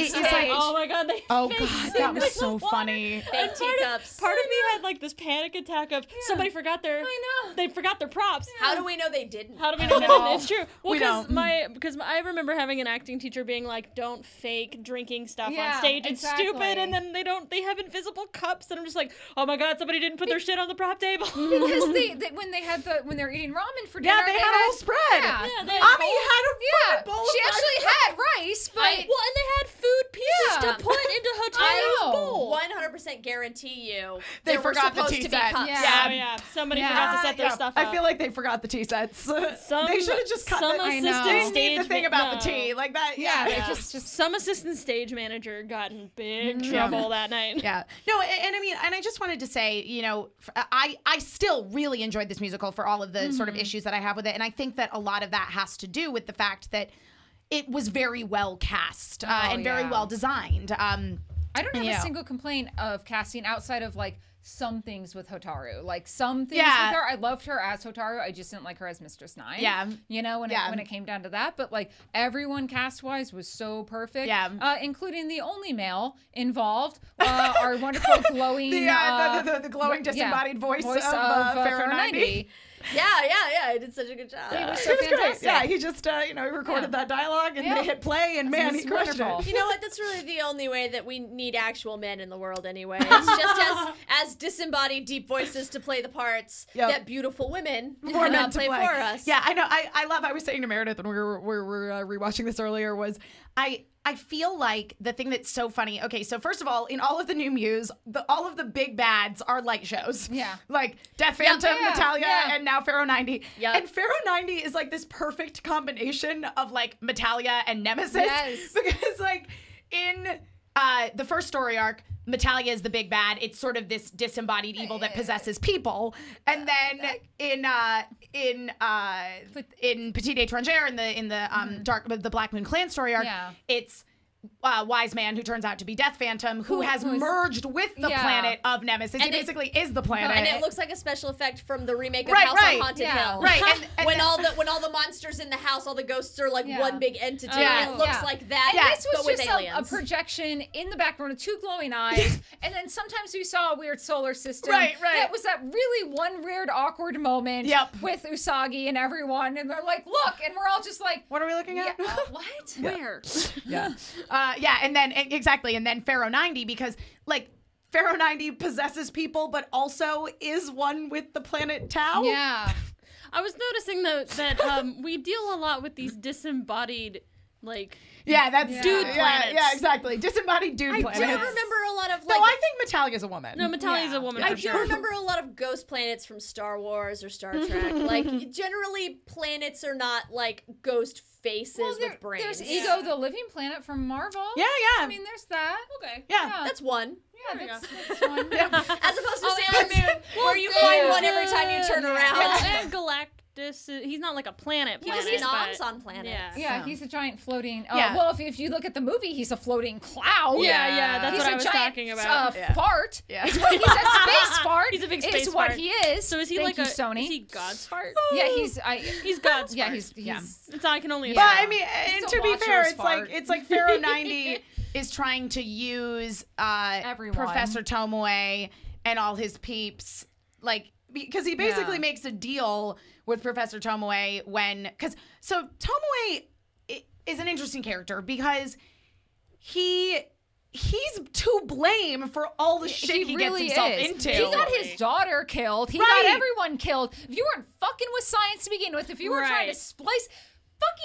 Speaker 6: It is
Speaker 5: stage.
Speaker 6: like-
Speaker 3: Oh my god, they
Speaker 6: oh
Speaker 3: faked
Speaker 6: god,
Speaker 3: so
Speaker 6: that was
Speaker 3: much
Speaker 6: so
Speaker 3: water.
Speaker 6: funny.
Speaker 4: Fake teacups.
Speaker 3: Part of me had like this panic attack of somebody forgot
Speaker 4: I
Speaker 3: their
Speaker 4: know.
Speaker 3: they forgot their props.
Speaker 4: How do we know they didn't?
Speaker 3: How do we know that?
Speaker 6: know.
Speaker 3: It's true. Well,
Speaker 6: We
Speaker 3: because
Speaker 6: don't.
Speaker 3: my because my, I remember having an acting teacher being like, "Don't fake drinking stuff on
Speaker 5: Yeah,
Speaker 3: stage. It's stupid."
Speaker 5: exactly.
Speaker 3: And then they don't. They have invisible cups, and I'm just like, "Oh my god, somebody didn't put their shit on the prop table."
Speaker 6: Mm-hmm.
Speaker 5: because they, they when they had the when they were eating ramen for dinner,
Speaker 6: Yeah, they had a whole spread.
Speaker 5: Yeah,
Speaker 3: Yeah, they
Speaker 5: they
Speaker 3: had
Speaker 5: had
Speaker 3: a bowl.
Speaker 5: yeah.
Speaker 6: bowl of
Speaker 5: She actually had rice, but
Speaker 3: well, and they had food pieces
Speaker 5: Yeah.
Speaker 3: to put into
Speaker 5: I
Speaker 3: Hotaru's
Speaker 5: know.
Speaker 3: bowl.
Speaker 4: One hundred percent guarantee you
Speaker 6: They
Speaker 4: there were
Speaker 6: forgot the
Speaker 4: supposed
Speaker 6: tea
Speaker 4: to be
Speaker 6: set.
Speaker 4: cups.
Speaker 5: Yeah.
Speaker 3: Yeah, Oh, yeah. Somebody
Speaker 5: Yeah.
Speaker 3: forgot to set their
Speaker 6: Yeah,
Speaker 3: stuff up.
Speaker 6: I feel like they forgot the tea sets.
Speaker 3: some,
Speaker 6: they should have just cut
Speaker 3: some
Speaker 6: the,
Speaker 5: I
Speaker 3: assistant
Speaker 5: know.
Speaker 6: They
Speaker 3: stage
Speaker 6: need the thing
Speaker 3: ma-
Speaker 6: about the
Speaker 3: no.
Speaker 6: tea, like that.
Speaker 5: yeah,
Speaker 6: Yeah,
Speaker 5: they just just
Speaker 3: Some assistant stage manager got in big trouble that night.
Speaker 6: Mm. Yeah. No, a- and, I mean, and I just wanted to say, you know, f- uh, I I still really enjoyed this musical for all of the sort of issues that I have with it, and I think that a lot of that has to do with the fact that it was very well cast uh, and very
Speaker 5: yeah.
Speaker 6: well designed. Um,
Speaker 5: I don't have
Speaker 6: Yeah.
Speaker 5: a single complaint of casting outside of like some things with Hotaru. Like some things
Speaker 6: Yeah.
Speaker 5: with her. I loved her as Hotaru. I just didn't like her as Mistress Nine.
Speaker 6: Yeah.
Speaker 5: You know, when,
Speaker 6: Yeah.
Speaker 5: it, when it came down to that. But like everyone cast wise was so perfect.
Speaker 6: Yeah.
Speaker 5: Uh, including the only male involved, uh, our wonderful glowing.
Speaker 6: the, uh,
Speaker 5: uh,
Speaker 6: the, the, the glowing
Speaker 5: yeah,
Speaker 6: disembodied voice, of, uh, Pharaoh 90.
Speaker 4: yeah, yeah, yeah. I did such a good job.
Speaker 5: was
Speaker 6: It was great.
Speaker 5: Fantastic.
Speaker 6: Yeah, he just uh, you know he recorded
Speaker 5: Yeah.
Speaker 6: that dialogue and
Speaker 5: Yeah.
Speaker 6: they hit play, and man,
Speaker 5: It's
Speaker 6: he crushed
Speaker 5: wonderful.
Speaker 6: it.
Speaker 4: You know what? That's really the only way that we need actual men in the world, anyway. It's just as as disembodied deep voices to play the parts
Speaker 6: Yep.
Speaker 4: that beautiful women
Speaker 6: More
Speaker 4: cannot
Speaker 6: meant to
Speaker 4: play,
Speaker 6: play.
Speaker 4: for us.
Speaker 6: Yeah, I know. I, I love. I was saying to Meredith when we were we were uh, rewatching this earlier was I I feel like the thing that's so funny. Okay, so first of all, in all of the new Muse, the, all of the big bads are light shows.
Speaker 5: Yeah.
Speaker 6: like Death Phantom,
Speaker 5: Yeah,
Speaker 6: Natalia,
Speaker 5: yeah.
Speaker 6: and now Pharaoh ninety.
Speaker 4: Yep.
Speaker 6: and Pharaoh ninety is like this perfect combination of like Metalia and Nemesis
Speaker 5: Yes.
Speaker 6: because like in uh, the first story arc. Metalia is the big bad. It's sort of this disembodied evil that possesses people. And then in uh, in uh, in Petit Étranger in the in the um, dark the Black Moon Clan story arc,
Speaker 5: Yeah.
Speaker 6: it's uh, wise man who turns out to be Death Phantom who, has
Speaker 5: who is-
Speaker 6: merged with the
Speaker 5: Yeah.
Speaker 6: planet of Nemesis.
Speaker 4: And
Speaker 6: he
Speaker 4: it-
Speaker 6: basically is the planet.
Speaker 4: And it looks like a special effect from the remake of
Speaker 6: Right,
Speaker 4: House
Speaker 6: right,
Speaker 4: on Haunted
Speaker 5: yeah.
Speaker 4: Hill.
Speaker 6: Right, and- and
Speaker 4: when
Speaker 6: the-
Speaker 4: all the when all the monsters in the house, all the ghosts are like
Speaker 5: Yeah. Oh,
Speaker 4: one big entity.
Speaker 6: Yeah.
Speaker 4: and it looks
Speaker 5: Yeah.
Speaker 4: like that.
Speaker 5: And this
Speaker 4: but
Speaker 5: was
Speaker 4: with
Speaker 5: just a, a
Speaker 4: aliens.
Speaker 5: projection in the background of two glowing eyes, and then sometimes we saw a weird solar system.
Speaker 6: Right, right.
Speaker 5: That was that really one weird awkward moment
Speaker 6: Yep.
Speaker 5: with Usagi and everyone, and they're like, "Look," and we're all just like,
Speaker 6: what are we looking
Speaker 5: yeah,
Speaker 6: at?
Speaker 5: uh, "What? Where?"
Speaker 6: Yeah. Uh, yeah, and then e- exactly, and then Pharaoh 90 because like Pharaoh 90 possesses people but also is one with the planet Tau.
Speaker 5: Yeah.
Speaker 3: I was noticing though that um, we deal a lot with these disembodied, like
Speaker 6: Yeah, that's
Speaker 5: Dude
Speaker 6: yeah,
Speaker 3: planets.
Speaker 6: Yeah, exactly. Disembodied dude
Speaker 4: I
Speaker 6: planets.
Speaker 4: do remember a lot of
Speaker 6: No,
Speaker 4: like
Speaker 6: I think Natalia's a woman.
Speaker 3: no, Natalia's
Speaker 5: Yeah.
Speaker 3: a woman
Speaker 6: Yeah.
Speaker 4: I
Speaker 3: for
Speaker 4: do
Speaker 3: sure.
Speaker 4: remember a lot of ghost planets from Star Wars or Star Trek. like generally, planets are not like ghost faces
Speaker 5: there-
Speaker 4: with brains.
Speaker 5: there's Ego, the living planet from Marvel.
Speaker 6: Yeah, yeah.
Speaker 5: I mean, there's that. Okay.
Speaker 6: Yeah.
Speaker 4: That's one.
Speaker 5: yeah, that's, that's one.
Speaker 4: As opposed to
Speaker 5: Oh,
Speaker 4: Sailor
Speaker 5: that's-
Speaker 4: Moon, where you
Speaker 5: yeah.
Speaker 4: find one every time you turn
Speaker 5: Yeah.
Speaker 4: around.
Speaker 3: Well, Uh, and Galactus, is- he's not like a planet.
Speaker 4: He was
Speaker 3: planet,
Speaker 4: noms
Speaker 3: but-
Speaker 4: on planets.
Speaker 3: Yeah.
Speaker 5: Yeah,
Speaker 6: So.
Speaker 5: he's a giant floating. Uh,
Speaker 6: Yeah.
Speaker 5: Well, if, if you look at the movie, he's a floating cloud.
Speaker 3: Yeah, yeah, that's
Speaker 5: he's
Speaker 3: what
Speaker 5: a
Speaker 3: I was
Speaker 5: giant,
Speaker 3: talking about.
Speaker 5: Uh,
Speaker 6: Yeah.
Speaker 5: Fart.
Speaker 6: Yeah.
Speaker 5: It's what he's a space fart.
Speaker 3: He's a big
Speaker 5: is
Speaker 3: space
Speaker 5: what
Speaker 3: fart.
Speaker 5: he is.
Speaker 3: So is he
Speaker 5: Thank
Speaker 3: like
Speaker 5: you,
Speaker 3: a
Speaker 5: Sony?
Speaker 3: Is he God's fart?
Speaker 5: yeah, he's. I,
Speaker 3: He's God's
Speaker 5: Yeah,
Speaker 3: fart.
Speaker 5: he's. he's
Speaker 6: Yeah.
Speaker 3: It's I can only.
Speaker 5: But,
Speaker 6: But
Speaker 3: assume.
Speaker 6: I mean, and
Speaker 5: It's a
Speaker 6: to be fair,
Speaker 5: watcher's
Speaker 6: it's
Speaker 5: fart.
Speaker 6: like it's like Pharaoh ninety is trying to use uh,
Speaker 5: Everyone.
Speaker 6: Professor Tomoe and all his peeps, like because he basically
Speaker 5: Yeah.
Speaker 6: makes a deal with Professor Tomoe when because so Tomoe i- is an interesting character because he he's to blame for all the shit he,
Speaker 5: really
Speaker 6: gets himself
Speaker 5: is.
Speaker 6: into.
Speaker 5: He got his daughter killed. He
Speaker 6: Right.
Speaker 5: got everyone killed. If you weren't fucking with science to begin with, if you were trying to
Speaker 3: Right.
Speaker 5: splice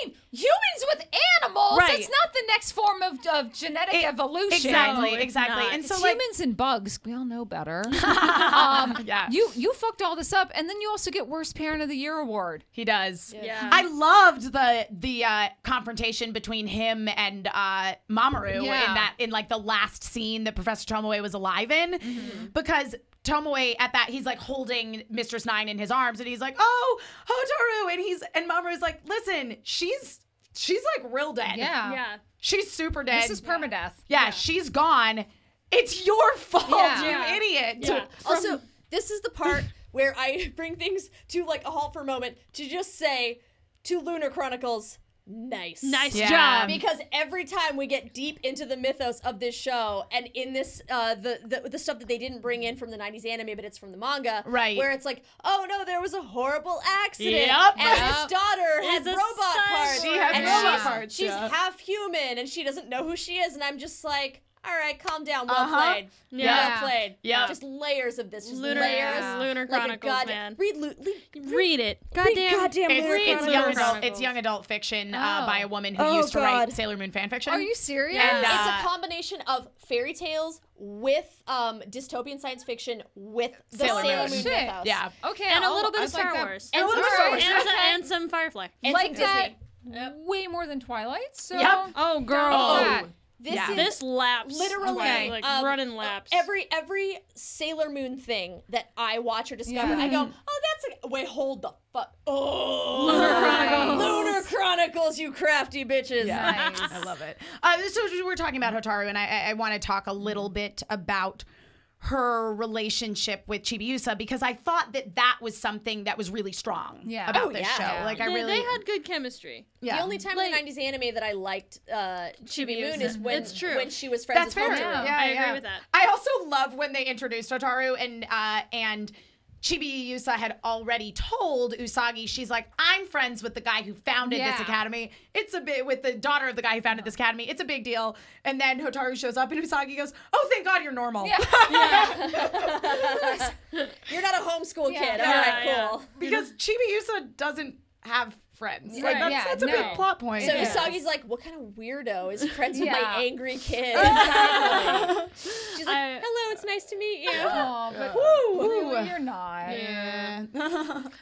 Speaker 5: fucking humans with animals,
Speaker 6: Right.
Speaker 5: it's not the next form of, of genetic
Speaker 6: It-
Speaker 5: evolution.
Speaker 6: Exactly,
Speaker 3: it's
Speaker 6: exactly.
Speaker 3: not.
Speaker 6: And so
Speaker 5: It's
Speaker 6: like
Speaker 5: humans and bugs, we all know better. um,
Speaker 6: Yeah.
Speaker 5: You you fucked all this up, and then you also get worst parent of the year award.
Speaker 6: He does.
Speaker 3: Yeah.
Speaker 6: I loved the the uh, confrontation between him and uh, Mamoru in
Speaker 5: Yeah.
Speaker 6: that in like the last scene that Professor Tomoe was alive in,
Speaker 5: Mm-hmm.
Speaker 6: because Tomoe at that he's like holding Mistress Nine in his arms and he's like, "Oh, Hotaru," and he's and Mamoru's like, "Listen, she's she's like real dead.
Speaker 5: Yeah.
Speaker 3: yeah.
Speaker 6: she's super dead.
Speaker 5: This is permadeath.
Speaker 6: yeah, she's gone. It's your fault,
Speaker 5: Yeah.
Speaker 6: you
Speaker 5: Yeah.
Speaker 6: idiot."
Speaker 3: Yeah.
Speaker 4: Also, this is the part where I bring things to like a halt for a moment to just say to Lunar Chronicles, nice.
Speaker 3: Nice
Speaker 6: Yeah.
Speaker 3: job.
Speaker 4: Because every time we get deep into the mythos of this show, and in this, uh, the, the the stuff that they didn't bring in from the '90s anime, but it's from the manga,
Speaker 6: Right.
Speaker 4: Where it's like, oh no, there was a horrible accident,
Speaker 3: Yep.
Speaker 4: and
Speaker 5: Yep.
Speaker 4: his daughter has
Speaker 3: a
Speaker 4: robot parts,
Speaker 6: She has
Speaker 4: and
Speaker 5: robot
Speaker 4: she's,
Speaker 6: parts,
Speaker 4: she's
Speaker 6: yeah.
Speaker 4: half human, and she doesn't know who she is, and I'm just like. All right, calm down. Well
Speaker 6: Uh-huh.
Speaker 4: played.
Speaker 3: Yeah.
Speaker 4: Well played.
Speaker 6: Yeah.
Speaker 4: Just layers of this. Just
Speaker 3: Lunar,
Speaker 4: layers.
Speaker 3: Lunar
Speaker 4: Like a
Speaker 3: Chronicles,
Speaker 4: goddamn-
Speaker 3: man.
Speaker 4: Read, Lu- read,
Speaker 3: Read it.
Speaker 4: read
Speaker 3: Goddamn.
Speaker 4: goddamn
Speaker 6: It's,
Speaker 4: Lunar
Speaker 6: it's
Speaker 4: Chronicles.
Speaker 6: young adult.
Speaker 5: Chronicles.
Speaker 6: It's young adult fiction uh,
Speaker 5: Oh.
Speaker 6: by a woman who
Speaker 4: Oh,
Speaker 6: used to write
Speaker 4: God.
Speaker 6: Sailor Moon fan fiction.
Speaker 5: Are you serious?
Speaker 6: And, uh,
Speaker 4: it's a combination of fairy tales with um, dystopian science fiction with the
Speaker 6: Sailor
Speaker 4: Sailor,
Speaker 6: Moon.
Speaker 4: Moon,
Speaker 5: Shit.
Speaker 4: mythos.
Speaker 6: yeah.
Speaker 5: okay.
Speaker 3: And a
Speaker 5: I'll-
Speaker 3: little bit of
Speaker 5: I'd like
Speaker 3: Star
Speaker 5: that.
Speaker 3: Wars.
Speaker 6: And some Star
Speaker 3: And
Speaker 6: Wars.
Speaker 3: some, and some Firefly.
Speaker 4: And
Speaker 5: like
Speaker 4: some
Speaker 5: that
Speaker 4: Disney.
Speaker 5: way more than Twilight. So
Speaker 6: Yep.
Speaker 3: Oh, girl.
Speaker 5: Oh.
Speaker 4: This
Speaker 6: Yeah.
Speaker 4: is
Speaker 3: This laps.
Speaker 4: literally
Speaker 3: Okay. Like
Speaker 4: um,
Speaker 3: running laps.
Speaker 4: Every every Sailor Moon thing that I watch or discover,
Speaker 5: Yeah.
Speaker 4: I go, oh, that's a wait, hold the fuck. Oh,
Speaker 5: Lunar Chronicles.
Speaker 4: Lunar Chronicles, you crafty bitches.
Speaker 5: Nice.
Speaker 6: I love it. Uh, so we're talking about Hotaru, and I, I, I want to talk a
Speaker 5: Mm-hmm.
Speaker 6: little bit about her relationship with Chibiusa because I thought that that was something that was really strong
Speaker 5: Yeah.
Speaker 6: about
Speaker 5: Oh,
Speaker 6: this
Speaker 4: yeah.
Speaker 6: show. Like I
Speaker 3: they,
Speaker 6: really,
Speaker 3: they had good chemistry.
Speaker 6: yeah.
Speaker 4: The only time in the '90s anime that I liked uh, Chibi
Speaker 3: Chibi
Speaker 4: Moon
Speaker 3: Yusa.
Speaker 4: is when
Speaker 3: It's true.
Speaker 4: when she was friends
Speaker 6: That's
Speaker 4: with
Speaker 6: fair.
Speaker 4: Hotaru.
Speaker 5: Yeah.
Speaker 3: I agree with that.
Speaker 6: I also love when they introduced Otaru and uh, and Chibi Yusa had already told Usagi, she's like, I'm friends with the guy who founded this
Speaker 5: Yeah.
Speaker 6: academy. It's a bit with the daughter of the guy who founded this academy. It's a big deal. And then Hotaru shows up and Usagi goes, Oh, thank God you're normal.
Speaker 4: You're not a homeschool
Speaker 5: Yeah.
Speaker 4: kid.
Speaker 3: Yeah, yeah.
Speaker 4: All right, cool.
Speaker 6: because Chibi Yusa doesn't have friends. Like
Speaker 5: Right.
Speaker 6: that's,
Speaker 5: Yeah,
Speaker 6: that's a
Speaker 5: no.
Speaker 6: big plot point.
Speaker 4: So
Speaker 5: Yeah.
Speaker 4: Usagi's like, what kind of weirdo is friends with
Speaker 5: Yeah.
Speaker 4: my angry kid? She's like,
Speaker 3: I-
Speaker 4: hello, it's nice to meet you.
Speaker 5: Oh, but
Speaker 6: Ooh.
Speaker 5: really, you're not.
Speaker 6: Yeah.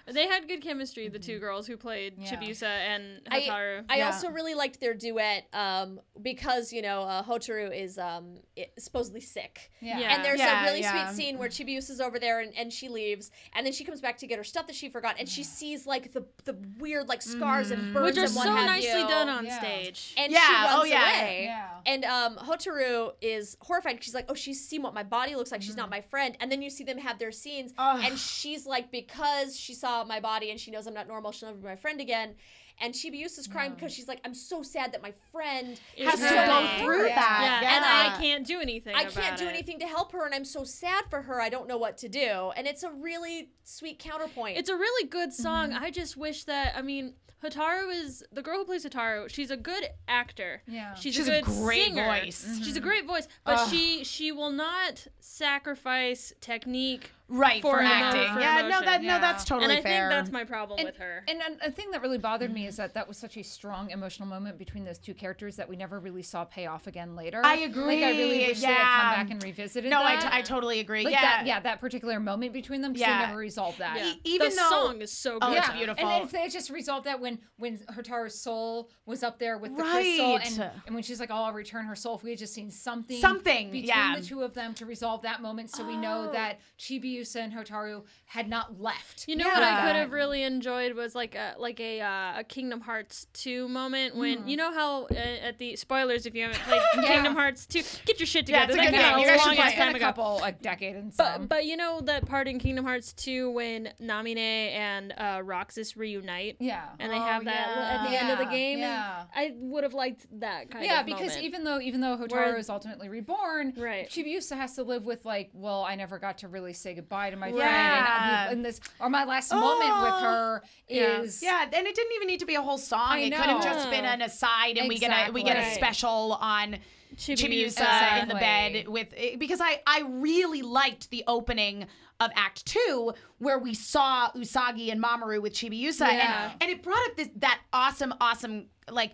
Speaker 3: They had good chemistry, the two girls who played
Speaker 5: Yeah.
Speaker 3: Chibiusa and
Speaker 4: I,
Speaker 3: Hotaru.
Speaker 4: I
Speaker 6: Yeah.
Speaker 4: also really liked their duet um, because you know uh, Hotaru is um, i- supposedly sick,
Speaker 5: Yeah.
Speaker 3: Yeah.
Speaker 4: and there's
Speaker 6: Yeah,
Speaker 4: a really
Speaker 6: yeah.
Speaker 4: sweet scene where Chibiusa's over there and, and she leaves, and then she comes back to get her stuff that she forgot, and she sees like the the weird like scars and burns
Speaker 3: Which are
Speaker 4: and what
Speaker 3: so
Speaker 4: have
Speaker 3: nicely
Speaker 4: you.
Speaker 3: done on
Speaker 5: Yeah.
Speaker 3: stage.
Speaker 4: and she
Speaker 6: Mm. Yeah,
Speaker 4: runs
Speaker 6: oh, yeah,
Speaker 4: away.
Speaker 5: yeah.
Speaker 4: And um, Hotaru is horrified. She's like, "Oh, she's seen what my body looks like.
Speaker 3: Mm-hmm.
Speaker 4: She's not my friend." And then you see them have their scenes,
Speaker 6: Ugh.
Speaker 4: and she's like, "Because she saw my body and she knows I'm not normal, she'll never be my friend again." And Chibiusa's is crying because she's like, "I'm so sad that my friend
Speaker 3: Is
Speaker 6: Has to
Speaker 3: Yeah.
Speaker 6: go through
Speaker 5: Yeah.
Speaker 6: that.
Speaker 3: yeah.
Speaker 6: Yeah.
Speaker 3: and I can't do anything.
Speaker 4: I can't
Speaker 3: about
Speaker 4: do
Speaker 3: it.
Speaker 4: anything to help her, and I'm so sad for her. I don't know what to do." And it's a really sweet counterpoint.
Speaker 3: It's a really good song.
Speaker 6: Mm-hmm.
Speaker 3: I just wish that I mean Hotaru is the girl who plays Hotaru. She's a good actor.
Speaker 5: Yeah.
Speaker 3: she's,
Speaker 6: She has
Speaker 3: a
Speaker 6: a
Speaker 3: good
Speaker 6: great
Speaker 3: singer.
Speaker 6: voice.
Speaker 3: She's a great voice, but she she will not sacrifice technique.
Speaker 6: Right for,
Speaker 3: For emo-
Speaker 6: acting.
Speaker 3: for
Speaker 6: yeah, no,
Speaker 3: emotion,
Speaker 6: that no,
Speaker 5: yeah.
Speaker 6: that's totally
Speaker 3: and I
Speaker 6: fair.
Speaker 3: think that's my problem
Speaker 5: And,
Speaker 3: with her.
Speaker 5: and an- a thing that really bothered me
Speaker 6: Mm.
Speaker 5: is that that was such a strong emotional moment between those two characters that we never really saw pay off again later.
Speaker 6: I
Speaker 5: Like I
Speaker 6: agree,
Speaker 5: really wish they had
Speaker 6: yeah.
Speaker 5: come back and revisited
Speaker 6: no, I,
Speaker 5: that.
Speaker 6: t- I totally agree.
Speaker 5: like
Speaker 6: yeah,
Speaker 5: that, yeah, that particular moment between them because
Speaker 6: Yeah.
Speaker 5: they never resolved that.
Speaker 3: yeah.
Speaker 6: e, even
Speaker 3: the
Speaker 6: though-
Speaker 3: song is so good.
Speaker 6: Oh, it's
Speaker 5: Yeah.
Speaker 6: beautiful.
Speaker 5: And if they just resolved that when when Hotaru's soul was up there with the crystal,
Speaker 6: Right.
Speaker 5: and, and when she's like, "Oh, I'll return her soul," if we had just seen something,
Speaker 6: Something,
Speaker 5: between
Speaker 6: yeah. Oh.
Speaker 5: the two of them to resolve that moment, so we know that Chibiusa and Hotaru had not left.
Speaker 3: You know what
Speaker 6: Yeah.
Speaker 3: I could have really enjoyed was like a like a uh, a Kingdom Hearts two moment when
Speaker 6: Mm.
Speaker 3: you know how uh, at the spoilers if you haven't played Kingdom Hearts two get your shit
Speaker 6: Yeah,
Speaker 3: together.
Speaker 6: it's a
Speaker 3: That
Speaker 6: good
Speaker 3: came
Speaker 6: game.
Speaker 3: out
Speaker 6: You
Speaker 3: a
Speaker 6: guys should
Speaker 3: long
Speaker 5: Long
Speaker 6: play
Speaker 3: ass
Speaker 5: it's
Speaker 6: it.
Speaker 3: time
Speaker 5: been a
Speaker 3: ago.
Speaker 5: couple, like decade and
Speaker 3: But
Speaker 5: some.
Speaker 3: but you know that part in Kingdom Hearts 2 when Namine and uh, Roxas reunite.
Speaker 5: yeah. Oh,
Speaker 3: And they have that
Speaker 6: yeah.
Speaker 3: at the end of the
Speaker 5: Yeah,
Speaker 3: game.
Speaker 5: yeah.
Speaker 3: And I would have liked that kind
Speaker 5: yeah,
Speaker 3: of
Speaker 5: because
Speaker 3: moment.
Speaker 5: even though even though Hotaru
Speaker 3: Where-
Speaker 5: is ultimately reborn,
Speaker 3: Right.
Speaker 5: Chibiusa has to live with like, well, I never got to really say goodbye to my
Speaker 6: Yeah.
Speaker 5: friend, and, we- and this or my last moment with
Speaker 6: Oh.
Speaker 5: her
Speaker 3: Yeah.
Speaker 5: is
Speaker 6: Yeah, and it didn't even need to be a whole song.
Speaker 5: I
Speaker 6: it could have just
Speaker 3: know.
Speaker 6: been an aside, and we get a we get a
Speaker 5: Exactly.
Speaker 6: special on Chibiusa
Speaker 5: Chibiusa.
Speaker 6: in the bed with eh, because I I really liked the opening of Act Two where we saw Usagi and Mamoru with Chibiusa,
Speaker 5: Yeah.
Speaker 6: and and it brought up this that awesome awesome like.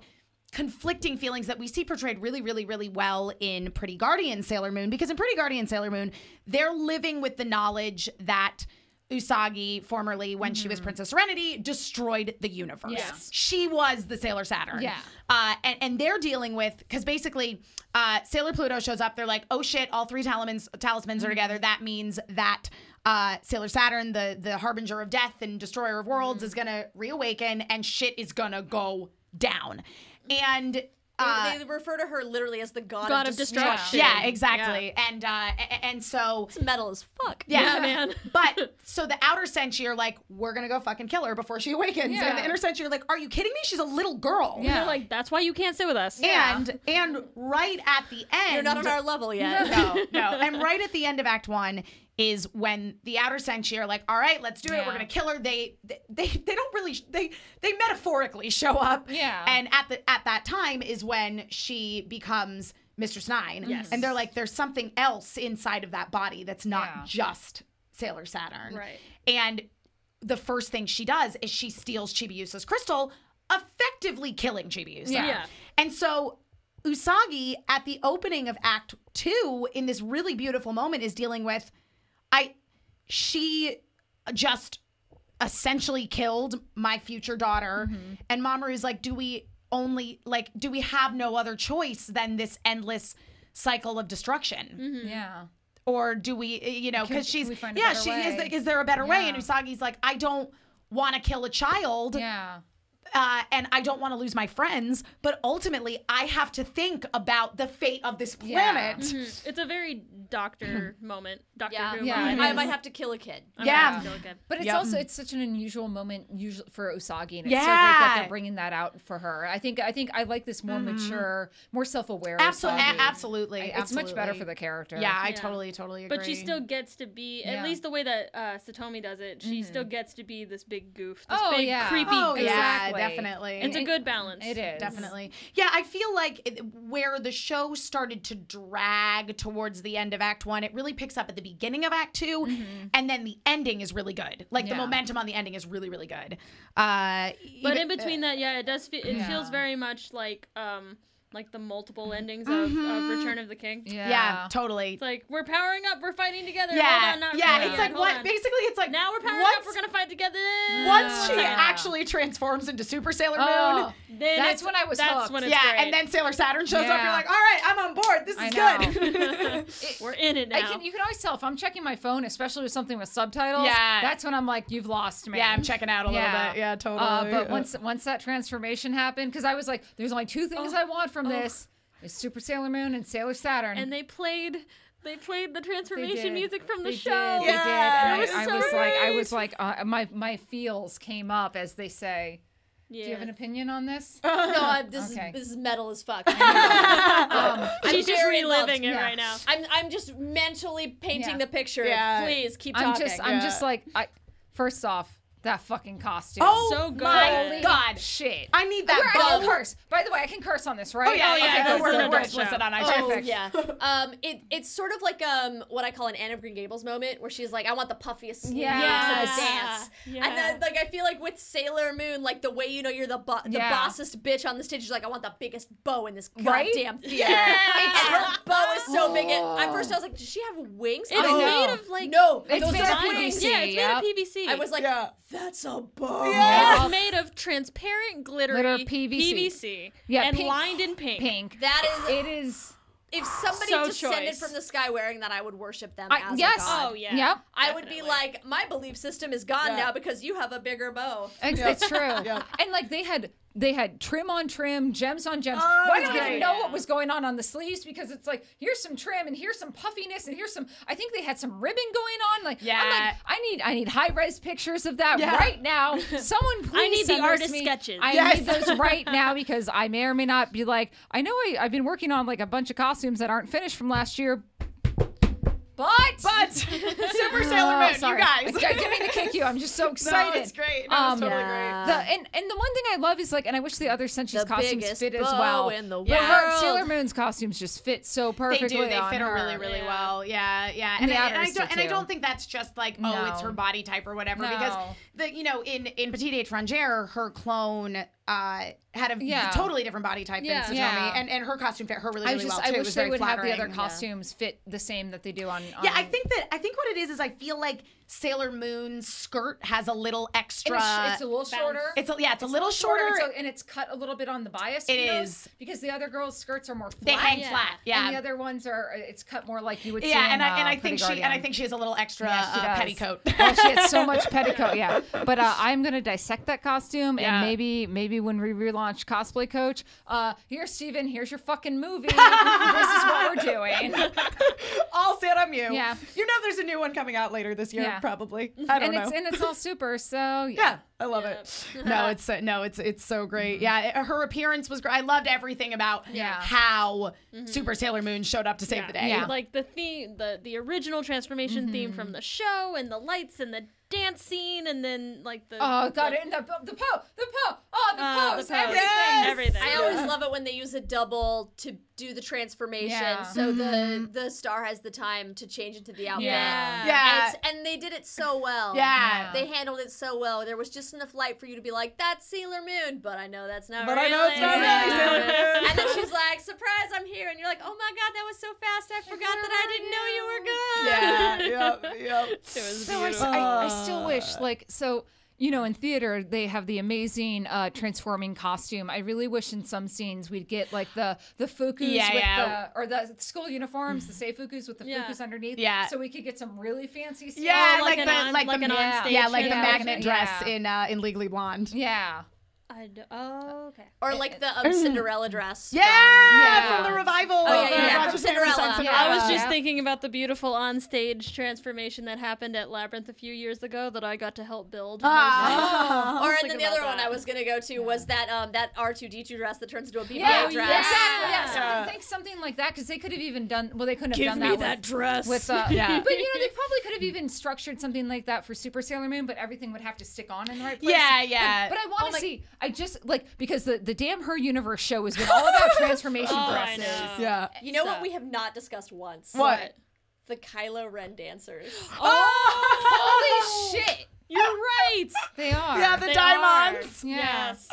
Speaker 6: Conflicting feelings that we see portrayed really, really, really well in Pretty Guardian Sailor Moon. Because in Pretty Guardian Sailor Moon, they're living with the knowledge that Usagi, formerly when she was Princess Serenity, destroyed the universe.
Speaker 5: Yeah.
Speaker 6: She was the Sailor Saturn.
Speaker 5: Yeah.
Speaker 6: Uh, and, and they're dealing with, because basically, uh, Sailor Pluto shows up. They're like, oh shit, all three talismans, talismans are together. That means that uh, Sailor Saturn, the, the harbinger of death and destroyer of worlds, is going to reawaken and shit is going to go down. And
Speaker 4: they, they refer to her literally as the god,
Speaker 3: uh, God
Speaker 4: of
Speaker 3: of
Speaker 4: destruction.
Speaker 3: destruction.
Speaker 6: yeah, exactly. And uh, a- a- and so
Speaker 4: It's metal as fuck.
Speaker 6: Yeah,
Speaker 3: man.
Speaker 6: but so the outer sentry are like, we're gonna go fucking kill her before she awakens,
Speaker 5: Yeah.
Speaker 6: and the inner sentry are like, are you kidding me? She's a little girl.
Speaker 5: Yeah.
Speaker 3: They're like, that's why you can't sit with us.
Speaker 6: And and right at the end,
Speaker 4: You're not on our level yet.
Speaker 6: no, no. And right at the end of Act One is when the outer sentry are like, "All right, let's do it. We're
Speaker 5: Yeah.
Speaker 6: gonna kill her." They they they don't really they they metaphorically show up.
Speaker 5: Yeah.
Speaker 6: And at the at that time is when she becomes Mistress Nine. Yes. And they're like, "There's something else inside of that body that's not
Speaker 5: Yeah.
Speaker 6: just Sailor Saturn."
Speaker 3: Right.
Speaker 6: And the first thing she does is she steals Chibiusa's crystal, effectively killing Chibiusa.
Speaker 3: Yeah.
Speaker 6: And so Usagi at the opening of act 2 in this really beautiful moment is dealing with I she just essentially killed my future daughter
Speaker 5: Mm-hmm.
Speaker 6: and Mamoru's like do we only like do we have no other choice than this endless cycle of destruction
Speaker 3: Hmm.
Speaker 5: Yeah.
Speaker 6: or do we you know
Speaker 5: Mm-hmm. Can-
Speaker 6: because she's
Speaker 5: can we find a
Speaker 6: yeah
Speaker 5: better
Speaker 6: she is
Speaker 5: way?
Speaker 6: is there a better way and
Speaker 5: Yeah.
Speaker 6: Usagi's like I don't want to kill a child
Speaker 5: Yeah.
Speaker 6: uh, and I don't want to lose my friends, but ultimately I have to think about the fate of this
Speaker 5: Yeah.
Speaker 6: planet.
Speaker 3: Mhm. It's a very doctor moment. Doctor
Speaker 4: Yeah.
Speaker 3: Who
Speaker 5: Yeah.
Speaker 3: moment.
Speaker 4: I might have to kill a kid.
Speaker 3: I'm
Speaker 6: Yeah.
Speaker 3: gonna have to go again.
Speaker 5: But it's
Speaker 6: Yep.
Speaker 5: also it's such an unusual moment usually for Usagi, and it's
Speaker 6: Yeah.
Speaker 5: so great that they're bringing that out for her. I think I think I like this more
Speaker 3: Mm-hmm.
Speaker 5: mature, more self-aware.
Speaker 6: Absolutely,
Speaker 5: Usagi.
Speaker 6: absolutely,
Speaker 5: I- it's much better
Speaker 6: absolutely.
Speaker 5: for the character.
Speaker 6: Yeah, I
Speaker 3: Yeah.
Speaker 6: totally, totally agree.
Speaker 3: But she still gets to be, at
Speaker 5: Yeah. Mm-hmm.
Speaker 3: least the way that uh, Satomi does it, she still gets to be this big goof, this
Speaker 5: Oh,
Speaker 3: big
Speaker 5: yeah.
Speaker 3: creepy
Speaker 6: Oh
Speaker 3: goof.
Speaker 6: yeah,
Speaker 5: Exactly.
Speaker 6: definitely.
Speaker 3: It's a good balance.
Speaker 5: it is
Speaker 6: Definitely. Yeah, I feel like it, where the show started to drag towards the end of Act One, it really picks up at the beginning of Act 2
Speaker 3: Mm-hmm.
Speaker 6: and then the ending is really good. Like the
Speaker 5: Yeah.
Speaker 6: momentum on the ending is really, really good. Uh,
Speaker 3: But
Speaker 6: even-
Speaker 3: in between that, yeah, it does. Fe- it feels
Speaker 5: Yeah.
Speaker 3: very much like um like the multiple endings of, of Return of the King.
Speaker 5: Mm-hmm. Yeah.
Speaker 6: yeah, totally.
Speaker 3: It's like we're powering up, we're fighting together.
Speaker 6: yeah,
Speaker 3: hold on, not
Speaker 6: yeah.
Speaker 3: really
Speaker 6: It's
Speaker 3: yet,
Speaker 6: like
Speaker 3: hold
Speaker 6: what?
Speaker 3: on.
Speaker 6: Basically, it's like
Speaker 3: Now we're powering up,
Speaker 6: once-
Speaker 3: we're gonna fight together.
Speaker 6: Once she
Speaker 5: Yeah.
Speaker 6: actually transforms into Super Sailor Moon,
Speaker 5: Oh,
Speaker 3: Then
Speaker 5: That's
Speaker 3: it's-
Speaker 5: when I was
Speaker 3: That's
Speaker 5: hooked.
Speaker 3: when it's
Speaker 6: yeah,
Speaker 3: great.
Speaker 6: and then Sailor Saturn shows up. You're
Speaker 5: Yeah.
Speaker 6: like, all right, I'm on board. This is
Speaker 5: I
Speaker 6: good.
Speaker 3: we're in it now.
Speaker 5: I can, you can always tell if I'm checking my phone, especially with something with subtitles.
Speaker 6: Yeah.
Speaker 5: that's when I'm like, you've lost me.
Speaker 6: oh, yeah, I'm checking out a little bit. Yeah, totally.
Speaker 5: Uh, but once once that transformation happened, because I was like, there's only two
Speaker 6: Oh,
Speaker 5: things I want from this: is Super Sailor Moon and Sailor Saturn.
Speaker 3: and they played they played the
Speaker 5: They
Speaker 3: transformation
Speaker 5: did.
Speaker 3: music from the
Speaker 5: They
Speaker 3: show.
Speaker 5: Did. They did. And I-
Speaker 3: It was
Speaker 5: I,
Speaker 3: so
Speaker 5: was like, I
Speaker 3: great.
Speaker 5: was like, uh, my my feels came up as they say.
Speaker 3: Yeah.
Speaker 5: Do you have an opinion on this? Um,
Speaker 4: No, I, this
Speaker 5: Okay.
Speaker 4: is this is metal as fuck.
Speaker 5: Um,
Speaker 3: She's just
Speaker 4: very loved.
Speaker 3: reliving it
Speaker 5: Yeah.
Speaker 3: right now.
Speaker 4: I'm I'm just mentally painting
Speaker 5: Yeah.
Speaker 4: the picture.
Speaker 6: Yeah.
Speaker 4: Please keep talking.
Speaker 5: I'm just, I'm just
Speaker 6: yeah.
Speaker 5: like, I, first off, that fucking costume.
Speaker 6: oh
Speaker 3: so
Speaker 6: my
Speaker 3: good.
Speaker 6: god,
Speaker 5: shit.
Speaker 6: I need that.
Speaker 5: Where I
Speaker 6: bug.
Speaker 5: can curse. By the way, I can curse on this, right?
Speaker 6: Oh yeah,
Speaker 3: Oh, yeah,
Speaker 6: yeah.
Speaker 3: that
Speaker 6: Okay,
Speaker 3: was
Speaker 6: we're
Speaker 3: an
Speaker 6: we're
Speaker 3: adult
Speaker 6: explicit
Speaker 3: show.
Speaker 6: on
Speaker 4: Oh
Speaker 6: iTunes.
Speaker 4: yeah, um, it it's sort of like um what I call an Anne of Green Gables moment where she's like, I want the puffiest sleeves and the
Speaker 5: Yes.
Speaker 4: dance,
Speaker 3: Yeah.
Speaker 4: and then, like I feel like with Sailor Moon, like the way you know you're the bo- the
Speaker 5: Yeah.
Speaker 4: bossest bitch on the stage, she's like, I want the biggest bow in this
Speaker 5: Right?
Speaker 4: goddamn theater, and her bow is so big. It, at first I was like, does she have wings?
Speaker 3: It's
Speaker 5: I know.
Speaker 3: made of like
Speaker 4: no,
Speaker 5: It's
Speaker 4: those
Speaker 5: made
Speaker 4: are
Speaker 5: of
Speaker 4: wings.
Speaker 5: PVC.
Speaker 3: Yeah, it's made
Speaker 5: yep.
Speaker 3: of PVC.
Speaker 4: I was like,
Speaker 6: Yeah.
Speaker 4: that's a bow.
Speaker 5: Yeah.
Speaker 3: It's made of transparent glittery
Speaker 5: Glitter PVC.
Speaker 3: PVC,
Speaker 5: Yeah,
Speaker 3: and
Speaker 5: pink-
Speaker 3: lined in pink.
Speaker 5: Pink.
Speaker 4: That is
Speaker 5: It is.
Speaker 4: if somebody
Speaker 3: So
Speaker 4: descended
Speaker 3: choice.
Speaker 4: from the sky wearing that, I would worship them
Speaker 5: I,
Speaker 4: as
Speaker 5: yes.
Speaker 4: a god.
Speaker 3: Oh, yeah.
Speaker 5: Yep.
Speaker 4: I would be
Speaker 3: Definitely.
Speaker 4: like, my belief system is gone
Speaker 6: Yeah.
Speaker 4: now because you have a bigger bow.
Speaker 5: It's, it's true. And like they had they had trim on trim, gems on gems.
Speaker 6: Oh,
Speaker 5: Why
Speaker 6: it's
Speaker 5: don't we
Speaker 6: great.
Speaker 5: even know what was going on on the sleeves? Because it's like here's some trim and here's some puffiness and here's some. I think they had some ribbon going on. Like I'm
Speaker 6: Yeah.
Speaker 5: like I need I need high res pictures of that
Speaker 6: Yeah.
Speaker 5: right now. Someone please
Speaker 3: need the
Speaker 5: send those
Speaker 3: artist
Speaker 5: to me.
Speaker 3: sketches.
Speaker 5: I
Speaker 6: Yes.
Speaker 5: need those right now because I may or may not be like I know I, I've been working on like a bunch of costumes that aren't finished from last year. But
Speaker 6: But Super
Speaker 5: Oh,
Speaker 6: Sailor Moon,
Speaker 5: sorry.
Speaker 6: you guys.
Speaker 5: I, I didn't mean to kick you. I'm just so excited. Um,
Speaker 6: it's great. No, it's totally
Speaker 4: Yeah.
Speaker 5: The, and and the one thing I love is like, and I wish the other Senshi's
Speaker 4: The
Speaker 5: costumes
Speaker 4: biggest
Speaker 5: fit as
Speaker 4: bow
Speaker 5: well.
Speaker 4: in the
Speaker 5: But her-
Speaker 4: world.
Speaker 5: Sailor Moon's costumes just fit so perfectly.
Speaker 6: They do. They
Speaker 5: on
Speaker 6: fit her really, really
Speaker 3: Yeah.
Speaker 6: well. Yeah, yeah. And,
Speaker 5: the
Speaker 6: I, and I
Speaker 5: outers do
Speaker 6: don't, and I
Speaker 5: too.
Speaker 6: don't think that's just like, oh, it's
Speaker 5: No.
Speaker 6: her body type or whatever. Because
Speaker 5: No.
Speaker 6: the you know, in in Petite Étrangère, her clone uh, had a
Speaker 5: Yeah.
Speaker 6: totally different body type
Speaker 3: Yeah.
Speaker 6: than Satomi,
Speaker 5: Yeah.
Speaker 6: and and her costume fit her really,
Speaker 5: I
Speaker 6: really
Speaker 5: was just,
Speaker 6: well too.
Speaker 5: I
Speaker 6: It
Speaker 5: wish
Speaker 6: was
Speaker 5: they
Speaker 6: very
Speaker 5: would have the other
Speaker 6: flattering.
Speaker 5: costumes fit the same that they do on.
Speaker 6: Yeah,
Speaker 5: on-
Speaker 6: I think that I think what it is is I feel like Sailor Moon's skirt has a little
Speaker 5: And
Speaker 6: extra.
Speaker 5: it's, it's a little shorter.
Speaker 6: it's a- yeah, it's a little shorter.
Speaker 5: so- and it's cut a little bit on the bias.
Speaker 6: It
Speaker 5: you know,
Speaker 6: is.
Speaker 5: because the other girls' skirts are more flat.
Speaker 6: They hang flat, yeah.
Speaker 5: and the other ones are it's cut more like you would. see
Speaker 6: yeah,
Speaker 5: in,
Speaker 6: and I and
Speaker 5: uh,
Speaker 6: I
Speaker 5: Pretty
Speaker 6: think she and I
Speaker 5: Guardian.
Speaker 6: think she has a little extra
Speaker 5: Yeah, she
Speaker 6: uh,
Speaker 5: does.
Speaker 6: petticoat.
Speaker 5: Oh, she had so much petticoat, yeah. But uh, I'm gonna dissect that costume
Speaker 6: Yeah.
Speaker 5: and maybe maybe when we relaunched Cosplay Coach. Uh, here, Steven, here's your fucking movie. this is what we're doing.
Speaker 6: All set on you.
Speaker 5: Yeah.
Speaker 6: You know there's a new one coming out later this year,
Speaker 5: Yeah. Mm-hmm.
Speaker 6: probably. I don't
Speaker 5: and
Speaker 6: know.
Speaker 5: it's and it's all super. So
Speaker 6: yeah. I love it. No, it's so, no, it's it's so great. Yeah, it- her appearance was great. I loved everything about
Speaker 5: Yeah.
Speaker 6: how Super Sailor Moon showed up to save the day.
Speaker 5: Yeah.
Speaker 3: Like the theme, the the original transformation theme from the show, and the lights, and the dance scene, and then like the
Speaker 5: Oh
Speaker 3: the-
Speaker 5: god, and the the po, the po, oh the
Speaker 3: Uh,
Speaker 5: pose,
Speaker 3: the pose.
Speaker 5: everything.
Speaker 3: Yes! Everything.
Speaker 4: I always love it when they use a double to do the transformation,
Speaker 5: Yeah.
Speaker 4: so the the star has the time to change into the outfit.
Speaker 3: yeah.
Speaker 6: Yeah.
Speaker 4: And, it's- and they did it so well.
Speaker 6: Yeah.
Speaker 4: They handled it so well. There was just enough light for you to be like, that's Sailor Moon, but I know that's not
Speaker 6: But I
Speaker 4: really.
Speaker 6: know it's not
Speaker 5: really Sailor
Speaker 6: Moon.
Speaker 4: And then she's like, surprise, I'm here. And you're like, oh my God, that was so fast. I forgot that I didn't know you were good.
Speaker 6: Yeah. yep, yep.
Speaker 5: So I, s- I- I still wish, like, so you know, in theater they have the amazing uh, transforming costume. I really wish in some scenes we'd get like the the fukus
Speaker 6: Yeah,
Speaker 5: with
Speaker 6: yeah.
Speaker 5: the or the school uniforms, the seifukus with the
Speaker 3: Yeah.
Speaker 5: fukus underneath.
Speaker 6: Yeah.
Speaker 5: So we could get some really fancy stuff.
Speaker 6: Yeah,
Speaker 3: Oh,
Speaker 6: like,
Speaker 3: like an
Speaker 6: the
Speaker 3: on-
Speaker 6: like,
Speaker 3: like
Speaker 6: the
Speaker 3: an
Speaker 6: yeah,
Speaker 3: onstage
Speaker 6: yeah, like the
Speaker 5: transform.
Speaker 6: magnet dress
Speaker 5: Yeah.
Speaker 6: in uh, in Legally Blonde.
Speaker 5: Yeah.
Speaker 3: I d- oh, okay.
Speaker 4: Or like the um, Cinderella dress. Oh,
Speaker 6: Yeah,
Speaker 5: Um, Oh, Yeah.
Speaker 6: from the revival.
Speaker 4: yeah,
Speaker 6: of the
Speaker 4: yeah, yeah,
Speaker 6: Roger
Speaker 4: from
Speaker 6: Taylor's
Speaker 4: Cinderella.
Speaker 6: Sons of
Speaker 5: Yeah.
Speaker 3: I was
Speaker 6: Anarchy.
Speaker 3: just thinking about the beautiful onstage transformation that happened at Labyrinth a few years ago that I got to help build. "Oh,
Speaker 6: Ah.
Speaker 4: Or
Speaker 3: Let's
Speaker 4: and then
Speaker 3: think
Speaker 4: the other
Speaker 3: about
Speaker 4: one I
Speaker 3: that.
Speaker 4: was gonna go to was that um that R two D two dress that turns into a BB
Speaker 5: Yeah,
Speaker 4: dress.
Speaker 5: yeah, exactly. Yeah,
Speaker 6: Yeah.
Speaker 5: something, think something like that because they could have even done. Well, they couldn't have done that. with-
Speaker 2: dress.
Speaker 5: with uh,
Speaker 6: Yeah.
Speaker 5: but you know they probably could have even structured something like that for Super Sailor Moon, but everything would have to stick on in the right place.
Speaker 6: Yeah, yeah.
Speaker 5: But, but I want to see. I just like because the the damn her universe show has been all about transformation
Speaker 3: Oh, I
Speaker 5: dresses.
Speaker 3: know.
Speaker 6: Yeah.
Speaker 4: You know what
Speaker 3: So-
Speaker 4: we have not discussed once?
Speaker 6: What?
Speaker 4: The Kylo Ren dancers.
Speaker 5: Holy shit,
Speaker 3: You're right.
Speaker 5: they are.
Speaker 6: Yeah, the
Speaker 3: They
Speaker 6: diamonds.
Speaker 3: are.
Speaker 5: Yeah.
Speaker 3: Yes.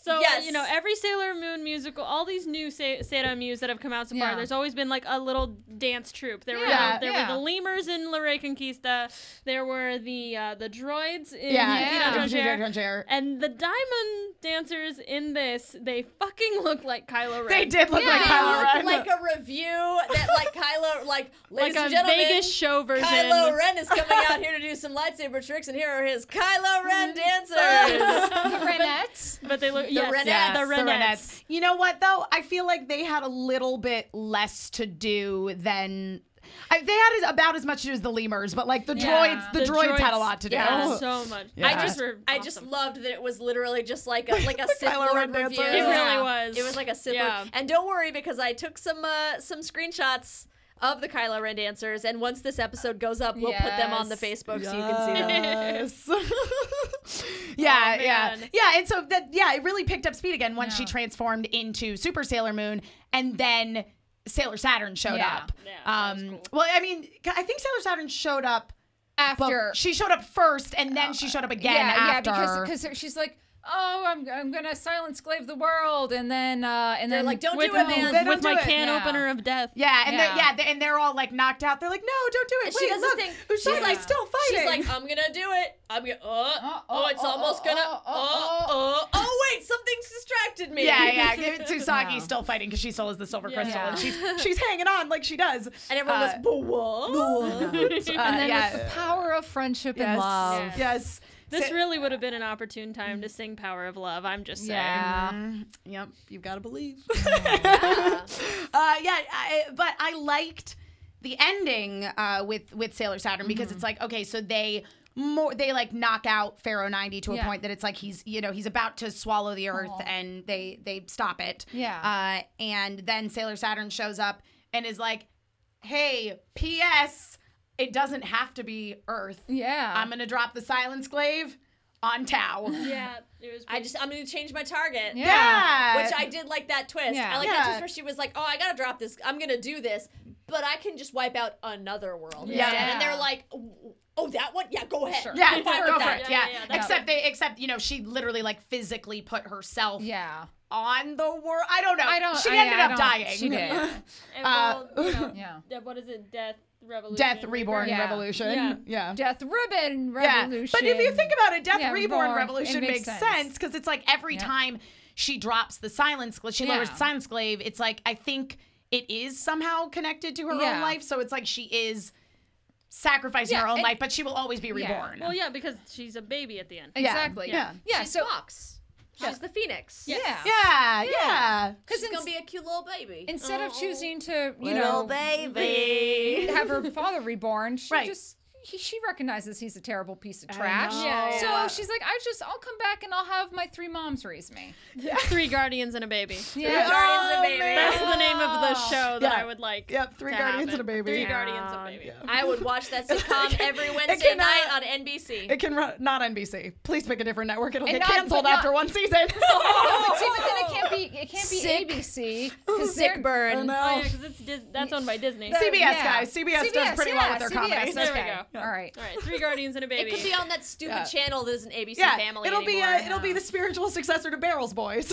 Speaker 3: So
Speaker 4: Yes.
Speaker 3: you know every Sailor Moon musical, all these new Se- Sailor Muse that have come out so far.
Speaker 5: Yeah.
Speaker 3: There's always been like a little dance troupe. There
Speaker 5: Yeah,
Speaker 3: were the, there
Speaker 5: yeah.
Speaker 3: were the lemurs in La Reconquista. There were the uh, the droids in
Speaker 5: Yeah.
Speaker 3: Tito
Speaker 6: Yeah.
Speaker 3: Danger.
Speaker 6: Danger.
Speaker 3: And the diamond dancers in this, they fucking look like Kylo Ren.
Speaker 6: They did look like
Speaker 4: They
Speaker 6: Kylo
Speaker 4: look
Speaker 6: Ren.
Speaker 4: like a review that like Kylo like
Speaker 3: Like
Speaker 4: ladies
Speaker 3: a
Speaker 4: and gentlemen.
Speaker 3: Vegas show version.
Speaker 4: Kylo Ren is coming out here to do some lightsaber tricks, and here are his Kylo Ren dancers.
Speaker 5: The Renettes.
Speaker 3: But they look yes,
Speaker 4: Renettes.
Speaker 3: yeah,
Speaker 6: Yes,
Speaker 3: the Renettes.
Speaker 6: Renettes. You know what though? I feel like they had a little bit less to do than I, they had as- about as much to do as the lemurs, but like the droids, the, droids, had a lot to do. Oh.
Speaker 3: Yeah, so much.
Speaker 6: Yeah.
Speaker 4: I just,
Speaker 3: Were
Speaker 4: I just
Speaker 3: awesome.
Speaker 4: loved that it was literally just like a like a Sith
Speaker 6: Kylo Ren
Speaker 4: Lord
Speaker 6: dancers.
Speaker 4: review.
Speaker 6: It
Speaker 3: It
Speaker 5: Yeah.
Speaker 3: really was.
Speaker 4: It was like a Sith
Speaker 3: Yeah.
Speaker 4: Lord. And don't worry because I took some uh, some screenshots of the Kylo Ren dancers, and once this episode goes up, we'll put them on the
Speaker 5: Yes.
Speaker 4: Facebook so you can see them.
Speaker 6: Yes. yeah,
Speaker 3: Oh,
Speaker 6: yeah,
Speaker 3: man.
Speaker 6: yeah. And so that, yeah, it really picked up speed again once she
Speaker 5: Yeah.
Speaker 6: transformed into Super Sailor Moon, and then Sailor Saturn showed
Speaker 5: Yeah.
Speaker 6: up.
Speaker 3: Yeah, that was
Speaker 6: um,
Speaker 3: cool.
Speaker 6: well, I mean, I think Sailor Saturn showed up. Well,
Speaker 5: After Uh,
Speaker 6: she showed up first, and then she showed up again
Speaker 5: yeah,
Speaker 6: after.
Speaker 5: yeah, because because she's like, oh, I'm I'm gonna silent slave the world, and then uh and
Speaker 4: They're
Speaker 5: then
Speaker 4: like, don't
Speaker 3: with,
Speaker 4: do it,
Speaker 6: They
Speaker 4: man.
Speaker 6: don't
Speaker 3: with
Speaker 6: do
Speaker 3: my
Speaker 6: it.
Speaker 3: can
Speaker 5: Yeah.
Speaker 3: opener of death.
Speaker 6: yeah, and
Speaker 5: Yeah.
Speaker 6: They're, yeah, they, and they're all like knocked out. They're like, "No, don't do it."
Speaker 4: And she
Speaker 6: Wait,
Speaker 4: does this
Speaker 6: look,
Speaker 4: thing.
Speaker 6: Ushi's
Speaker 4: She's like-
Speaker 6: still
Speaker 4: She's
Speaker 6: fighting.
Speaker 4: like, I'm gonna do it. I'm gonna. Oh,
Speaker 6: Uh,
Speaker 5: Oh,
Speaker 4: oh,
Speaker 5: oh,
Speaker 4: it's
Speaker 5: oh,
Speaker 4: almost
Speaker 5: oh,
Speaker 4: gonna.
Speaker 5: oh,
Speaker 4: Oh,
Speaker 5: oh,
Speaker 4: oh, oh, wait, something's distracted me.
Speaker 6: yeah, yeah. give it- Tsusaki's
Speaker 5: Yeah.
Speaker 6: still fighting because she still has the silver
Speaker 3: Yeah.
Speaker 6: crystal, and she's she's hanging on like she does.
Speaker 4: And everyone
Speaker 6: Uh,
Speaker 4: was, but what?
Speaker 5: and then
Speaker 6: yeah.
Speaker 5: with the power of friendship and
Speaker 6: Yes.
Speaker 5: love.
Speaker 3: Yeah.
Speaker 6: Yes.
Speaker 3: This
Speaker 6: Sa-
Speaker 3: really would have been an opportune time to sing "Power of Love." I'm just saying.
Speaker 5: Yeah.
Speaker 6: Yep, you've got to believe. uh, yeah, I, but I liked the ending uh, with with Sailor Saturn because
Speaker 5: Mm-hmm.
Speaker 6: it's like okay, so they more they like knock out Pharaoh ninety to a
Speaker 5: Yeah.
Speaker 6: point that it's like he's you know he's about to swallow the earth and they they stop it.
Speaker 5: Yeah.
Speaker 6: uh, and then Sailor Saturn shows up and is like, "Hey, P.S. It doesn't have to be Earth.
Speaker 5: Yeah.
Speaker 6: I'm gonna drop the Silence Glaive on Tau."
Speaker 3: Yeah, it was.
Speaker 4: I just, I'm gonna change my target.
Speaker 5: Ah, Yeah.
Speaker 6: Yeah.
Speaker 4: Which I did like that twist.
Speaker 5: Yeah.
Speaker 4: I like
Speaker 6: Yeah.
Speaker 4: that twist where she was like, "Oh, I gotta drop this. I'm gonna do this, but I can just wipe out another world."
Speaker 5: Yeah.
Speaker 4: And they're like, "Oh, that one? Yeah, go ahead.
Speaker 5: Sure.
Speaker 6: Yeah,
Speaker 4: I'm fine
Speaker 6: go
Speaker 4: with
Speaker 6: for
Speaker 4: that."
Speaker 6: it. Yeah,
Speaker 3: Yeah, yeah, yeah, that-
Speaker 6: except they, except you know, she literally like physically put herself
Speaker 5: Yeah.
Speaker 6: on the world. I don't know.
Speaker 5: I don't.
Speaker 6: Oh, She
Speaker 5: I,
Speaker 6: ended
Speaker 5: I
Speaker 6: up
Speaker 5: don't-
Speaker 6: dying.
Speaker 5: She did.
Speaker 3: and, well, you know,
Speaker 5: Yeah.
Speaker 3: de- what is it? Death Revolution.
Speaker 6: Uh, Death Reborn
Speaker 5: Yeah.
Speaker 6: Revolution. Yeah.
Speaker 5: Death Ribbon
Speaker 6: Yeah.
Speaker 5: Revolution.
Speaker 6: But if you think about it, Death
Speaker 5: Yeah,
Speaker 6: Reborn
Speaker 5: Reborn.
Speaker 6: Revolution
Speaker 5: It
Speaker 6: makes,
Speaker 5: makes
Speaker 6: sense
Speaker 5: sense.
Speaker 6: because it's like every
Speaker 5: Yeah.
Speaker 6: time she drops the silence, gla- she
Speaker 5: Yeah.
Speaker 6: lowers the silence glaive. It's like I think it is somehow connected to her own
Speaker 5: Yeah.
Speaker 6: life, so it's like she is sacrificing
Speaker 5: Yeah,
Speaker 6: her own
Speaker 5: and-
Speaker 6: life, but she will always be reborn.
Speaker 3: Well, yeah, because she's a baby at the end.
Speaker 5: exactly,
Speaker 6: Yeah.
Speaker 5: yeah. So
Speaker 4: Fox. She's the phoenix.
Speaker 5: Yeah.
Speaker 6: Yeah, yeah.
Speaker 4: She's gonna be a cute little baby.
Speaker 5: Instead of choosing to, you
Speaker 4: little
Speaker 5: know,
Speaker 4: baby.
Speaker 5: have her father reborn, she
Speaker 6: Right.
Speaker 5: just he, she recognizes he's a terrible piece of trash.
Speaker 6: know.
Speaker 3: Yeah,
Speaker 5: So
Speaker 3: yeah.
Speaker 5: she's like, I just I'll come back and I'll have my three moms raise me.
Speaker 3: Three guardians and a baby.
Speaker 5: Yeah.
Speaker 6: Oh, man.
Speaker 3: That's the name of the show that
Speaker 6: Yeah.
Speaker 3: I would like.
Speaker 6: Yep, Three
Speaker 3: to
Speaker 6: Guardians
Speaker 3: happen.
Speaker 6: and a Baby.
Speaker 3: Three Um,
Speaker 6: Yeah.
Speaker 3: guardians and a baby.
Speaker 4: I would watch that sitcom every Wednesday
Speaker 6: cannot-
Speaker 4: night on NBC.
Speaker 6: It can run, not NBC. Please pick a different network. It'll
Speaker 5: And
Speaker 6: get
Speaker 5: not-
Speaker 6: canceled
Speaker 5: but not-
Speaker 6: after one season.
Speaker 5: No, Oh, but see, but then it can't be it can't be
Speaker 4: Sick.
Speaker 5: ABC because
Speaker 4: Sick
Speaker 6: Oh,
Speaker 4: burn.
Speaker 3: Oh yeah,
Speaker 6: no.
Speaker 3: because it's Dis- that's owned by Disney.
Speaker 6: CBS
Speaker 5: Yeah.
Speaker 6: guys. CBS, does pretty well with their
Speaker 5: yeah,
Speaker 6: comedies.
Speaker 5: CBS,
Speaker 3: There we
Speaker 5: okay.
Speaker 3: go.
Speaker 5: All right.
Speaker 3: All right, three guardians and a
Speaker 4: It
Speaker 3: baby.
Speaker 4: could be on that stupid
Speaker 6: Yeah.
Speaker 4: channel that isn't ABC
Speaker 6: Yeah,
Speaker 4: Family
Speaker 6: it'll
Speaker 4: anymore.
Speaker 6: be uh, a, it'll be the spiritual successor to Barrels Boys.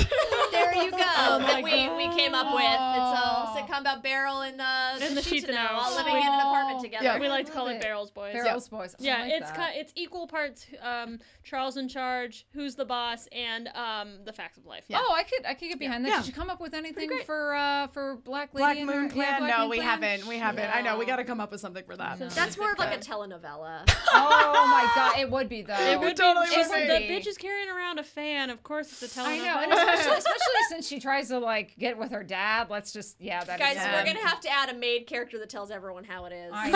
Speaker 4: there you go.
Speaker 6: Oh
Speaker 4: that we, we came up with.
Speaker 5: God.
Speaker 4: It's a sitcom about Beryl and uh,
Speaker 3: And the
Speaker 4: Sheets and
Speaker 3: Sheets and
Speaker 4: all
Speaker 3: O's.
Speaker 4: living in an apartment
Speaker 5: Oh.
Speaker 4: together.
Speaker 6: Yeah.
Speaker 3: we like to
Speaker 5: love
Speaker 3: call it,
Speaker 5: it.
Speaker 3: Barrels Boys.
Speaker 5: Barrels boys. I
Speaker 3: Yeah,
Speaker 5: like
Speaker 3: it's
Speaker 5: that.
Speaker 3: ki- it's equal parts um, Charles in Charge, Who's the Boss, and um, The Facts of Life.
Speaker 5: Oh, I could I could get behind that.
Speaker 6: Yeah.
Speaker 5: Did you come up with anything for uh for Black Lady?
Speaker 6: Black
Speaker 5: and her-
Speaker 6: Moon
Speaker 5: yeah,
Speaker 6: Clan?
Speaker 5: Black
Speaker 6: no,
Speaker 5: Moon
Speaker 6: we
Speaker 5: Clan?
Speaker 6: haven't. We haven't. I know. We got to come up with something for that.
Speaker 4: That's more of like a telenovela.
Speaker 5: Oh my god, it would be though.
Speaker 3: It would
Speaker 6: totally
Speaker 3: be,
Speaker 6: would
Speaker 3: she's like, the
Speaker 5: be.
Speaker 3: bitch is carrying around a fan. Of course, it's a
Speaker 5: I
Speaker 3: telenovela.
Speaker 5: know, and especially, especially since she tries to like get with her dad. Let's just yeah, that
Speaker 4: Guys,
Speaker 5: is
Speaker 4: we're
Speaker 5: dumb.
Speaker 4: going to have to add a maid character that tells everyone how it is.
Speaker 5: I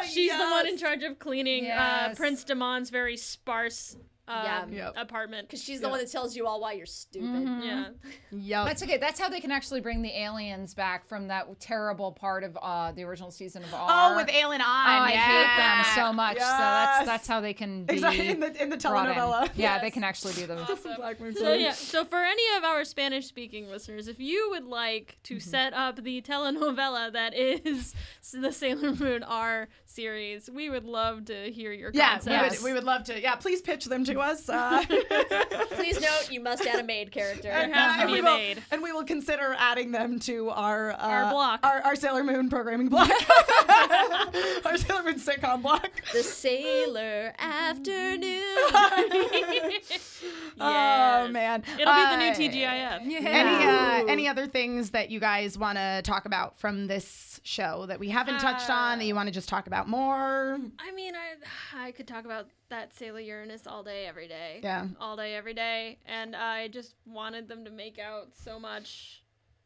Speaker 5: know.
Speaker 3: She's the one in charge of cleaning uh,
Speaker 5: Yes.
Speaker 3: Prince Damon's very sparse um,
Speaker 4: Yeah.
Speaker 6: Yep.
Speaker 3: apartment.
Speaker 4: Because she's the one that tells you all why you're stupid.
Speaker 3: yeah.
Speaker 5: Mhm.
Speaker 6: Yep.
Speaker 5: That's okay. That's how they can actually bring the aliens back from that terrible part of uh, the original season of R.
Speaker 6: oh, with Alan on.
Speaker 5: I hate them so much. So that's
Speaker 6: Yes.
Speaker 5: that's how they can be
Speaker 6: Exactly, in the- in the
Speaker 5: brought in.
Speaker 6: telenovela.
Speaker 5: Yeah, they can actually do them.
Speaker 6: Black Moon
Speaker 3: So yeah, so for any of our Spanish-speaking listeners, if you would like to
Speaker 5: Mm-hmm.
Speaker 3: set up the telenovela that is the Sailor Moon R series, we would love to hear your
Speaker 6: Yeah,
Speaker 3: concept.
Speaker 6: we
Speaker 5: Yes.
Speaker 6: would, we would love to. Yeah, please pitch them to us. Uh,
Speaker 4: Please note, you must add a maid character.
Speaker 3: There has to
Speaker 6: and
Speaker 3: be
Speaker 6: we
Speaker 3: a
Speaker 6: will,
Speaker 3: maid.
Speaker 6: and we will consider adding them to our uh,
Speaker 3: Our block.
Speaker 6: our, our Sailor Moon programming block, our Sailor Moon sitcom block.
Speaker 4: the Sailor Afternoon.
Speaker 6: Oh
Speaker 3: Yes.
Speaker 6: man,
Speaker 3: It'll be the new
Speaker 6: Uh,
Speaker 3: TGIF.
Speaker 6: Any uh, any other things that you guys want to talk about from this show that we haven't touched on that you want to just talk about more?
Speaker 3: I mean, I I could talk about that Sailor Uranus all day, every day.
Speaker 6: Yeah.
Speaker 3: All day, every day, and I just wanted them to make out so much.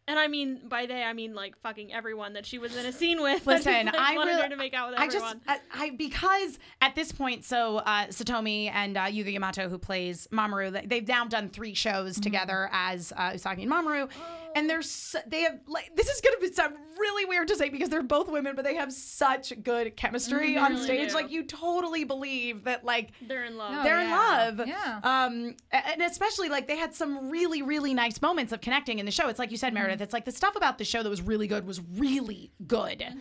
Speaker 3: And I mean, by they, I mean like fucking everyone that she was in a scene with. I,
Speaker 6: Listen,
Speaker 3: just, like,
Speaker 6: I
Speaker 3: wanted
Speaker 6: really
Speaker 3: her to make out with
Speaker 6: I
Speaker 3: everyone.
Speaker 6: just I, I because at this point, so uh, Satomi and uh, Yuga Yamato, who plays Mamoru, they- they've now done three shows together as uh, Usagi and Mamoru, and they're su- they have like this is gonna be sound really weird to say because they're both women, but they have such good chemistry on
Speaker 3: really
Speaker 6: stage.
Speaker 3: do.
Speaker 6: Like you totally believe that like
Speaker 3: They're in love.
Speaker 5: No,
Speaker 6: they're
Speaker 5: Oh, yeah.
Speaker 6: in love.
Speaker 5: Yeah.
Speaker 6: Um, a- and especially like they had some really, really nice moments of connecting in the show. It's like you said, Meredith.
Speaker 5: Mm-hmm.
Speaker 6: It's like the stuff about the show that was really good was really good.
Speaker 5: Mm-hmm.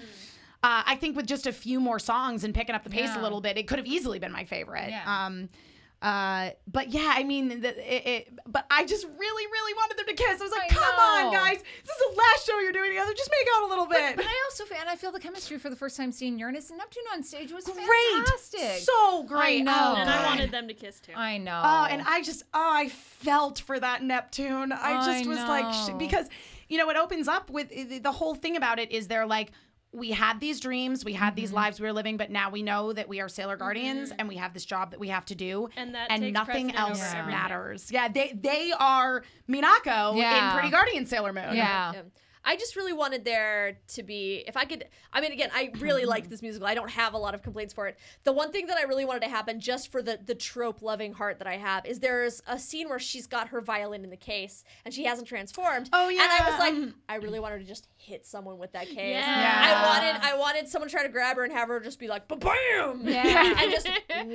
Speaker 6: Uh, I think with just a few more songs and picking up the pace a
Speaker 5: Yeah.
Speaker 6: little bit, it could have easily been my favorite.
Speaker 5: Yeah.
Speaker 6: Um, uh, but yeah, I mean, the, it, it, but I just really, really wanted them to kiss. I was like,
Speaker 5: I
Speaker 6: come on,
Speaker 5: know.
Speaker 6: guys, this is the last show you're doing together. Just make out a little bit.
Speaker 5: But I also fe- and I feel the chemistry for the first time seeing Uranus and Neptune on stage was
Speaker 6: great,
Speaker 5: fantastic.
Speaker 6: so great.
Speaker 5: know.
Speaker 6: Oh,
Speaker 3: and I
Speaker 6: God.
Speaker 3: wanted them to kiss too.
Speaker 5: I know.
Speaker 6: Oh, and I just, oh, I felt for that Neptune. I
Speaker 5: I
Speaker 6: just was like, sh-
Speaker 5: know.
Speaker 6: because, you know, it opens up with eh, the whole thing about it is they're like, we had these dreams, we had these lives we were living, but now we know that we are Sailor Guardians and we have this job that we have to do.
Speaker 3: And that
Speaker 6: and
Speaker 3: takes
Speaker 6: nothing
Speaker 3: precedent over
Speaker 6: else
Speaker 5: everything.
Speaker 6: matters. Yeah, they they are Minako in
Speaker 5: Yeah.
Speaker 6: Pretty Guardian Sailor Moon.
Speaker 5: yeah.
Speaker 4: Yeah. I just really wanted there to be, if I could, I mean, again, I really liked this musical. I don't have a lot of complaints for it. The one thing that I really wanted to happen, just for the the trope loving heart that I have, is there's a scene where she's got her violin in the case and she hasn't transformed.
Speaker 6: Oh,
Speaker 4: And I was
Speaker 6: yeah.
Speaker 4: like, I really want her to just hit someone with that case.
Speaker 3: Yeah.
Speaker 4: I wanted, I wanted someone to try to grab her and have her just be like, bam,
Speaker 5: Yeah.
Speaker 4: and just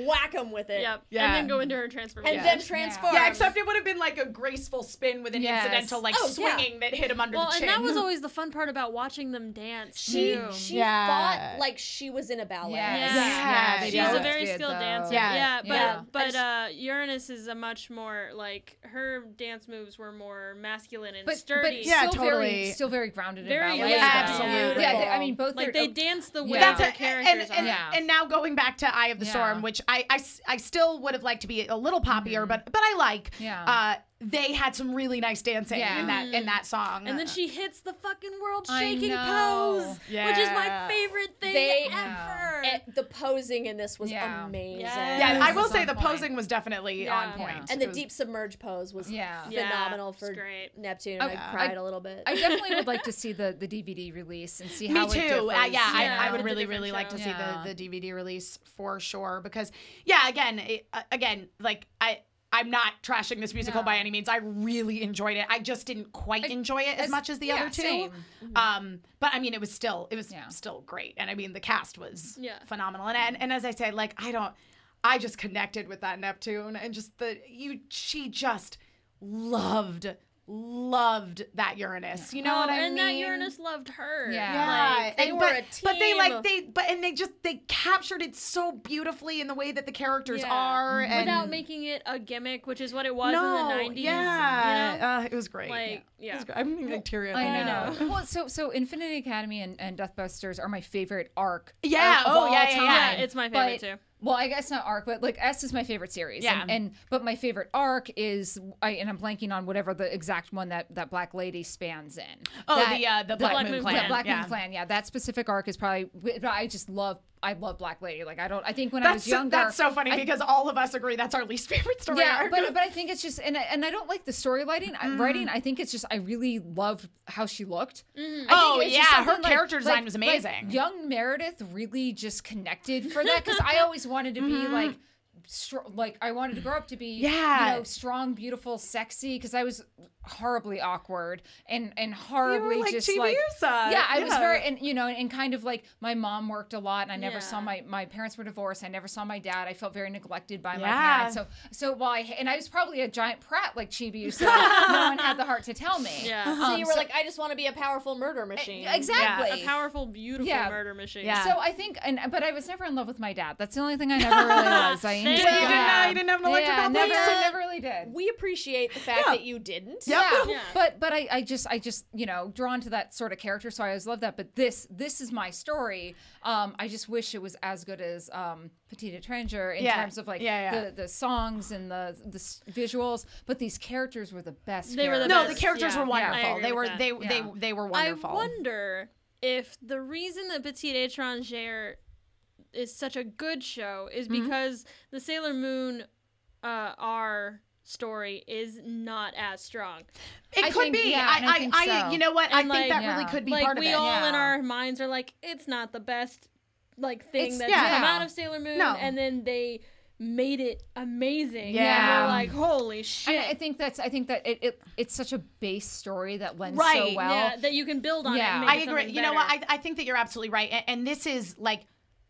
Speaker 4: whack him with it,
Speaker 3: Yep.
Speaker 6: Yeah.
Speaker 3: And then go into her transformation.
Speaker 4: and then transform.
Speaker 6: Yeah, except it would have been like a graceful spin with an
Speaker 5: Yes.
Speaker 6: incidental like
Speaker 4: Oh, yeah.
Speaker 6: swinging that hit him under
Speaker 3: well,
Speaker 6: the
Speaker 3: and
Speaker 6: chin.
Speaker 3: that was always the fun part about watching them dance.
Speaker 4: she
Speaker 3: too.
Speaker 4: she
Speaker 6: Yeah.
Speaker 4: fought like she was in a ballet.
Speaker 5: Yes.
Speaker 6: Yeah,
Speaker 5: they
Speaker 3: she's
Speaker 5: did.
Speaker 3: a
Speaker 5: That's
Speaker 3: very
Speaker 5: good,
Speaker 3: skilled
Speaker 5: though.
Speaker 3: dancer.
Speaker 6: Yeah.
Speaker 3: Yeah,
Speaker 5: Yeah.
Speaker 3: but but uh, Uranus is a much more like her dance moves were more masculine and
Speaker 5: But,
Speaker 3: sturdy.
Speaker 5: but
Speaker 6: Yeah,
Speaker 5: still
Speaker 6: totally.
Speaker 5: very still very grounded
Speaker 3: Very
Speaker 5: in ballet.
Speaker 3: Yeah.
Speaker 5: though.
Speaker 6: Absolutely.
Speaker 5: Yeah, they, I mean both
Speaker 3: like
Speaker 5: their-
Speaker 3: they dance the way
Speaker 5: Yeah.
Speaker 3: their
Speaker 6: That's it. and,
Speaker 3: characters are.
Speaker 6: and,
Speaker 5: Yeah.
Speaker 6: and now going back to Eye of the
Speaker 5: Yeah. Mm-hmm.
Speaker 6: Storm, which I, I s- I still would have liked to be a little poppier, but but I like.
Speaker 5: Yeah.
Speaker 6: Uh, they had some really nice dancing
Speaker 5: Yeah.
Speaker 6: in that in that song.
Speaker 3: And then she hits the fucking world
Speaker 5: I
Speaker 3: shaking
Speaker 5: know.
Speaker 3: pose, which is my
Speaker 6: Yeah.
Speaker 3: favorite thing
Speaker 4: They-
Speaker 3: ever.
Speaker 4: Eh, the posing in this was
Speaker 5: Yeah.
Speaker 4: amazing.
Speaker 3: Yes.
Speaker 6: yeah,
Speaker 5: Yes.
Speaker 6: I will
Speaker 5: was
Speaker 6: say
Speaker 5: on
Speaker 6: the
Speaker 5: point.
Speaker 6: posing was definitely
Speaker 3: Yeah.
Speaker 6: on point.
Speaker 5: Yeah.
Speaker 4: And the
Speaker 6: It was-
Speaker 4: deep submerge pose was
Speaker 5: Yeah.
Speaker 3: Yeah,
Speaker 4: phenomenal
Speaker 3: it's
Speaker 4: for
Speaker 3: great.
Speaker 4: Neptune.
Speaker 5: I-
Speaker 4: I,
Speaker 5: I-
Speaker 4: cried a little bit.
Speaker 5: I definitely would like to see the the DVD release and see
Speaker 6: Me
Speaker 5: how
Speaker 6: too.
Speaker 5: it
Speaker 6: Uh,
Speaker 5: differs.
Speaker 6: yeah,
Speaker 3: Yeah.
Speaker 6: I, I
Speaker 3: With
Speaker 6: would
Speaker 3: the
Speaker 6: really,
Speaker 3: different
Speaker 6: really like to
Speaker 3: shows.
Speaker 6: see
Speaker 5: Yeah.
Speaker 6: the, the DVD release for sure because, yeah, again, it, uh, again, like I, I'm not trashing this musical by
Speaker 5: No.
Speaker 6: any means. I really enjoyed it. I just didn't quite enjoy it as,
Speaker 5: as-
Speaker 6: much as the
Speaker 5: yeah,
Speaker 6: other two.
Speaker 5: same.
Speaker 6: Um, but I mean, it was still, it was
Speaker 5: Yeah.
Speaker 6: still great, and I mean, the cast was
Speaker 3: Yeah.
Speaker 6: phenomenal. And, and and as I said, like I don't, I just connected with that Neptune and just the you. She just loved, loved that Uranus. You know
Speaker 3: Oh,
Speaker 6: what I
Speaker 3: and
Speaker 6: mean?
Speaker 3: that Uranus loved her.
Speaker 5: Yeah.
Speaker 6: Yeah,
Speaker 4: Like, they
Speaker 6: and-
Speaker 4: were
Speaker 6: but,
Speaker 4: a
Speaker 6: But they like
Speaker 4: team.
Speaker 6: they but and they just they captured it so beautifully in the way that the characters
Speaker 3: Yeah.
Speaker 6: are and
Speaker 3: Without making it a gimmick, which is what it was
Speaker 6: no,
Speaker 3: in the 90s.
Speaker 6: Yeah,
Speaker 3: You know?
Speaker 6: uh, it was great.
Speaker 3: Like,
Speaker 6: It
Speaker 3: yeah.
Speaker 6: was great. I'm getting like teary
Speaker 5: I
Speaker 6: right now.
Speaker 5: know. well, so so Infinity Academy and, and Deathbusters are my favorite arc.
Speaker 6: Yeah,
Speaker 5: of- of
Speaker 6: oh,
Speaker 5: all
Speaker 6: yeah, yeah, yeah.
Speaker 5: time.
Speaker 3: It's my favorite
Speaker 5: But-
Speaker 3: too.
Speaker 5: Well, I guess not arc, but like S is my favorite series.
Speaker 6: Yeah.
Speaker 5: And, and but my favorite arc is I and I'm blanking on whatever the exact one that that Black Lady spans in.
Speaker 6: Oh,
Speaker 5: That-
Speaker 6: the uh, the Black, Moon,
Speaker 3: Moon
Speaker 6: Clan.
Speaker 5: The Black
Speaker 6: yeah.
Speaker 5: Moon Clan. Yeah, that specific arc is probably. But I just love. I love Black Lady. Like I don't. I think when I
Speaker 6: That's
Speaker 5: was
Speaker 6: so,
Speaker 5: younger.
Speaker 6: that's so funny
Speaker 5: I-
Speaker 6: because all of us agree that's our least favorite story
Speaker 5: yeah,
Speaker 6: arc.
Speaker 5: but but I think it's just and I, and I don't like the story lighting I
Speaker 6: Mm-hmm.
Speaker 5: writing. I think it's just I really loved how she looked. I think
Speaker 6: Oh,
Speaker 5: it's just
Speaker 6: yeah,
Speaker 5: something
Speaker 6: her character design was
Speaker 5: like
Speaker 6: amazing.
Speaker 5: young Meredith really just connected for that because I always wanted to be
Speaker 6: Mm-hmm.
Speaker 5: like. Stro- like I wanted to grow up to be,
Speaker 6: Yeah.
Speaker 5: you know, strong, beautiful, sexy. Because I was horribly awkward and and horribly
Speaker 6: like
Speaker 5: just
Speaker 6: Chibi
Speaker 5: like,
Speaker 6: Ursa.
Speaker 5: yeah, I was
Speaker 6: Yeah.
Speaker 5: very and you know and kind of like my mom worked a lot and I never saw
Speaker 3: Yeah.
Speaker 5: my my parents were divorced. I never saw my dad. I felt very neglected by my
Speaker 6: Yeah.
Speaker 5: parents. So so while I and I was probably a giant prat like Chibi, so no one had the heart to tell me.
Speaker 3: Yeah.
Speaker 4: so
Speaker 6: Um,
Speaker 4: you were like, I just want to be a powerful murder machine.
Speaker 5: exactly.
Speaker 3: A powerful, beautiful
Speaker 5: Yeah.
Speaker 3: murder machine.
Speaker 6: Yeah.
Speaker 5: So I think, and but I was never in love with my dad. That's the only thing I never really was. I enjoyed
Speaker 3: you
Speaker 6: But you
Speaker 5: him.
Speaker 6: didn't uh, you didn't have an electric
Speaker 5: yeah,
Speaker 6: outlet?
Speaker 5: never, I never really did.
Speaker 4: We appreciate the fact that you didn't.
Speaker 5: Yeah.
Speaker 3: Yeah.
Speaker 5: But but I, I just I just you know drawn to that sort of character, so I always love that. But this this is my story. Um, I just wish it was as good as um, Petite Tranger in
Speaker 6: Yeah.
Speaker 5: terms of like
Speaker 6: Yeah, yeah.
Speaker 5: the the songs and the the s- visuals. But these characters were the best.
Speaker 3: They were the
Speaker 6: no,
Speaker 5: characters.
Speaker 6: the
Speaker 3: best,
Speaker 6: characters
Speaker 3: yeah.
Speaker 6: were
Speaker 3: Yeah. I
Speaker 6: wonderful.
Speaker 3: agree
Speaker 6: They
Speaker 3: with
Speaker 6: were
Speaker 3: that.
Speaker 6: they they
Speaker 5: Yeah.
Speaker 6: they were
Speaker 3: I
Speaker 6: wonderful.
Speaker 3: wonder if the reason that Petite Étrangère is such a good show is
Speaker 6: Mm-hmm.
Speaker 3: because the Sailor Moon uh, R story is not as strong.
Speaker 6: It
Speaker 5: I
Speaker 6: could
Speaker 5: think-
Speaker 6: be.
Speaker 5: yeah,
Speaker 6: I,
Speaker 5: and
Speaker 6: I,
Speaker 5: I
Speaker 6: I,
Speaker 5: think so.
Speaker 6: you know what?
Speaker 3: And,
Speaker 6: I think
Speaker 3: like,
Speaker 6: that really
Speaker 5: yeah.
Speaker 6: could be
Speaker 3: like
Speaker 6: part of it.
Speaker 3: we all in
Speaker 5: yeah.
Speaker 3: our minds are like, it's not the best like thing
Speaker 5: It's-
Speaker 3: that's
Speaker 6: yeah.
Speaker 3: come out of Sailor Moon,
Speaker 6: No.
Speaker 3: and then they made it amazing.
Speaker 5: Yeah.
Speaker 3: and we're like, holy shit.
Speaker 5: And I think that's I think that it, it it's such a base story that lends
Speaker 6: Right,
Speaker 5: so well.
Speaker 3: yeah, that you can build on
Speaker 5: Yeah.
Speaker 3: it. and
Speaker 6: I
Speaker 3: make it
Speaker 6: agree.
Speaker 3: something
Speaker 6: You know what?
Speaker 3: better.
Speaker 6: I, I think that you're absolutely right. And, and this is like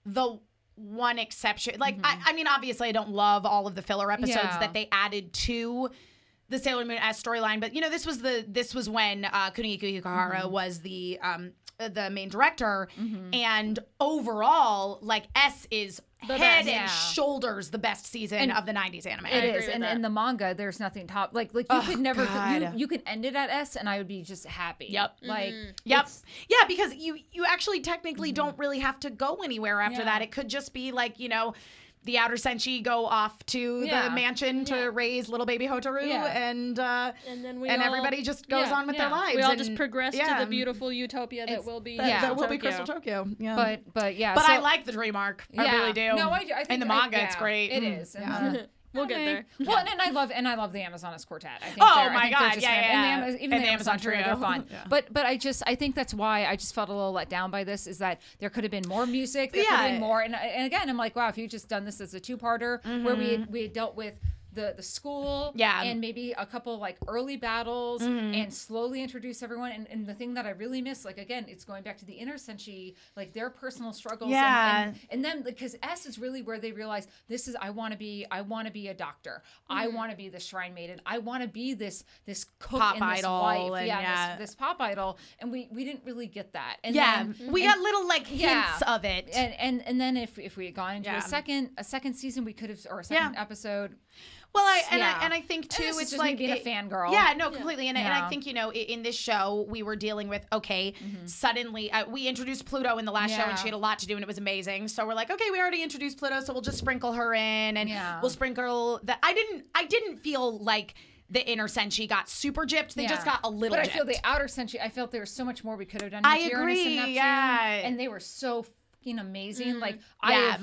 Speaker 6: the one exception. Like, I, I mean, obviously, I don't love all of the filler episodes
Speaker 5: Mm-hmm. Yeah.
Speaker 6: that they added to the Sailor Moon S storyline, but you know, this was the this was when uh, Kunihiko Hikuhara
Speaker 5: Mm-hmm.
Speaker 6: was the um uh, the main director, and overall, like S is head
Speaker 3: best.
Speaker 6: and
Speaker 5: Yeah.
Speaker 6: shoulders the best season of the '90s anime.
Speaker 5: It
Speaker 3: agree
Speaker 5: is,
Speaker 3: with
Speaker 5: and
Speaker 3: that.
Speaker 5: in the manga, there's nothing top. Like, like you could never, you,
Speaker 6: God.
Speaker 5: you could end it at S, and I would be just happy.
Speaker 6: Yep. Mm-hmm.
Speaker 5: Like,
Speaker 6: Yep.
Speaker 5: it's-
Speaker 6: Yeah, because you you actually technically don't really have to go anywhere after
Speaker 5: Yeah.
Speaker 6: that. It could just be like you know, the outer senshi go off to
Speaker 5: Yeah.
Speaker 6: the mansion to raise little baby Hotaru,
Speaker 5: Yeah.
Speaker 6: and uh,
Speaker 3: And then we
Speaker 6: and
Speaker 3: all-
Speaker 6: everybody just goes
Speaker 5: yeah,
Speaker 6: on with
Speaker 5: yeah.
Speaker 6: their lives.
Speaker 3: we all
Speaker 6: and-
Speaker 3: just progressed
Speaker 6: yeah.
Speaker 3: to the beautiful utopia that
Speaker 5: It's-
Speaker 3: will be.
Speaker 5: that- Yeah.
Speaker 6: That will be
Speaker 3: Tokyo.
Speaker 6: Crystal Tokyo. Yeah.
Speaker 5: but, but yeah.
Speaker 6: but
Speaker 5: so-
Speaker 6: I like the dream arc. I
Speaker 5: yeah.
Speaker 6: really do.
Speaker 5: No, I do. I
Speaker 6: in
Speaker 5: think
Speaker 6: the
Speaker 5: I-
Speaker 6: manga, it's
Speaker 5: yeah,
Speaker 6: great.
Speaker 5: It
Speaker 6: Mm.
Speaker 5: is. and,
Speaker 6: Yeah.
Speaker 5: uh,
Speaker 3: We'll get there.
Speaker 5: Well, and, and I love and I love the Amazonas Quartet. I think
Speaker 6: Oh,
Speaker 5: they're- I
Speaker 6: my
Speaker 5: think they're
Speaker 6: God.
Speaker 5: just
Speaker 6: Yeah,
Speaker 5: fan-
Speaker 6: yeah,
Speaker 5: And
Speaker 6: yeah.
Speaker 5: the, Ama- even
Speaker 6: And
Speaker 5: the Amazon, trio, they're fun.
Speaker 6: Yeah.
Speaker 5: But but I just I think that's why I just felt a little let down by this is that there could have been more music. There could have
Speaker 6: Yeah.
Speaker 5: been more. And, and again, I'm like, wow, if you just done this as a two parter where we had, we had dealt with. The, the school
Speaker 6: Mm-hmm. Yeah. Mm-hmm.
Speaker 5: and maybe a couple like early battles and slowly introduce everyone and, and the thing that I really miss like again it's going back to the inner senshi like their personal struggles and-
Speaker 6: Yeah.
Speaker 5: and, and then because S is really where they realize this is I want to be I want to be a doctor. I want to be the shrine maiden. I want to be this this
Speaker 6: Mm-hmm.
Speaker 5: cook
Speaker 6: Pop
Speaker 5: and this
Speaker 6: idol
Speaker 5: wife.
Speaker 6: and
Speaker 5: yeah,
Speaker 6: yeah.
Speaker 5: This, this pop idol. And we we didn't really get that. And
Speaker 6: yeah,
Speaker 5: then-
Speaker 6: we got little like hints
Speaker 5: Yeah.
Speaker 6: of it.
Speaker 5: and, and and then if if we had gone into
Speaker 6: Yeah.
Speaker 5: a second a second season we could have or a second
Speaker 6: Yeah.
Speaker 5: episode
Speaker 6: Well, I and
Speaker 5: Yeah.
Speaker 6: I and I think
Speaker 5: And
Speaker 6: too,
Speaker 5: this is
Speaker 6: it's
Speaker 5: just me
Speaker 6: like
Speaker 5: being a
Speaker 6: it-
Speaker 5: fangirl.
Speaker 6: Yeah, no, completely. And, I and I
Speaker 5: Yeah. Mm-hmm.
Speaker 6: think you know, i- in this show, we were dealing with okay, suddenly uh, we introduced Pluto in the last show,
Speaker 5: Yeah.
Speaker 6: and she had a lot to do, and it was amazing. So we're like, okay, we already introduced Pluto, so we'll just sprinkle her in, and
Speaker 5: Yeah.
Speaker 6: we'll sprinkle that. I didn't, I didn't feel like the inner senshi got super gypped. They just
Speaker 5: Yeah.
Speaker 6: got a little
Speaker 5: But I
Speaker 6: gypped.
Speaker 5: feel the outer century. I felt there was so much more we could have done.
Speaker 6: I
Speaker 5: with Uranus
Speaker 6: agree,
Speaker 5: And Neptune,
Speaker 6: yeah. Mm-hmm.
Speaker 5: And they were so fucking amazing. Like I,
Speaker 6: Yeah.
Speaker 5: have,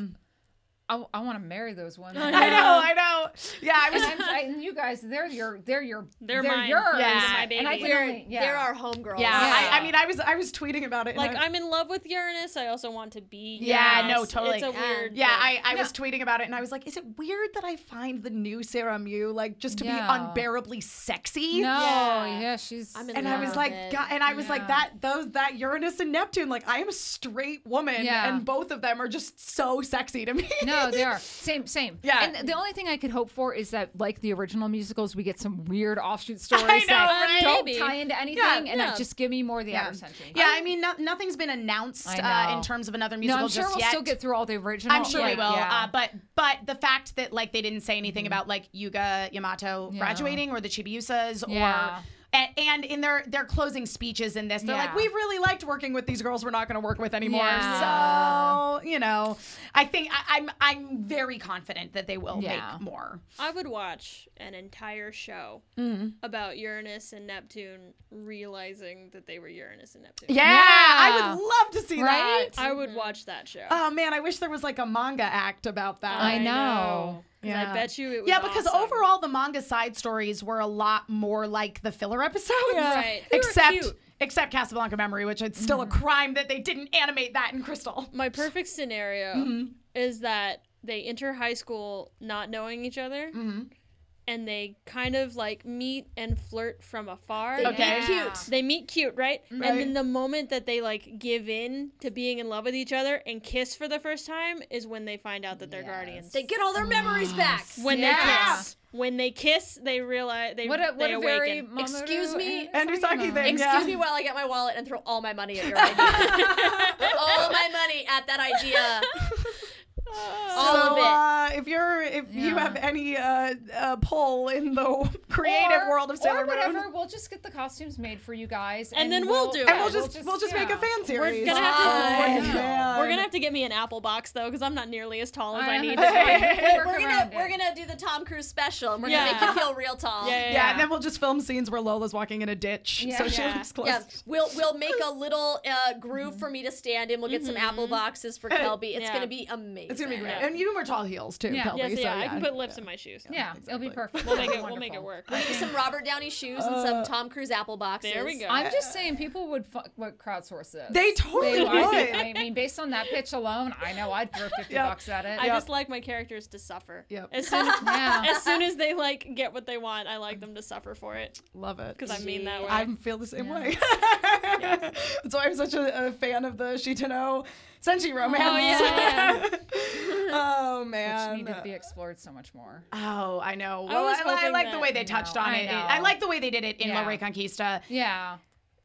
Speaker 5: I, want to marry those women.
Speaker 6: I know, I know. Yeah, I was
Speaker 5: And, I'm, I, and you guys, they're your, they're your,
Speaker 3: They're mine.
Speaker 5: yours.
Speaker 6: Yeah.
Speaker 3: They're my
Speaker 5: And I
Speaker 3: baby.
Speaker 5: can only, yeah.
Speaker 4: There are homegirls.
Speaker 6: Yeah,
Speaker 5: Yeah.
Speaker 6: I, I mean, I was I was tweeting about it. and
Speaker 3: Like
Speaker 6: I,
Speaker 3: I'm in love with Uranus. I also want to be.
Speaker 6: Yeah,
Speaker 3: Uranus.
Speaker 6: no, totally.
Speaker 3: It's a
Speaker 4: Yeah.
Speaker 3: weird.
Speaker 6: yeah,
Speaker 3: thing.
Speaker 6: I, I was tweeting about it, and I was like, "Is it weird that I find the new Sarah Mew like just to
Speaker 5: Yeah.
Speaker 6: be unbearably sexy?"
Speaker 5: No, yeah,
Speaker 4: Yeah.
Speaker 5: she's.
Speaker 4: I'm in
Speaker 6: And I
Speaker 4: love
Speaker 6: was
Speaker 4: with
Speaker 6: like,
Speaker 4: it.
Speaker 6: God, and I was
Speaker 5: Yeah.
Speaker 6: like that those that Uranus and Neptune, like I am a straight woman,
Speaker 5: Yeah.
Speaker 6: and both of them are just so sexy to me.
Speaker 5: No, they are same, same.
Speaker 6: Yeah.
Speaker 5: And the only thing I could hope for is that, like the original musicals, we get some weird offshoot stories
Speaker 6: know,
Speaker 5: that
Speaker 6: right?
Speaker 5: don't
Speaker 3: Maybe.
Speaker 5: tie into anything, and that
Speaker 3: yeah.
Speaker 5: just give me more of the
Speaker 6: Yeah.
Speaker 5: outer century.
Speaker 6: Yeah, I mean, no, nothing's been announced
Speaker 5: I
Speaker 6: uh,
Speaker 5: know.
Speaker 6: in terms of another
Speaker 5: No,
Speaker 6: musical
Speaker 5: I'm sure
Speaker 6: just
Speaker 5: we'll
Speaker 6: yet.
Speaker 5: still get through all the original.
Speaker 6: I'm sure we
Speaker 5: like,
Speaker 6: will.
Speaker 5: yeah. Mm-hmm.
Speaker 6: Uh, but but the fact that like they didn't say anything about like Yuga Yamato
Speaker 5: Yeah.
Speaker 6: graduating or the Chibusas
Speaker 5: Yeah.
Speaker 6: or. And, and in their their closing speeches in this, they're
Speaker 5: Yeah.
Speaker 6: like, "We've really liked working with these girls. We're not going to work with anymore."
Speaker 5: Yeah.
Speaker 6: So you know, I think I, I'm I'm very confident that they will
Speaker 5: Yeah.
Speaker 6: make more.
Speaker 3: I would watch an entire show
Speaker 6: Mm-hmm.
Speaker 3: about Uranus and Neptune realizing that they were Uranus and Neptune.
Speaker 6: Yeah,
Speaker 5: Yeah.
Speaker 6: I would love to see
Speaker 5: Right?
Speaker 6: that.
Speaker 3: I would watch that show.
Speaker 6: Oh man, I wish there was like a manga act about that.
Speaker 5: I know.
Speaker 3: 'Cause
Speaker 6: Yeah.
Speaker 3: I bet you it was.
Speaker 6: yeah, because
Speaker 3: awesome.
Speaker 6: overall the manga side stories were a lot more like the filler episodes,
Speaker 3: Right. They were
Speaker 6: except
Speaker 3: cute.
Speaker 6: except Casablanca Memory, which it's still
Speaker 5: Mm-hmm.
Speaker 6: a crime that they didn't animate that in Crystal.
Speaker 3: my perfect scenario is that they enter high school not knowing each other. And they kind of like meet and flirt from afar.
Speaker 4: They
Speaker 6: Okay.
Speaker 4: get cute.
Speaker 3: They meet cute, right?
Speaker 6: Right.
Speaker 3: And then the moment that they like give in to being in love with each other and kiss for the first time is when they find out that they're guardians.
Speaker 4: They get all their memories back.
Speaker 3: when
Speaker 6: Yeah.
Speaker 3: they kiss. When they kiss, they realize they
Speaker 5: What a what
Speaker 3: they
Speaker 5: a very
Speaker 3: awaken.
Speaker 5: Mamoru
Speaker 4: Excuse me,
Speaker 5: and
Speaker 6: Andrew Saki
Speaker 5: Sakima.
Speaker 6: thing.
Speaker 4: Excuse
Speaker 6: Yeah.
Speaker 4: me while I get my wallet and throw all my money at your idea. all my money at that idea. all
Speaker 6: so,
Speaker 4: of it.
Speaker 6: Uh, if you're if you
Speaker 5: Yeah.
Speaker 6: have any uh, uh, pull in the creative
Speaker 5: Or-
Speaker 6: world of Sailor
Speaker 5: or
Speaker 6: Moon,
Speaker 5: whatever. We'll just get the costumes made for you guys, and,
Speaker 3: then we'll do it.
Speaker 6: and we'll just we'll just, make
Speaker 5: yeah.
Speaker 6: a fan series.
Speaker 3: gonna have
Speaker 6: Oh,
Speaker 3: to-
Speaker 6: man.
Speaker 3: We're gonna have to get me an apple box though, because I'm not nearly as tall as I, need. to
Speaker 5: know.
Speaker 3: be.
Speaker 5: We'll work
Speaker 4: We're gonna
Speaker 5: around
Speaker 4: we're
Speaker 5: it.
Speaker 4: gonna do the Tom Cruise special and we're
Speaker 3: Yeah.
Speaker 4: gonna make you feel real tall.
Speaker 3: Yeah,
Speaker 6: Yeah, and then we'll just film scenes where Lola's walking in a ditch,
Speaker 5: Yeah.
Speaker 6: so she
Speaker 3: Yeah.
Speaker 6: looks close.
Speaker 4: Yeah, we'll we'll make a little uh, groove for me to stand in. We'll get some apple boxes for Kelby. It's
Speaker 3: Yeah.
Speaker 4: gonna be amazing.
Speaker 6: Mm-hmm. It's gonna be great,
Speaker 3: Yeah.
Speaker 6: and you can wear tall heels too.
Speaker 5: Yeah.
Speaker 6: Kelby,
Speaker 3: Yes,
Speaker 6: so
Speaker 3: yeah, I
Speaker 6: yeah.
Speaker 3: can put lips in my shoes.
Speaker 5: Yeah, it'll be perfect.
Speaker 3: We'll make it. We'll make it work.
Speaker 4: We need some Robert Downey shoes and some
Speaker 6: Uh,
Speaker 4: Tom Cruise apple boxes.
Speaker 3: There we go.
Speaker 5: I'm just saying, people would fu- would crowdsource this.
Speaker 6: They totally
Speaker 5: would. I,
Speaker 6: would.
Speaker 5: I mean, based on that pitch alone, I know I'd throw fifty
Speaker 6: Yeah.
Speaker 5: bucks at it.
Speaker 3: I
Speaker 6: Yep.
Speaker 3: just like my characters to suffer.
Speaker 6: Yep.
Speaker 3: As soon as,
Speaker 5: Yeah.
Speaker 3: as soon as they like get what they want, I like them to suffer for it
Speaker 6: Love it.
Speaker 3: because I mean that way.
Speaker 6: I feel the same way. so I'm such a, a fan of the Shitano Senshi romance.
Speaker 3: oh yeah.
Speaker 6: oh
Speaker 5: Which
Speaker 6: man.
Speaker 5: needed to be explored so much more.
Speaker 6: Oh, I know. Well,
Speaker 3: was
Speaker 6: I, I
Speaker 3: hoping
Speaker 6: like the
Speaker 3: that-
Speaker 6: way they touched on
Speaker 5: I
Speaker 6: it.
Speaker 5: know.
Speaker 6: I like the way they did it in
Speaker 5: Yeah.
Speaker 6: La Reconquista.
Speaker 5: Yeah,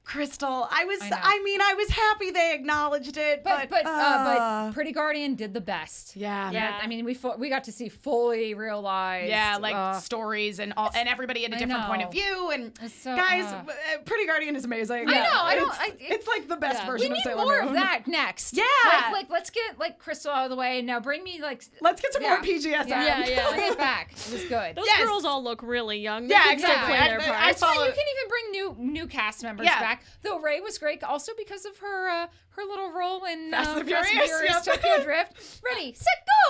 Speaker 6: Crystal, I was.
Speaker 5: I
Speaker 6: I,
Speaker 5: know.
Speaker 6: mean, I was happy they acknowledged it,
Speaker 5: but
Speaker 6: but
Speaker 5: but uh,
Speaker 6: uh,
Speaker 5: but Pretty Guardian did the best.
Speaker 6: yeah,
Speaker 5: Yeah, I mean, we fu- we got to see fully realized.
Speaker 6: Yeah, like
Speaker 5: uh,
Speaker 6: stories and all, and everybody at a
Speaker 5: I
Speaker 6: different point of
Speaker 5: know.
Speaker 6: view. And
Speaker 5: It's so,
Speaker 6: guys,
Speaker 5: uh,
Speaker 6: w- uh, Pretty Guardian is amazing.
Speaker 5: I know, I don't-
Speaker 6: It's,
Speaker 5: I- it-
Speaker 6: it's like the best
Speaker 3: yeah.
Speaker 5: we
Speaker 6: version of
Speaker 5: need
Speaker 6: Sailor
Speaker 5: more
Speaker 6: Moon.
Speaker 5: of that next.
Speaker 6: Yeah.
Speaker 5: like, like let's get like Crystal out of the way now. Bring me like s-
Speaker 6: Let's get some more
Speaker 5: Yeah.
Speaker 6: PGSM.
Speaker 3: Yeah, yeah.
Speaker 5: bring it back. It was good.
Speaker 3: Those
Speaker 6: Yes.
Speaker 3: girls all look really young. They
Speaker 6: Yeah,
Speaker 3: could still
Speaker 6: exactly.
Speaker 3: play
Speaker 6: I-
Speaker 3: their
Speaker 6: I- I
Speaker 3: parts.
Speaker 5: That's why
Speaker 6: follow-
Speaker 5: you can even bring new new cast members
Speaker 6: Yeah.
Speaker 5: back. Though Ray was great, also because of her uh, her little role in
Speaker 6: Fast
Speaker 5: uh,
Speaker 6: and
Speaker 5: Fast and
Speaker 6: Furious,
Speaker 5: Furious
Speaker 6: yep.
Speaker 5: Tokyo Drift. Ready, set,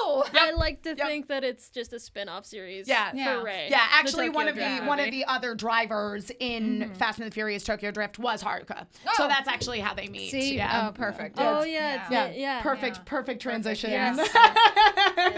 Speaker 5: go!
Speaker 3: I like to
Speaker 6: Yep.
Speaker 3: think that it's just a spin-off series.
Speaker 6: Yeah.
Speaker 3: for
Speaker 5: Yeah.
Speaker 3: Rey.
Speaker 6: Yeah,
Speaker 3: The
Speaker 6: actually, one
Speaker 3: Tokyo
Speaker 6: of the
Speaker 3: Drift
Speaker 6: one of
Speaker 3: movie.
Speaker 6: the other drivers in Fast and the Furious Tokyo Drift was Haruka,
Speaker 5: Mm-hmm. Oh.
Speaker 6: so that's actually how they meet.
Speaker 5: See,
Speaker 6: yeah,
Speaker 5: oh, perfect.
Speaker 3: Oh
Speaker 5: It's-
Speaker 3: yeah, it's-
Speaker 6: yeah,
Speaker 3: yeah, yeah.
Speaker 6: perfect,
Speaker 5: Yeah.
Speaker 6: perfect transition.
Speaker 3: Yes.
Speaker 4: I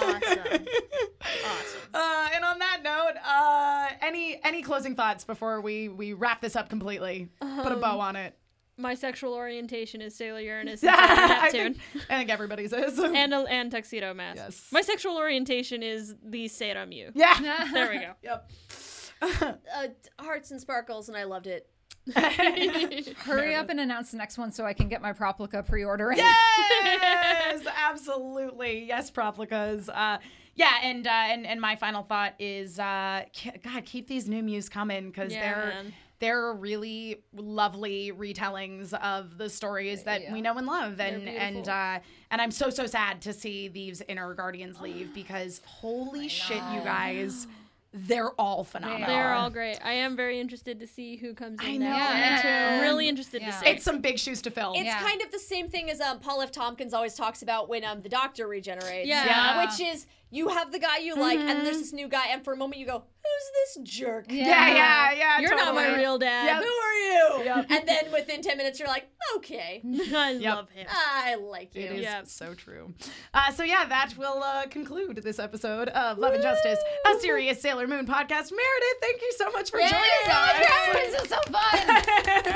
Speaker 4: love it. Awesome.
Speaker 3: Awesome.
Speaker 6: Uh, and on that note, uh, any any closing thoughts before we we wrap this up completely? Put a bow on it.
Speaker 3: My sexual orientation is Sailor Uranus and Sailor
Speaker 6: I,
Speaker 3: Neptune.
Speaker 6: think, I think everybody's is.
Speaker 3: and a, and tuxedo mask.
Speaker 6: Yes.
Speaker 3: My sexual orientation is the Sailor Mew.
Speaker 6: yeah.
Speaker 3: There we go.
Speaker 6: Yep.
Speaker 4: Uh, hearts and sparkles, and I loved it.
Speaker 5: Hurry up and announce the next one so I can get my Proplica pre-order in.
Speaker 6: yes, absolutely. Yes, Proplicas. Uh, yeah, and uh, and and my final thought is, uh, k- God, keep these new muse coming because
Speaker 3: Yeah,
Speaker 6: they're
Speaker 3: man.
Speaker 6: they're really lovely retellings of the stories that we know and love, and and uh, and I'm so so sad to see these inner guardians leave because holy shit, you guys. they're all phenomenal.
Speaker 3: They're all great. I am very interested to see who comes in.
Speaker 6: I know,
Speaker 3: next.
Speaker 5: Yeah.
Speaker 3: I'm
Speaker 5: man.
Speaker 3: really interested
Speaker 5: Yeah.
Speaker 3: to see.
Speaker 6: It's some big shoes to fill.
Speaker 4: It's
Speaker 5: Yeah.
Speaker 4: kind of the same thing as um, Paul F. Tompkins always talks about when um, the doctor regenerates.
Speaker 3: Yeah.
Speaker 5: Yeah.
Speaker 4: Which is you have the guy you like, and there's this new guy, and for a moment you go, "Who's this jerk?
Speaker 6: Mm-hmm. yeah, yeah, yeah.
Speaker 3: You're not my
Speaker 6: totally.
Speaker 3: real dad.
Speaker 4: Who are you?" And then within ten minutes you're like, "Okay,
Speaker 3: I
Speaker 6: Yep.
Speaker 3: love him.
Speaker 4: I like you."
Speaker 6: It is
Speaker 3: Yep.
Speaker 6: so true. Uh, so yeah, that will uh, conclude this episode of Love and Justice, a serious Sailor Moon podcast. Meredith, thank you so much for joining us.
Speaker 5: This is so fun.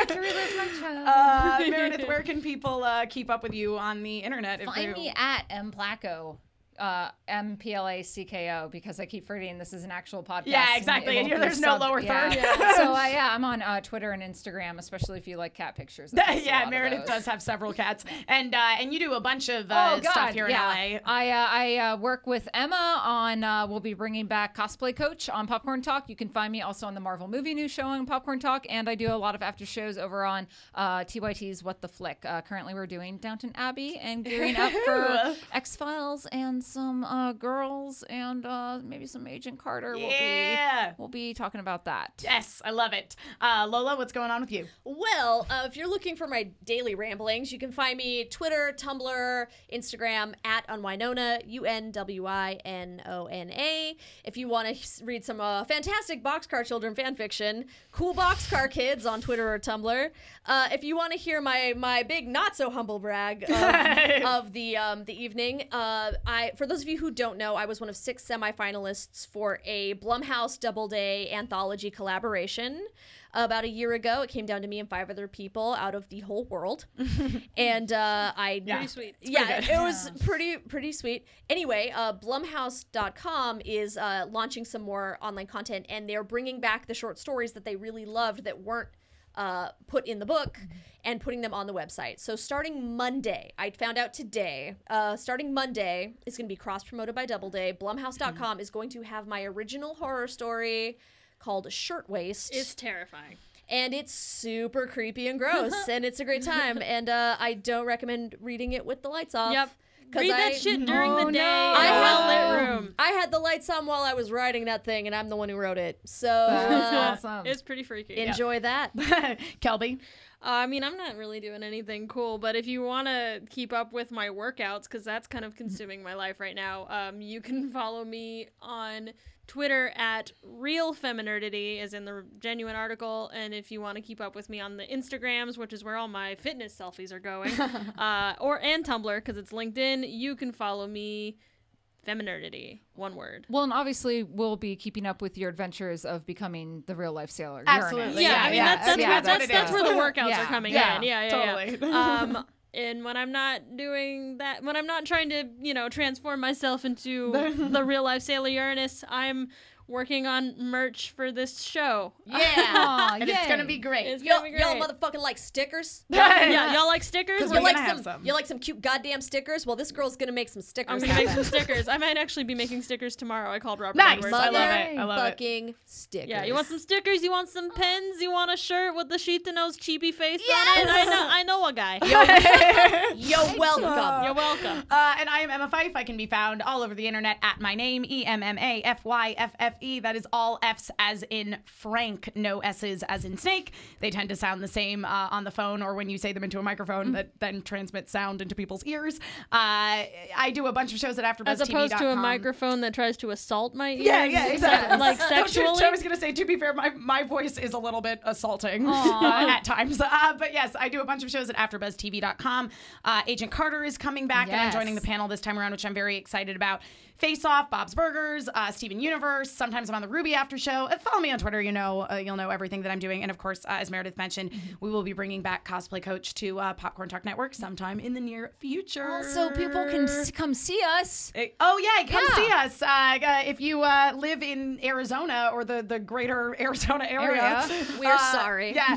Speaker 5: to relive my childhood.
Speaker 6: Uh, Meredith, where can people uh, keep up with you on the internet? If
Speaker 5: Find
Speaker 6: you-
Speaker 5: me at M Placco. Uh, M P L A C K O because I keep forgetting this is an actual podcast.
Speaker 6: Yeah,
Speaker 5: and it
Speaker 6: exactly.
Speaker 5: won't
Speaker 6: You're-
Speaker 5: be
Speaker 6: there's no lower
Speaker 5: yeah.
Speaker 6: third.
Speaker 5: so uh, yeah, I'm on uh, Twitter and Instagram, especially if you like cat pictures. I post a lot
Speaker 6: yeah,
Speaker 5: of
Speaker 6: Meredith
Speaker 5: those.
Speaker 6: does have several cats, and uh, and you do a bunch of uh, stuff here in LA.
Speaker 5: Oh, I uh, I uh, work with Emma on. Uh, we'll be bringing back Cosplay Coach on Popcorn Talk. You can find me also on the Marvel Movie News Show on Popcorn Talk, and I do a lot of after shows over on uh, TYT's What the Flick. Uh, currently, we're doing Downton Abbey and gearing up for X Files and some uh, girls and uh, maybe some Agent Carter.
Speaker 6: Yeah.
Speaker 5: We'll be we'll be talking about that.
Speaker 6: Yes, I love it. Uh, Lola, what's going on with you?
Speaker 4: Well, uh, if you're looking for my daily ramblings, you can find me Twitter, Tumblr, Instagram at unwinona u n w i n o n a. If you want to read some uh, fantastic boxcar children fan fiction, cool boxcar kids on Twitter or Tumblr. Uh, if you want to hear my my big not so humble brag of, of the um, the evening, uh, I for those of you who don't know, I was one of six semifinalists for a Blumhouse Double Day anthology collaboration about a year ago. It came down to me and five other people out of the whole world, and uh, I
Speaker 3: Pretty sweet.
Speaker 4: yeah, it was pretty pretty sweet. Anyway, uh, Blumhouse.com is uh, launching some more online content, and they're bringing back the short stories that they really loved that weren't uh, put in the book
Speaker 3: Mm-hmm.
Speaker 4: and putting them on the website. So starting Monday, I found out today. Uh, starting Monday is going to be cross promoted by Doubleday. Blumhouse.com
Speaker 3: Mm-hmm.
Speaker 4: is going to have my original horror story called Shirtwaist
Speaker 3: It's terrifying.
Speaker 4: and it's super creepy and gross
Speaker 3: Uh-huh.
Speaker 4: and it's a great time and uh, i don't recommend reading it with the lights off
Speaker 3: Yep.
Speaker 4: 'cause
Speaker 3: Read
Speaker 4: I-
Speaker 3: that shit during the day
Speaker 4: I
Speaker 3: in a
Speaker 4: had-
Speaker 3: well lit room.
Speaker 4: i had the lights on while i was writing that thing and i'm the one who wrote it so uh,
Speaker 5: That's awesome.
Speaker 3: It's pretty freaky.
Speaker 4: enjoy that
Speaker 6: Kelby.
Speaker 3: Uh, I mean, I'm not really doing anything cool, but if you want to keep up with my workouts, because that's kind of consuming my life right now, um, you can follow me on Twitter at Real Femininity, as in the genuine article. And if you want to keep up with me on the Instagrams, which is where all my fitness selfies are going, uh, or and Tumblr, because it's LinkedIn, you can follow me Femininity, one word.
Speaker 5: Well, and obviously, we'll be keeping up with your adventures of becoming the real life sailor.
Speaker 6: Absolutely.
Speaker 5: Uranus.
Speaker 3: Yeah,
Speaker 6: Yeah,
Speaker 3: I mean
Speaker 6: yeah,
Speaker 3: that's that's
Speaker 5: yeah,
Speaker 3: where,
Speaker 5: that's what
Speaker 3: that's,
Speaker 5: it
Speaker 3: that's
Speaker 5: is.
Speaker 3: where the workouts
Speaker 5: Yeah,
Speaker 3: are coming
Speaker 5: yeah,
Speaker 3: in. Yeah, yeah, yeah.
Speaker 6: totally.
Speaker 3: Um, and when I'm not doing that, when I'm not trying to, you know, transform myself into the real life Sailor Uranus, I'm working on merch for this show.
Speaker 4: yeah
Speaker 5: Aw,
Speaker 6: And it's going to
Speaker 5: yay.
Speaker 6: be great.
Speaker 3: It's
Speaker 4: y'all,
Speaker 3: gonna be
Speaker 4: y'all
Speaker 3: great.
Speaker 4: motherfucking like stickers
Speaker 3: yeah, y'all like stickers?
Speaker 6: 'Cause
Speaker 4: you
Speaker 6: we're
Speaker 4: like
Speaker 6: gonna have
Speaker 4: some,
Speaker 6: some.
Speaker 4: you like some cute goddamn stickers well this girl's gonna make some stickers
Speaker 3: I'm gonna make
Speaker 4: happen.
Speaker 3: some stickers. I might actually be making stickers tomorrow. I called Robert.
Speaker 6: Nice.
Speaker 3: Edwards.
Speaker 6: I love
Speaker 4: Mother-
Speaker 6: it. I love it.
Speaker 4: fucking stickers
Speaker 3: Yeah, you want some stickers? You want some pins? You want a shirt with the sheet to nose cheapy face on it?
Speaker 4: Yes!
Speaker 3: I know, I know a guy.
Speaker 4: you're welcome
Speaker 3: You're welcome.
Speaker 6: Uh, and I am Emma Fife. I can be found all over the internet at my name, E M M A F Y F F E. That is all F's as in Frank, no S's as in snake. They tend to sound the same uh, on the phone or when you say them into a microphone that then transmits sound into people's ears. Uh, I do a bunch of shows at AfterBuzzTV.com.
Speaker 3: As opposed to a microphone that tries to assault my ears.
Speaker 6: Yeah, yeah, exactly.
Speaker 3: Like
Speaker 6: No, to-
Speaker 3: sexually.
Speaker 6: I was gonna say, to be fair, my, my voice is a little bit assaulting uh, at times. Uh, but yes, I do a bunch of shows at AfterBuzzTV.com. Uh, Agent Carter is coming back, and I'm
Speaker 5: Yes.
Speaker 6: joining the panel this time around, which I'm very excited about. Face Off, Bob's Burgers, uh, Steven Universe. Sometimes I'm on the Ruby After Show. Uh, follow me on Twitter. You know, uh, you'll know everything that I'm doing. And of course, uh, as Meredith mentioned,
Speaker 5: Mm-hmm.
Speaker 6: we will be bringing back Cosplay Coach to uh, Popcorn Talk Network sometime in the near future.
Speaker 5: Also, people can s- come see us.
Speaker 6: Uh, Oh yeah, come
Speaker 5: Yeah.
Speaker 6: see us uh, g- uh, if you uh, live in Arizona or the, the greater Arizona area.
Speaker 5: Area.
Speaker 4: we're
Speaker 6: Uh,
Speaker 4: sorry
Speaker 6: Yeah.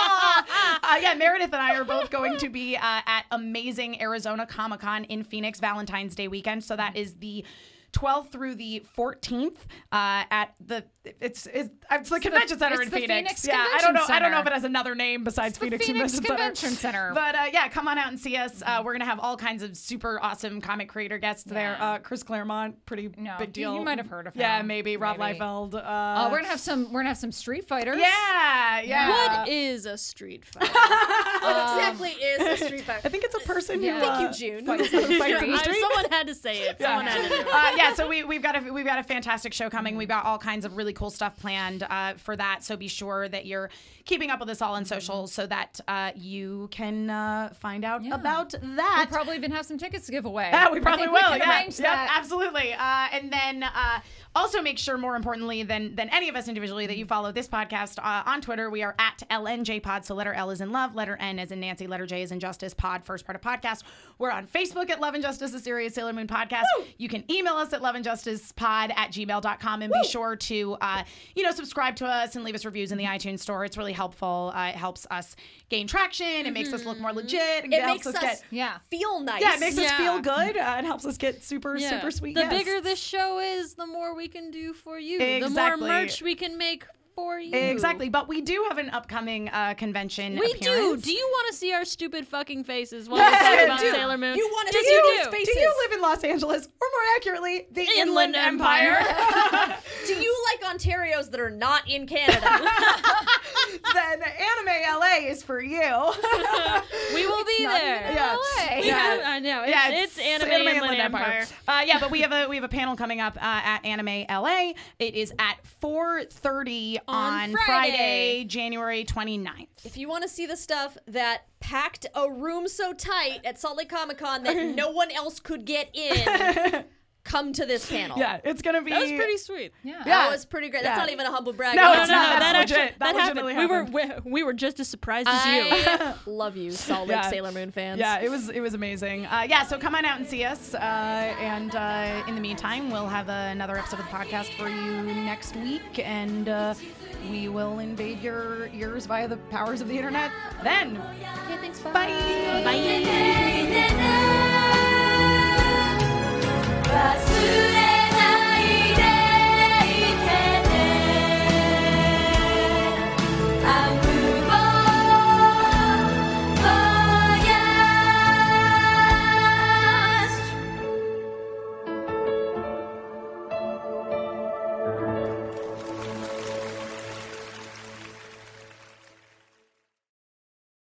Speaker 6: Uh, yeah, Meredith and I are both going to be uh, at amazing Arizona Comic Con in Phoenix Valentine's Day weekend. So that is the 12th through the 14th uh, at the it's it's, it's the convention center
Speaker 5: it's
Speaker 6: in
Speaker 5: the
Speaker 6: Phoenix.
Speaker 5: Phoenix
Speaker 6: yeah, I don't
Speaker 5: Convention
Speaker 6: know. I don't know if
Speaker 5: Center.
Speaker 6: it has another name besides
Speaker 5: the
Speaker 6: Phoenix,
Speaker 5: Phoenix
Speaker 6: Convention,
Speaker 5: Convention Center. Mm-hmm.
Speaker 6: But uh, yeah, come on out and see us. Uh, we're gonna have all kinds of super awesome comic creator guests there.
Speaker 5: Yeah.
Speaker 6: Uh, Chris Claremont, pretty
Speaker 5: No,
Speaker 6: big
Speaker 5: you- you
Speaker 6: deal.
Speaker 5: might have heard of
Speaker 6: Yeah,
Speaker 5: him.
Speaker 6: maybe Rob
Speaker 5: Maybe.
Speaker 6: Liefeld. Uh,
Speaker 5: Uh, we're gonna have some. We're gonna have some Street Fighters.
Speaker 6: Yeah, yeah.
Speaker 3: What is a street fighter?
Speaker 4: What exactly is a street fighter?
Speaker 6: I think it's a person
Speaker 5: yeah.
Speaker 6: who.
Speaker 5: Thank you,
Speaker 6: uh,
Speaker 4: June.
Speaker 6: fights on- fights in the
Speaker 3: I-
Speaker 6: street.
Speaker 3: someone had to say it. Someone had to do it.
Speaker 6: uh, yeah, so we, we've got a we've got a fantastic show coming. We've got all kinds of really cool stuff planned uh, for that. So be sure that you're keeping up with us all on social so that uh, you can uh, find out about that.
Speaker 5: We'll probably even have some tickets to give away.
Speaker 6: Yeah, we probably
Speaker 5: I think
Speaker 6: will.
Speaker 5: We can
Speaker 6: yeah,
Speaker 5: arrange
Speaker 6: yeah,
Speaker 5: that.
Speaker 6: absolutely. Uh, and then uh, also make sure, more importantly than than any of us individually, that you follow this podcast uh, on Twitter. We are at LNJPod. So letter L is in love, letter N is in Nancy, letter J is in Justice Pod. First part of podcast. We're on Facebook at Love and Justice, the Serious Sailor Moon podcast. You can email us at loveandjusticepod at gmail.com and be sure to uh, you know subscribe to us and leave us reviews in the iTunes store. It's really helpful. Uh, it helps us gain traction. It makes us look
Speaker 5: Mm-hmm.
Speaker 6: more legit. and
Speaker 4: it makes
Speaker 6: helps
Speaker 4: us
Speaker 6: us get
Speaker 5: Yeah.
Speaker 4: feel nice.
Speaker 6: yeah, it makes us
Speaker 3: Yeah.
Speaker 6: feel good uh, and helps us get super,
Speaker 3: Yeah.
Speaker 6: super sweet.
Speaker 3: The
Speaker 6: yes.
Speaker 3: bigger this show is, the more we can do for you. The
Speaker 6: Exactly.
Speaker 3: more merch we can make for you.
Speaker 6: Exactly, but we do have an upcoming uh, convention.
Speaker 3: We do.
Speaker 6: appearance.
Speaker 3: Do you want to see our stupid fucking faces while we talk about
Speaker 6: do.
Speaker 3: Sailor Moon?
Speaker 4: You wanna
Speaker 3: yes,
Speaker 4: see
Speaker 3: you
Speaker 4: those
Speaker 3: do.
Speaker 4: faces.
Speaker 6: Do you live in Los Angeles, or more accurately, the Inland,
Speaker 3: Inland
Speaker 6: Empire?
Speaker 4: Do you like Ontarios that are not in Canada?
Speaker 6: then Anime LA is for you.
Speaker 3: We will be there.
Speaker 6: yeah.
Speaker 3: We
Speaker 6: Yeah.
Speaker 3: have- I know. It's,
Speaker 6: Yeah,
Speaker 3: it's, anime, Inland Empire.
Speaker 6: Uh, yeah, but we have a we have a panel coming up uh, at Anime LA. It is at 4:30 on,
Speaker 3: On
Speaker 6: Friday.
Speaker 3: Friday.
Speaker 6: January 29th.
Speaker 4: if you want to see the stuff that packed a room so tight at Salt Lake Comic Con that no one else could get in, come to this panel.
Speaker 6: Yeah, it's gonna be
Speaker 3: That was pretty sweet.
Speaker 5: Yeah.
Speaker 6: Yeah.
Speaker 4: That was pretty great. That's
Speaker 6: Yeah.
Speaker 4: not even a humble brag.
Speaker 6: No,
Speaker 3: Oh,
Speaker 4: That's
Speaker 6: it's not.
Speaker 4: a-
Speaker 6: That's
Speaker 3: that
Speaker 6: legit.
Speaker 3: actually-
Speaker 6: That
Speaker 3: that happened.
Speaker 6: legitimately
Speaker 3: We were we, we were just as surprised as you.
Speaker 4: I love you, Salt Lake
Speaker 6: Yeah.
Speaker 4: Sailor Moon fans.
Speaker 6: Yeah, it was it was amazing. Uh, yeah, so come on out and see us. Uh, and uh, in the meantime, we'll have uh, another episode of the podcast for you next week, and uh, we will invade your ears via the powers of the internet. Then,
Speaker 4: Okay, thanks.
Speaker 6: bye.
Speaker 2: Bye.